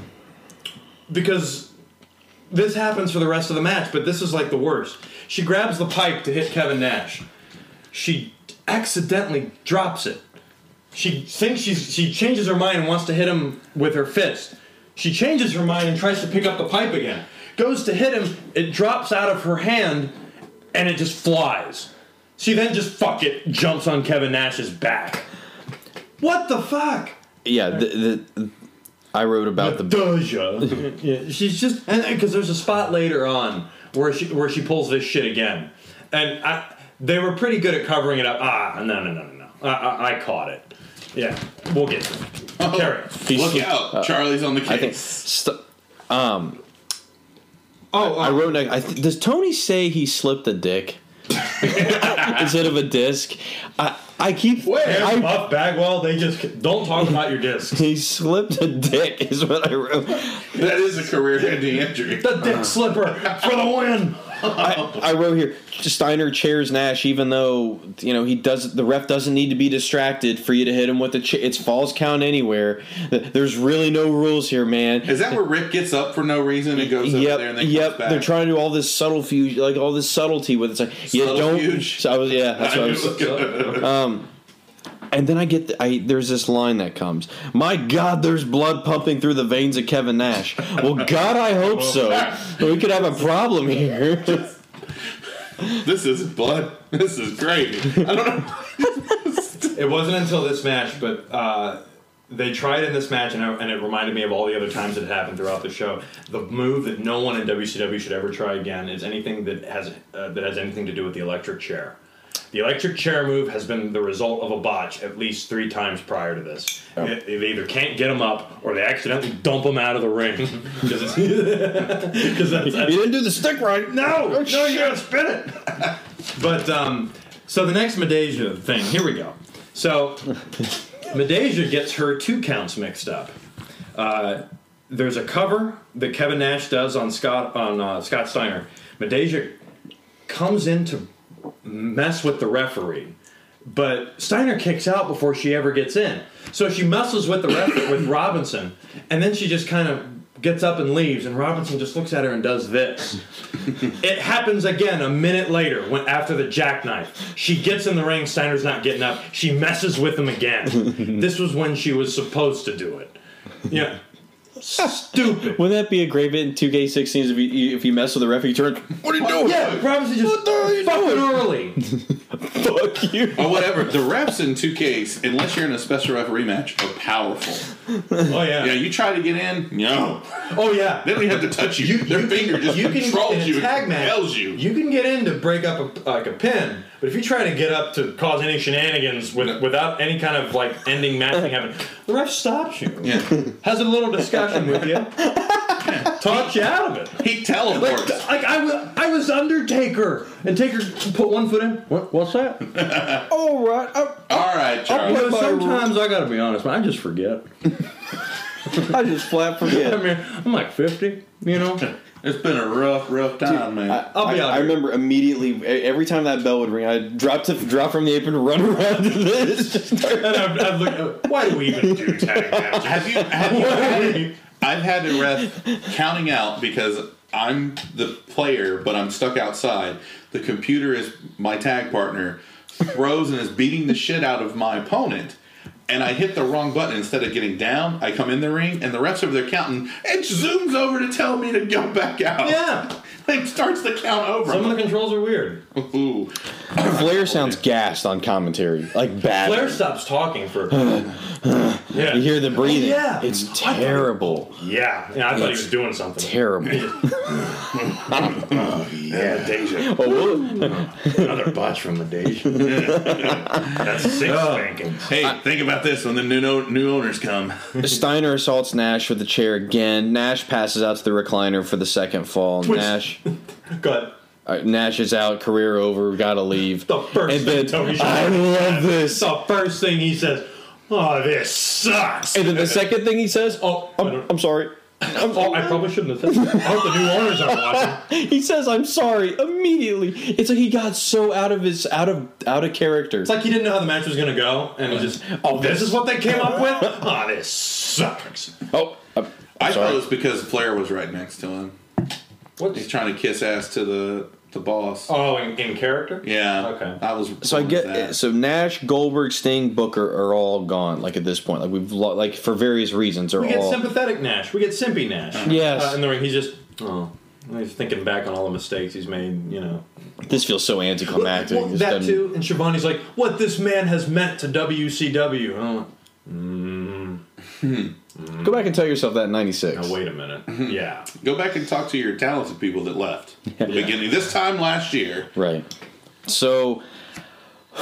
Speaker 4: Because this happens for the rest of the match, but this is like the worst. She grabs the pipe to hit Kevin Nash. She accidentally drops it. She thinks she's she changes her mind and wants to hit him with her fist. She changes her mind and tries to pick up the pipe again. Goes to hit him, it drops out of her hand, and it just flies. She then just fuck it, jumps on Kevin Nash's back. What the fuck?
Speaker 1: Yeah. The, the, I wrote about the.
Speaker 4: Doja. yeah, she's just because there's a spot later on where she where she pulls this shit again, and I, they were pretty good at covering it up. Ah, no, no, no, no, no. I, I, I caught it. Yeah, we'll get to it.
Speaker 1: Oh,
Speaker 4: Carry on.
Speaker 3: Look out. Charlie's on the
Speaker 1: uh, I think.
Speaker 3: case.
Speaker 1: St- um. Oh, I wrote. next- I th- does Tony say he slipped a dick instead of a disc? I I keep.
Speaker 3: Wait,
Speaker 1: I
Speaker 4: Buff Bagwell, they just don't talk about your discs.
Speaker 1: He slipped a dick is what I wrote.
Speaker 3: that is a career-ending injury.
Speaker 4: The dick slipper for the win.
Speaker 1: I, I wrote here Steiner chairs Nash even though you know he does the ref doesn't need to be distracted for you to hit him with the cha- it's falls count anywhere. Th- There's really no rules here, man.
Speaker 3: Is that where Rick gets up for no reason and goes over there and
Speaker 1: Yep,
Speaker 3: then
Speaker 1: yep.
Speaker 3: comes back?
Speaker 1: They're trying to do all this subtle fuge, like all this subtlety with it's like yeah, don't.
Speaker 3: Subterfuge.
Speaker 1: So I was yeah, that's what I was. And then I get the, I there's this line that comes. My God, there's blood pumping through the veins of Kevin Nash. Well, God, I hope so. We could have a problem here.
Speaker 3: This is blood. This is gravy. I don't know.
Speaker 4: It wasn't until this match, but uh, they tried in this match, and, I, and it reminded me of all the other times it happened throughout the show. The move that no one in WCW should ever try again is anything that has uh, that has anything to do with the electric chair. The electric chair move has been the result of a botch at least three times prior to this. It- they either can't get him up or they accidentally dump him out of the ring because that's, that's
Speaker 1: You didn't do the stick right.
Speaker 4: no, no, you gotta spin it. Oh, but um, so the next Medeja thing. Here we go. So Medeja gets her two counts mixed up. Uh, there's a cover that Kevin Nash does on Scott on uh, Scott Steiner. Medeja comes in to mess with the referee, but Steiner kicks out before she ever gets in. So she messes with the ref with Robinson, and then she just kind of gets up and leaves, and Robinson just looks at her and does this. It happens again a minute later when after the jackknife. She gets in the ring, Steiner's not getting up. She messes with him again. this was when she was supposed to do it. Yeah. Stupid.
Speaker 1: Wouldn't that be a great bit in 2K16 if you, if you mess with the referee, you turn,
Speaker 3: What are you doing?
Speaker 4: Yeah, Robinson just
Speaker 1: What the hell are you
Speaker 4: fucking
Speaker 1: doing?
Speaker 4: early.
Speaker 1: fuck you.
Speaker 3: Or whatever. The refs in 2Ks, unless you're in a special referee match, are powerful.
Speaker 4: Oh
Speaker 3: Yeah, you try to get in. No.
Speaker 4: Oh yeah.
Speaker 3: They don't even have to touch you. Their finger just
Speaker 4: you can
Speaker 3: controls
Speaker 4: in a
Speaker 3: you.
Speaker 4: tag
Speaker 3: and
Speaker 4: match.
Speaker 3: compels you.
Speaker 4: can get in to break up a, like a pin, but if you try to get up to cause any shenanigans with, without any kind of like ending match thing happening, the ref stops you.
Speaker 3: Yeah.
Speaker 4: Has a little discussion with you. Talks you out of it.
Speaker 3: He teleports.
Speaker 4: Like I was, I was Undertaker, and Taker put one foot in. What, what's that?
Speaker 1: All right.
Speaker 3: All right, Charlie.
Speaker 4: oh,
Speaker 1: By
Speaker 4: sometimes I gotta be honest, man. I just forget.
Speaker 1: I, I just flat
Speaker 4: I
Speaker 1: forget.
Speaker 4: mean, I'm like fifty, you know.
Speaker 3: It's been a rough, rough time, man.
Speaker 4: I'll be
Speaker 1: I,
Speaker 4: out
Speaker 1: I
Speaker 4: here.
Speaker 1: remember immediately e- every time that bell would ring, I'd drop to drop from the apron, run around to this.
Speaker 4: And I'm, I'm like, why do we even do tag matches?
Speaker 3: have you? Have you had, I've had a ref counting out because I'm the player, but I'm stuck outside. The computer is my tag partner. Throws and is beating the shit out of my opponent. And I hit the wrong button instead of getting down. I come in the ring, and the refs over there counting. It zooms over to tell me to go back out.
Speaker 4: Yeah.
Speaker 3: and starts the count over.
Speaker 4: Some of the controls are weird.
Speaker 3: Ooh.
Speaker 1: Flair sounds gassed on commentary, like bad.
Speaker 4: Blair stops talking for. yeah.
Speaker 1: You hear the breathing.
Speaker 4: Oh, yeah.
Speaker 1: It's terrible.
Speaker 4: yeah. Yeah. I thought he was doing something.
Speaker 1: Terrible.
Speaker 3: Yeah, Deja.
Speaker 1: Oh,
Speaker 4: Another botch from the Oh. day. That's six spankings.
Speaker 3: Hey, think about this when the new no- new owners come.
Speaker 1: Steiner assaults Nash with the chair again. Nash passes out to the recliner for the second fall. Nash
Speaker 4: Good.
Speaker 1: all right, Nash is Uh, out, career over, we gotta leave.
Speaker 4: The first
Speaker 1: and
Speaker 4: thing
Speaker 1: then,
Speaker 4: Tony
Speaker 1: I
Speaker 4: Schiavone
Speaker 1: love this.
Speaker 4: The first thing he says, "Oh, this sucks."
Speaker 1: And then the second thing he says,
Speaker 4: Oh, I
Speaker 1: I'm,
Speaker 4: don't-
Speaker 1: I'm sorry.
Speaker 4: Oh, I probably shouldn't have said that. I hope the new owners aren't watching.
Speaker 1: He says, "I'm sorry." Immediately, it's like he got so out of his out of out of character.
Speaker 4: It's like he didn't know how the match was gonna go, and was just, "Oh, this is what they came up with. Oh, this sucks."
Speaker 1: oh, I'm
Speaker 3: I
Speaker 1: sorry.
Speaker 3: thought it was because Flair was right next to him.
Speaker 4: What?
Speaker 3: He's trying to kiss ass to the the boss.
Speaker 4: Oh, in, in character.
Speaker 3: Yeah.
Speaker 4: Okay.
Speaker 3: I was.
Speaker 1: So I
Speaker 3: born
Speaker 1: get
Speaker 3: with that.
Speaker 1: so Nash, Goldberg, Sting, Booker are all gone. Like at this point, like we've lo- like for various reasons are
Speaker 4: We get
Speaker 1: all
Speaker 4: sympathetic Nash. We get simpy Nash.
Speaker 1: Yes.
Speaker 4: Uh, in the ring, he's just, oh, he's thinking back on all the mistakes he's made. You know.
Speaker 1: this feels so anticlimactic.
Speaker 4: Well,
Speaker 1: It's
Speaker 4: that
Speaker 1: done-
Speaker 4: too. And Shivani's like, "What this man has meant to WCW." Oh,
Speaker 3: Hmm.
Speaker 1: Go back and tell yourself that in '96.
Speaker 4: now wait a minute. yeah.
Speaker 3: Go back and talk to your talented people that left. The beginning this time last year.
Speaker 1: Right. So,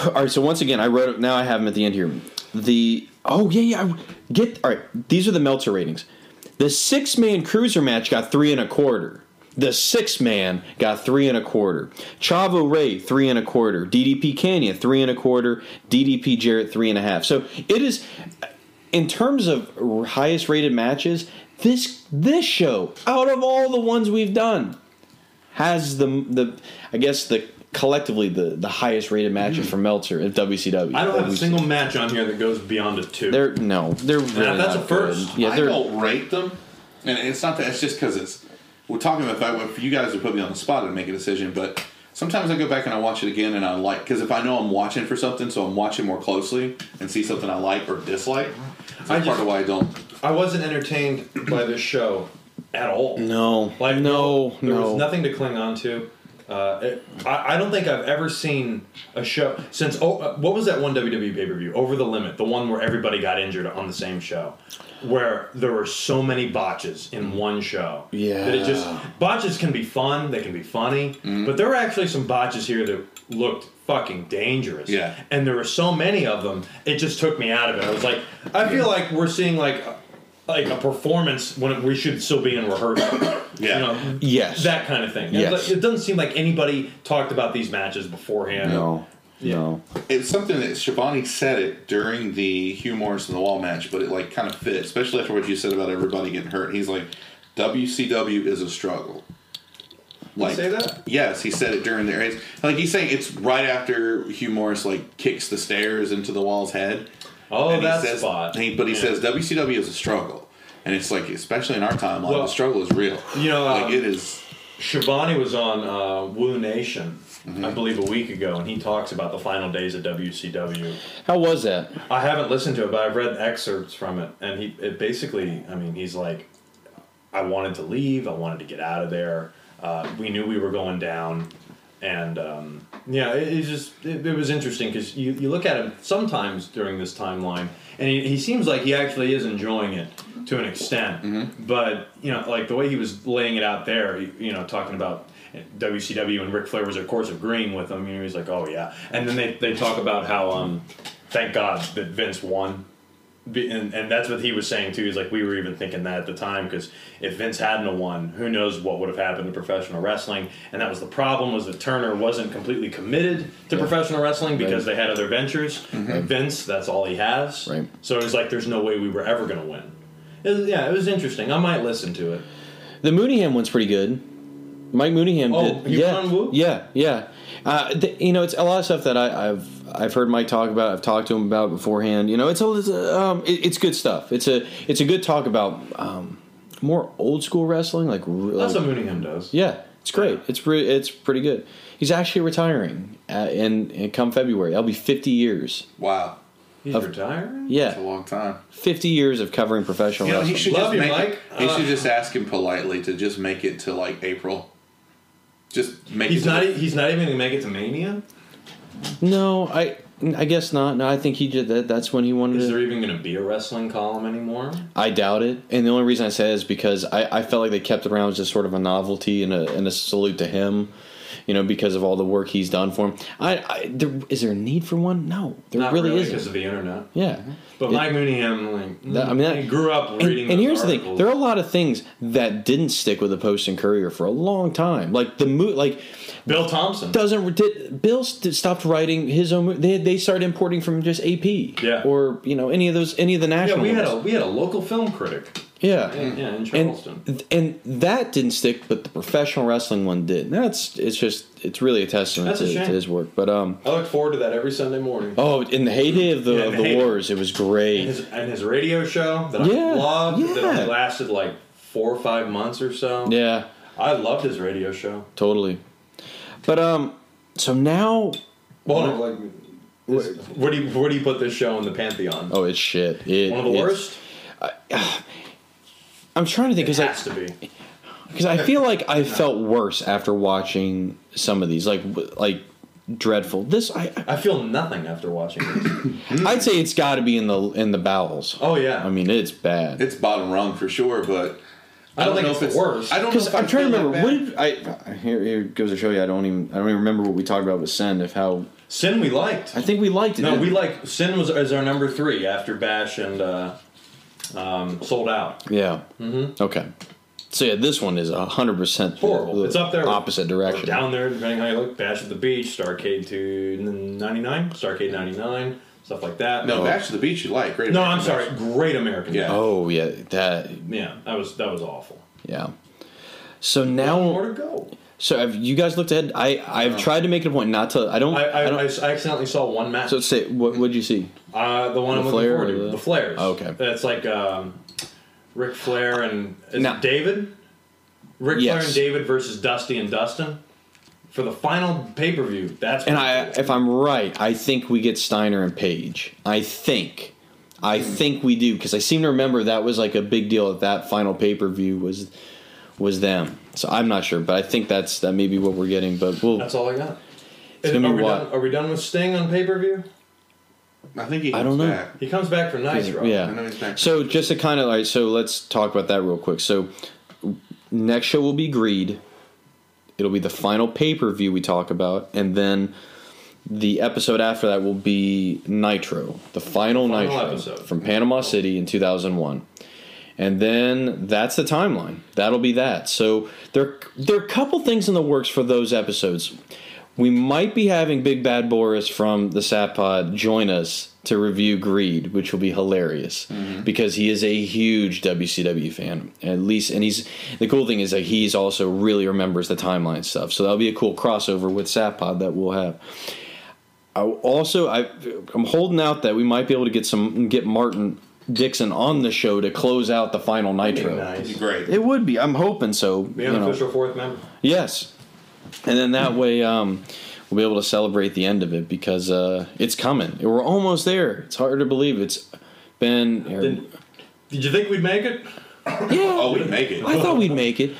Speaker 1: all right. So once again, I wrote it. Now I have them at the end here. The oh yeah yeah I- get all right. These are the Meltzer ratings. The six man cruiser match got three and a quarter. The six man got three and a quarter. Chavo Ray three and a quarter. DDP Canyon three and a quarter. DDP Jarrett three and a half. So it is in terms of r- highest rated matches. This this show out of all the ones we've done has the the I guess the collectively the the highest rated matches for Meltzer at WCW.
Speaker 4: Hmm. I don't
Speaker 1: that
Speaker 4: have a
Speaker 1: we've
Speaker 4: single
Speaker 1: seen.
Speaker 4: match on here that goes beyond a two.
Speaker 1: They're no, they're really
Speaker 4: that's
Speaker 1: not
Speaker 4: a first.
Speaker 1: good. Yeah,
Speaker 3: I
Speaker 1: they're
Speaker 3: don't rate them, and it's not that. It's just because it's. We're talking about that. If you guys would put me on the spot and make a decision, but sometimes I go back and I watch it again, and I like because if I know I'm watching for something, so I'm watching more closely and see something I like or dislike. That's
Speaker 4: I
Speaker 3: part
Speaker 4: just-
Speaker 3: of why I don't.
Speaker 4: I wasn't entertained by this show at all.
Speaker 1: no,
Speaker 4: Like
Speaker 1: no,
Speaker 4: there
Speaker 1: no.
Speaker 4: was nothing to cling on to. Uh, it, I, I don't think I've ever seen a show since. Oh, uh, what was that one WWE pay per view? Over the Limit, the one where everybody got injured on the same show, where there were so many botches in one show.
Speaker 1: Yeah.
Speaker 4: that it just botches can be fun. They can be funny,
Speaker 3: Mm-hmm.
Speaker 4: but there were actually some botches here that looked fucking dangerous.
Speaker 3: Yeah.
Speaker 4: and there were so many of them, it just took me out of it. I was like, I feel like we're seeing like. Like a performance when we should still be in rehearsal.
Speaker 3: Yeah.
Speaker 4: You know,
Speaker 1: Yes.
Speaker 4: that kind of thing.
Speaker 1: Yes.
Speaker 4: It doesn't seem like anybody talked about these matches beforehand.
Speaker 1: no, no.
Speaker 3: It's something that Shivani said it during the Hugh Morris and the Wall match, but it like kind of fit, especially after what you said about everybody getting hurt. He's like, WCW is a struggle. Like
Speaker 4: say that?
Speaker 3: Yes, he said it during there. It's, like he's saying it's right after Hugh Morris like kicks the stairs into the wall's head.
Speaker 4: Oh,
Speaker 3: And he
Speaker 4: that
Speaker 3: says-
Speaker 4: spot.
Speaker 3: he- but he
Speaker 4: Yeah.
Speaker 3: says WCW is a struggle, and it's like especially in our time, like
Speaker 4: Well,
Speaker 3: the struggle is real.
Speaker 4: you know,
Speaker 3: like
Speaker 4: um,
Speaker 3: it is.
Speaker 4: Shivani was on uh, Woo Nation,
Speaker 3: Mm-hmm.
Speaker 4: I believe, a week ago, and he talks about the final days of WCW.
Speaker 1: How was that?
Speaker 4: I haven't listened to it, but I've read excerpts from it, and he it basically, I mean, he's like, I wanted to leave, I wanted to get out of there. Uh, we knew we were going down, and um, yeah, it, it's just it, it was interesting because you, you look at him sometimes during this timeline, and he, he seems like he actually is enjoying it to an extent.
Speaker 1: Mm-hmm.
Speaker 4: But you know, like the way he was laying it out there, you, you know, talking about. WCW and Ric Flair was of course agreeing with him. You know, he's like, "Oh yeah," and then they, they talk about how um, thank God that Vince won. Be- And, and that's what he was saying too. He's like, we were even thinking that at the time because if Vince hadn't won, who knows what would have happened to professional wrestling? And that was the problem was that Turner wasn't completely committed to professional wrestling because they had other ventures. Vince, that's all he has.
Speaker 1: Mm-hmm. Right.
Speaker 4: So it was like, there's no way we were ever going to win. It was- yeah, it was interesting. I might listen to it.
Speaker 1: The Mooneyham one's pretty good. Mike Mooneyham
Speaker 4: Oh,
Speaker 1: did.
Speaker 4: he was
Speaker 1: yeah,
Speaker 4: on Woo?
Speaker 1: yeah, yeah. Uh, th- you know, it's a lot of stuff that I, I've I've heard Mike talk about. I've talked to him about beforehand. You know, it's a, it's a, um, it, it's good stuff. It's a it's a good talk about um, more old school wrestling, like re-
Speaker 4: That's
Speaker 1: like-
Speaker 4: what Mooneyham does.
Speaker 1: yeah, it's great. It's pre- it's pretty good. He's actually retiring uh, in, in come February. That'll be fifty years.
Speaker 3: Wow,
Speaker 4: He's
Speaker 1: Of-
Speaker 4: retiring.
Speaker 3: it's a
Speaker 1: Yeah,
Speaker 3: long time.
Speaker 1: fifty years of covering professional
Speaker 3: You know, he
Speaker 1: wrestling.
Speaker 3: should
Speaker 4: Love
Speaker 3: just
Speaker 4: you,
Speaker 3: make.
Speaker 4: Mike.
Speaker 3: He
Speaker 4: Uh,
Speaker 3: should just ask him politely to just make it to like April. Just make
Speaker 4: He's
Speaker 3: it
Speaker 4: not. e, He's not even gonna make it to Mania.
Speaker 1: No, I I guess not. No, I think he did that. That's when he wanted
Speaker 4: Is
Speaker 1: to.
Speaker 4: there even gonna be a wrestling column anymore?
Speaker 1: I doubt it. And the only reason I say that is because I, I felt like they kept it around as just sort of a novelty and a, and a salute to him, you know, because of all the work he's done for him. I, I there, is there a need for one? No, there
Speaker 4: Not
Speaker 1: really,
Speaker 4: really
Speaker 1: isn't.
Speaker 4: because of the internet.
Speaker 1: yeah.
Speaker 4: But Mike Mooneyham, like,
Speaker 1: That- I mean, that-
Speaker 4: he grew up
Speaker 1: And,
Speaker 4: reading.
Speaker 1: and
Speaker 4: those
Speaker 1: here's the thing:
Speaker 4: articles.
Speaker 1: there are a lot of things that didn't stick with the Post and Courier for a long time. Like the mo- like
Speaker 4: Bill Thompson.
Speaker 1: doesn't did, Bill st- stopped writing his own. mo- They they started importing from just AP,
Speaker 4: Yeah.
Speaker 1: or you know any of those any of the
Speaker 4: yeah,
Speaker 1: national.
Speaker 4: we had
Speaker 1: ones.
Speaker 4: a we had a local film critic.
Speaker 1: yeah.
Speaker 4: Yeah, in Charleston.
Speaker 1: and and that didn't stick, but the professional wrestling one did. And That's it's just it's really a testament
Speaker 4: That's a
Speaker 1: to, to
Speaker 4: shame.
Speaker 1: his work. But um
Speaker 4: I look forward to that every Sunday morning.
Speaker 1: oh, in the heyday of the
Speaker 4: Yeah,
Speaker 1: of
Speaker 4: the
Speaker 1: the
Speaker 4: heyday.
Speaker 1: wars, it was
Speaker 4: And
Speaker 1: great.
Speaker 4: his, and his radio show that
Speaker 1: Yeah,
Speaker 4: I loved that
Speaker 1: yeah.
Speaker 4: only lasted like four or five months or so.
Speaker 1: Yeah,
Speaker 4: I loved his radio show.
Speaker 1: totally. But um, so now
Speaker 4: Well, like, this- where do you where do you put this show in the pantheon?
Speaker 1: oh, it's shit. It,
Speaker 4: One of the
Speaker 1: it's-
Speaker 4: worst.
Speaker 1: I'm trying to think
Speaker 4: It
Speaker 1: because I
Speaker 4: has to be.
Speaker 1: because I feel like I felt worse after watching some of these like w- like dreadful. This I
Speaker 4: I feel nothing after watching this.
Speaker 1: I'd say it's got to be in the in the bowels.
Speaker 4: Mm. Oh yeah.
Speaker 1: I mean, it's bad.
Speaker 3: it's bottom rung for sure, but I
Speaker 4: e- don't
Speaker 3: don't,
Speaker 4: think
Speaker 3: know
Speaker 4: it's
Speaker 3: if
Speaker 4: the
Speaker 3: it's
Speaker 4: worst.
Speaker 3: I don't know
Speaker 1: Because
Speaker 3: if I
Speaker 1: I'm trying to
Speaker 3: feel that
Speaker 1: remember
Speaker 3: bad.
Speaker 1: what did I here, here goes to show you I don't even I don't even remember what we talked about with Send of how
Speaker 4: Sin we liked.
Speaker 1: I think we liked it.
Speaker 4: No,
Speaker 1: didn't
Speaker 4: we like Sin was is our number three after Bash and uh, um, Sold Out.
Speaker 1: yeah mm-hmm. okay so yeah this one is hundred percent
Speaker 4: Horrible. It's up there with-
Speaker 1: opposite direction
Speaker 4: Down there, depending how you look, Bash at the Beach, Starcade to ninety nine, Starcade ninety nine, stuff like that.
Speaker 3: No, Bash to the Beach you like. Great
Speaker 4: Oh. no,
Speaker 3: American
Speaker 4: I'm sorry,
Speaker 3: Bash.
Speaker 4: Great American.
Speaker 3: Yeah.
Speaker 1: oh yeah that
Speaker 4: yeah, that was that was awful.
Speaker 1: yeah so
Speaker 4: More
Speaker 1: now
Speaker 4: to go.
Speaker 1: so have you guys looked ahead I I've tried to make it a point not to I don't
Speaker 4: I, I,
Speaker 1: don't
Speaker 4: I, I accidentally saw one match.
Speaker 1: so say what would you see
Speaker 4: uh, the one I'm looking
Speaker 1: Flair
Speaker 4: forward
Speaker 1: or
Speaker 4: to,
Speaker 1: the-
Speaker 4: the Flares.
Speaker 1: Oh, okay.
Speaker 4: that's like um, Ric Flair and is it
Speaker 1: Now-
Speaker 4: David. Ric Flair
Speaker 1: Yes.
Speaker 4: and David versus Dusty and Dustin for the final pay per view. That's
Speaker 1: and
Speaker 4: what
Speaker 1: I
Speaker 4: it is.
Speaker 1: if I'm right I think we get Steiner and Page I think. I think we do because I seem to remember that was like a big deal at that final pay per view was was them. So I'm not sure, but I think that's that may be what we're getting. But we'll
Speaker 4: that's all I got.
Speaker 1: gonna be
Speaker 4: are, we
Speaker 1: what?
Speaker 4: done, are we done with Sting on pay per view?
Speaker 3: I think he
Speaker 1: I don't
Speaker 3: comes
Speaker 1: know.
Speaker 3: back.
Speaker 4: He comes back for Nitro.
Speaker 3: I know
Speaker 1: yeah.
Speaker 3: he's back.
Speaker 1: So just to kind of like so let's talk about that real quick. So next show will be Greed. It'll be the final pay per view we talk about, and then the episode after that will be Nitro, the final, Nitro
Speaker 4: episode.
Speaker 1: from Panama City in 2001. And then that's the timeline. That'll be that. So there, there are a couple things in the works for those episodes. We might be having Big Bad Boris from the Sat Pod join us to review Greed, which will be hilarious because he is a huge WCW fan. At least, and he's the cool thing is that he's also really remembers the timeline stuff. So that'll be a cool crossover with Sat Pod that we'll have. I also I I'm holding out that we might be able to get some get Martin Dixon on the show to close out the final Nitro.
Speaker 4: Nice.
Speaker 3: Great.
Speaker 1: It would be. I'm hoping so.
Speaker 4: Be
Speaker 1: you
Speaker 4: an
Speaker 1: know.
Speaker 4: official fourth member.
Speaker 1: Yes, and then that way um, we'll be able to celebrate the end of it because uh, it's coming. We're almost there. It's hard to believe. It's been
Speaker 4: Did, did you think we'd make it?
Speaker 1: yeah.
Speaker 3: oh, we make it.
Speaker 1: I thought we'd make it.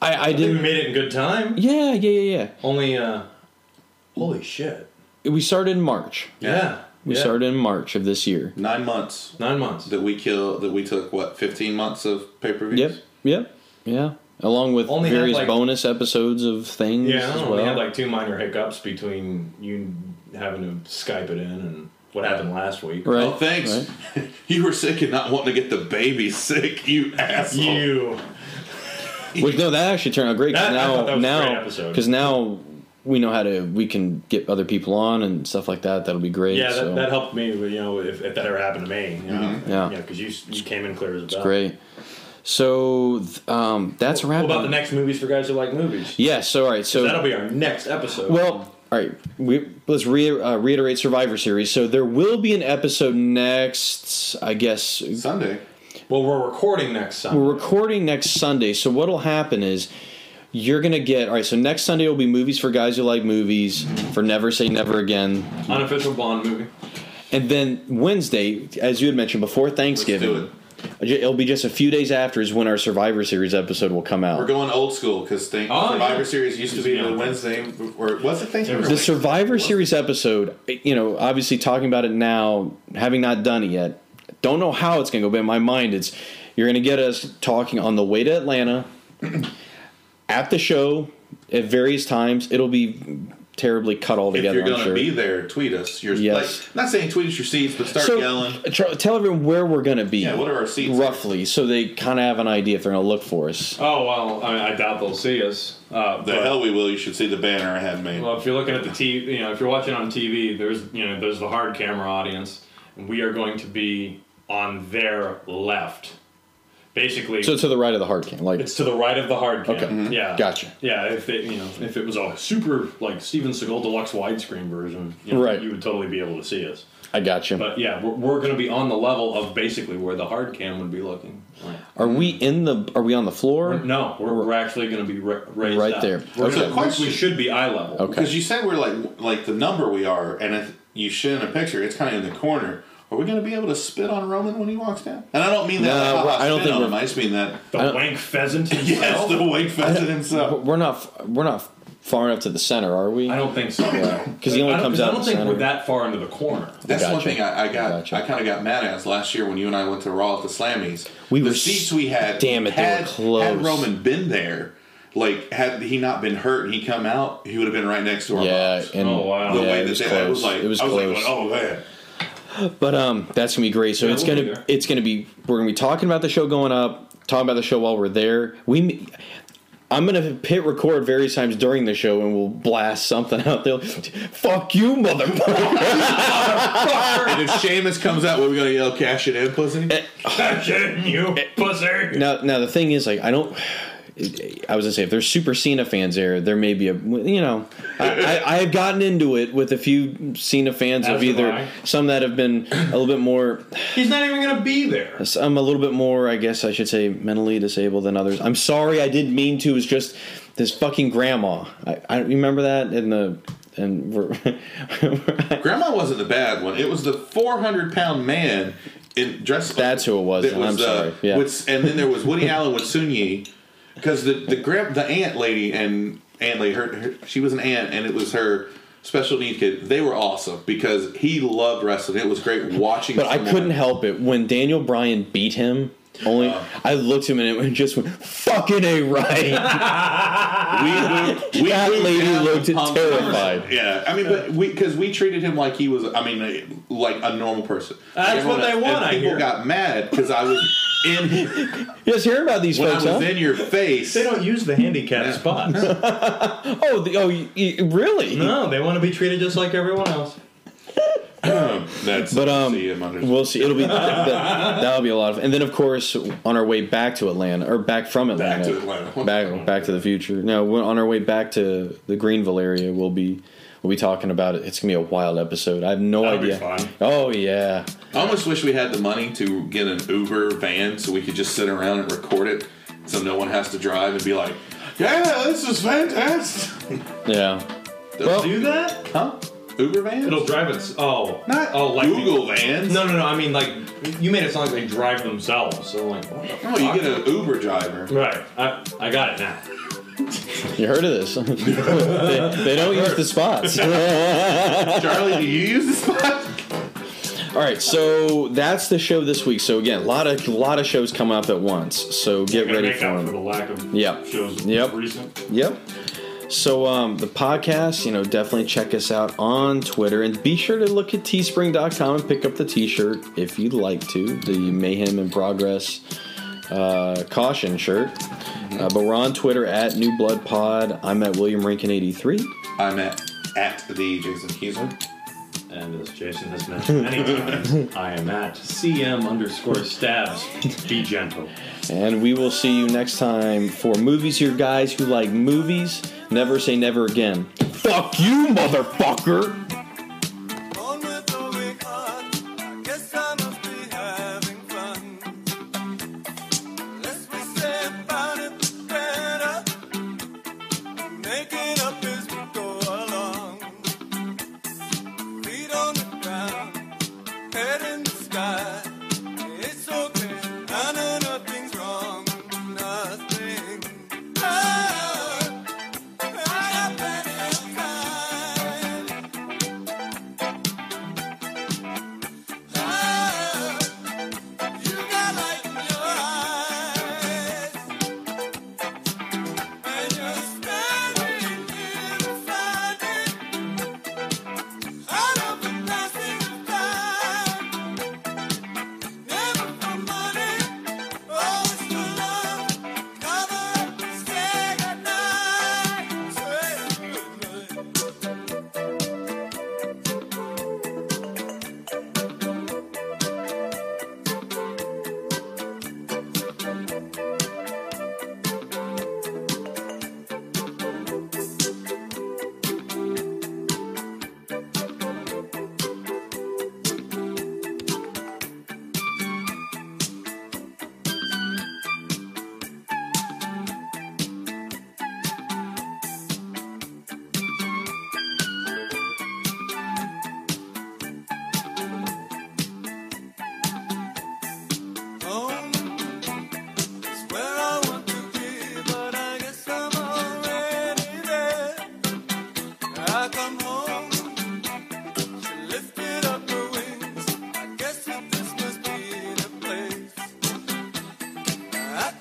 Speaker 1: I, I
Speaker 4: I think we
Speaker 1: didn't.
Speaker 4: made it in good time.
Speaker 1: Yeah, yeah, yeah,
Speaker 4: Only, uh, holy shit.
Speaker 1: yeah. We started in March.
Speaker 4: Yeah.
Speaker 1: We
Speaker 4: Yeah.
Speaker 1: started in March of this year.
Speaker 3: Nine months
Speaker 4: nine months.
Speaker 3: that we kill that we took what fifteen months of pay per views.
Speaker 1: Yep. Yep. Yeah. Along with
Speaker 4: Only had,
Speaker 1: various
Speaker 4: like-
Speaker 1: bonus episodes of things
Speaker 4: Yeah, I
Speaker 1: as
Speaker 4: don't know,
Speaker 1: well.
Speaker 4: we had like two minor hiccups between you having to Skype it in and what happened last week.
Speaker 1: right.
Speaker 3: Oh, thanks.
Speaker 1: right.
Speaker 3: you were sick and not wanting to get the baby sick, you asshole.
Speaker 4: You.
Speaker 1: Which no, that actually turned out great. Cause
Speaker 4: That- I
Speaker 1: now,
Speaker 4: thought that was a great
Speaker 1: now,
Speaker 4: episode.
Speaker 1: because now we know how to. We can get other people on and stuff like that. That'll be great.
Speaker 4: Yeah, that,
Speaker 1: so. Mm-hmm.
Speaker 4: that helped me, you know, if, if that ever happened to me. You know,
Speaker 1: Yeah.
Speaker 4: because you, you came in clear as a bell.
Speaker 1: great. So th- um, that's a wrap.
Speaker 4: What about
Speaker 1: on-
Speaker 4: the next movies for guys who like movies?
Speaker 1: Yes. So all right. So
Speaker 4: That'll be our next episode.
Speaker 1: Well, all right. We, let's re, uh, reiterate Survivor Series. So there will be an episode next. I guess
Speaker 3: Sunday.
Speaker 4: well, we're recording next Sunday.
Speaker 1: we're recording next Sunday. So what'll happen is you're gonna get all right. So next Sunday will be movies for guys who like movies for Never Say Never Again.
Speaker 4: Unofficial Bond movie.
Speaker 1: And then Wednesday, as you had mentioned before Thanksgiving,
Speaker 3: Let's do
Speaker 1: it'll be just a few days after is when our Survivor Series episode will come out.
Speaker 3: We're going old school because
Speaker 4: Oh,
Speaker 3: Survivor
Speaker 4: yeah.
Speaker 3: Series used to be the Wednesday or was it Thanksgiving?
Speaker 1: the Survivor Series episode, you know, obviously talking about it now, having not done it yet, don't know how it's going to go. But in my mind, it's you're going to get us talking on the way to Atlanta, at the show, at various times. It'll be terribly cut all
Speaker 3: If
Speaker 1: together.
Speaker 3: you're
Speaker 1: I'm
Speaker 3: going to
Speaker 1: sure.
Speaker 3: be there, tweet us. You're
Speaker 1: Yes.
Speaker 3: like not saying tweet us your seats, but start
Speaker 1: so,
Speaker 3: yelling.
Speaker 1: tr- tell everyone where we're going to be.
Speaker 3: Yeah, what are our seats?
Speaker 1: roughly, so they kind of have an idea if they're going to look for us.
Speaker 4: Oh well, I, mean, I doubt they'll see us. Uh,
Speaker 3: The
Speaker 4: but-
Speaker 3: hell we will. You should see the banner I had made.
Speaker 4: Well, if you're looking at the TV, you know, if you're watching on TV, there's you know, there's the hard camera audience, and we are going to be on their left. Basically,
Speaker 1: So to the right of the hard cam, like
Speaker 4: it's to the right of the hard cam.
Speaker 1: Okay. Mhm.
Speaker 4: Yeah,
Speaker 1: Gotcha.
Speaker 4: Yeah, if it you know if it was a super like Steven Seagal deluxe widescreen version, you know,
Speaker 1: Right.
Speaker 4: you would totally be able to see us.
Speaker 1: I got you.
Speaker 4: But yeah, we're, we're going to be on the level of basically where the hard cam would be looking. Right.
Speaker 1: Are we in the? Are we on the floor?
Speaker 4: No, we're, we're actually going to be ra- raised
Speaker 1: Right
Speaker 4: up.
Speaker 1: there.
Speaker 4: We're
Speaker 1: Okay.
Speaker 4: gonna- we-
Speaker 3: Question.
Speaker 4: we should be eye level.
Speaker 1: Okay.
Speaker 3: Because you said we're like like the number we are, and if you show in a picture, it's kind of in the corner. Are we going to be able to spit on Roman when he walks down? And I don't mean that.
Speaker 1: No,
Speaker 3: like, ha, ha,
Speaker 1: I don't
Speaker 3: spit
Speaker 1: think
Speaker 3: on
Speaker 1: we're-
Speaker 3: him. I just mean that.
Speaker 4: The wank pheasant
Speaker 3: Yes,
Speaker 4: himself.
Speaker 3: the white pheasant himself.
Speaker 1: We're not. We're not far enough to the center, are we?
Speaker 4: I don't think so. Because
Speaker 1: he only comes
Speaker 4: I
Speaker 1: out
Speaker 4: don't
Speaker 1: in
Speaker 4: think
Speaker 1: center.
Speaker 4: we're that far into the corner.
Speaker 3: That's one
Speaker 1: Gotcha.
Speaker 3: thing I, I got.
Speaker 1: Gotcha.
Speaker 3: I kind of got mad at last year when you and I went to Raw at the Slammies.
Speaker 1: We
Speaker 3: the
Speaker 1: were
Speaker 3: seats
Speaker 1: s-
Speaker 3: we had.
Speaker 1: damn it, they were
Speaker 3: had,
Speaker 1: close.
Speaker 3: Had Roman been there, like had he not been hurt and he come out, he would have been right next to our
Speaker 1: Yeah,
Speaker 3: box.
Speaker 1: and
Speaker 4: Oh, wow.
Speaker 3: the
Speaker 1: yeah,
Speaker 3: way
Speaker 1: it
Speaker 3: that
Speaker 1: was
Speaker 3: they,
Speaker 1: close.
Speaker 3: I was like,
Speaker 1: it was
Speaker 3: I was
Speaker 1: close.
Speaker 3: like, oh man.
Speaker 1: But um, that's gonna be great. So it's
Speaker 4: oh. we'll be
Speaker 1: gonna
Speaker 4: there.
Speaker 1: it's gonna be we're gonna be talking about the show going up, talking about the show while we're there. We, I'm gonna hit record various times during the show, and we'll blast something out there. Fuck you, motherfucker!
Speaker 3: and if Seamus comes out, what are we gonna yell? Cash it in, pussy.
Speaker 4: Shouldn't you, pussy?
Speaker 1: now, now the thing is, like, I don't. I was gonna say, if there's Super Cena fans there, there may be a you know, I, I, I have gotten into it with a few Cena fans of
Speaker 4: As have
Speaker 1: either
Speaker 4: I.
Speaker 1: some that have been a little bit more
Speaker 4: He's not even going to be there.
Speaker 1: I'm a little bit more, I guess I should say, mentally disabled than others. I'm sorry, I didn't mean to. It was just this fucking grandma. I, I remember that in the and we're,
Speaker 3: Grandma wasn't the bad one. It was the 400 pound man in dress.
Speaker 1: That's who it was,
Speaker 3: that
Speaker 1: and I'm
Speaker 3: uh,
Speaker 1: sorry. Yeah.
Speaker 3: with- and then there was Woody Allen with Sun Yi, because the the grand, the aunt lady and aunt lady, her, her she was an aunt, and it was her special needs kid. They were awesome because he loved wrestling. It was great watching.
Speaker 1: but I
Speaker 3: someone-
Speaker 1: couldn't help it when Daniel Bryan beat him. Only
Speaker 3: Uh.
Speaker 1: I looked at him and it just went fucking a right.
Speaker 3: We, moved- we
Speaker 1: That
Speaker 3: moved
Speaker 1: lady
Speaker 3: down the
Speaker 1: looked
Speaker 3: pump.
Speaker 1: terrified.
Speaker 3: Yeah, I mean, but we because we treated him like he was, I mean, like a normal person.
Speaker 4: That's what they want,
Speaker 3: and
Speaker 4: I
Speaker 3: people
Speaker 4: hear.
Speaker 3: got mad because I was in
Speaker 1: You guys hear about these
Speaker 3: when I
Speaker 1: folks?
Speaker 3: was
Speaker 1: Huh?
Speaker 3: in your face.
Speaker 4: They don't use the handicap
Speaker 3: Yeah.
Speaker 4: spots.
Speaker 1: oh, the, oh, you, you- really?
Speaker 4: no, they want to be treated just like everyone else.
Speaker 3: That's
Speaker 1: But um,
Speaker 3: see him under-
Speaker 1: we'll see. It'll be that, that'll be a lot of, and then of course on our way back to Atlanta or back from Atlanta,
Speaker 3: to Atlanta.
Speaker 1: back back to the future. No, we're on our way back to the Greenville area. We'll be we'll be talking about it. It's gonna be a wild episode. I have no
Speaker 4: That'll be
Speaker 1: idea.
Speaker 4: fun.
Speaker 1: Oh yeah,
Speaker 3: I almost wish we had the money to get an Uber van so we could just sit around and record it, so no one has to drive and be like, "Yeah, this is fantastic."
Speaker 1: yeah.
Speaker 3: They'll
Speaker 1: Well-
Speaker 3: do that, huh? Uber van?
Speaker 4: It'll drive its. Oh.
Speaker 3: Not
Speaker 4: oh, like
Speaker 3: Google vans.
Speaker 4: No, no, no. I mean, like, you made it sound like they drive themselves. So, like, what the
Speaker 3: No, you get an Uber driver.
Speaker 4: Right. I, I got it now.
Speaker 1: You heard of this? they, they don't use the spots.
Speaker 3: Charlie, do you use this spot?
Speaker 1: All right, so that's the show this week. So again, a lot of lot of shows come up at once. So get
Speaker 4: Gonna
Speaker 1: ready
Speaker 4: make
Speaker 1: for
Speaker 4: up
Speaker 1: them.
Speaker 4: for the lack of
Speaker 1: Yeah.
Speaker 4: shows
Speaker 1: Yep.
Speaker 4: recent.
Speaker 1: Yep. So um, the podcast, you know, definitely check us out on Twitter and be sure to look at teespring.com and pick up the t-shirt if you'd like to, the Mayhem and Progress uh, caution shirt. Uh, but we're on Twitter at New Blood Pod. I'm at William Rankin 83.
Speaker 3: I'm at at the Jason Kiesler.
Speaker 4: And as Jason has mentioned many times, I am at CM underscore stabs. Be gentle.
Speaker 1: And we will see you next time for movies here, guys who like movies. Never say never again. Fuck you, motherfucker!
Speaker 6: Born with a weak heart, I guess I must be having fun. Less we say about it, the better. Make it up as we go along. Feet on the ground, head in the sky. It's okay. I Oh,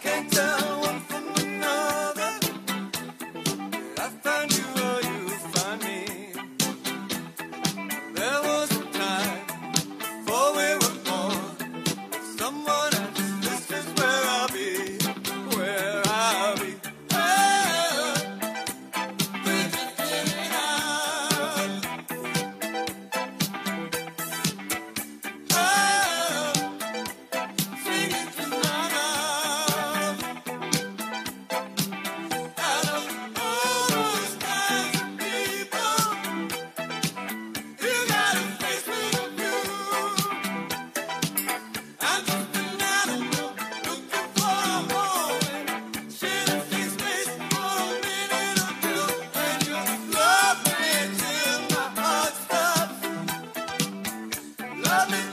Speaker 6: oh, I've been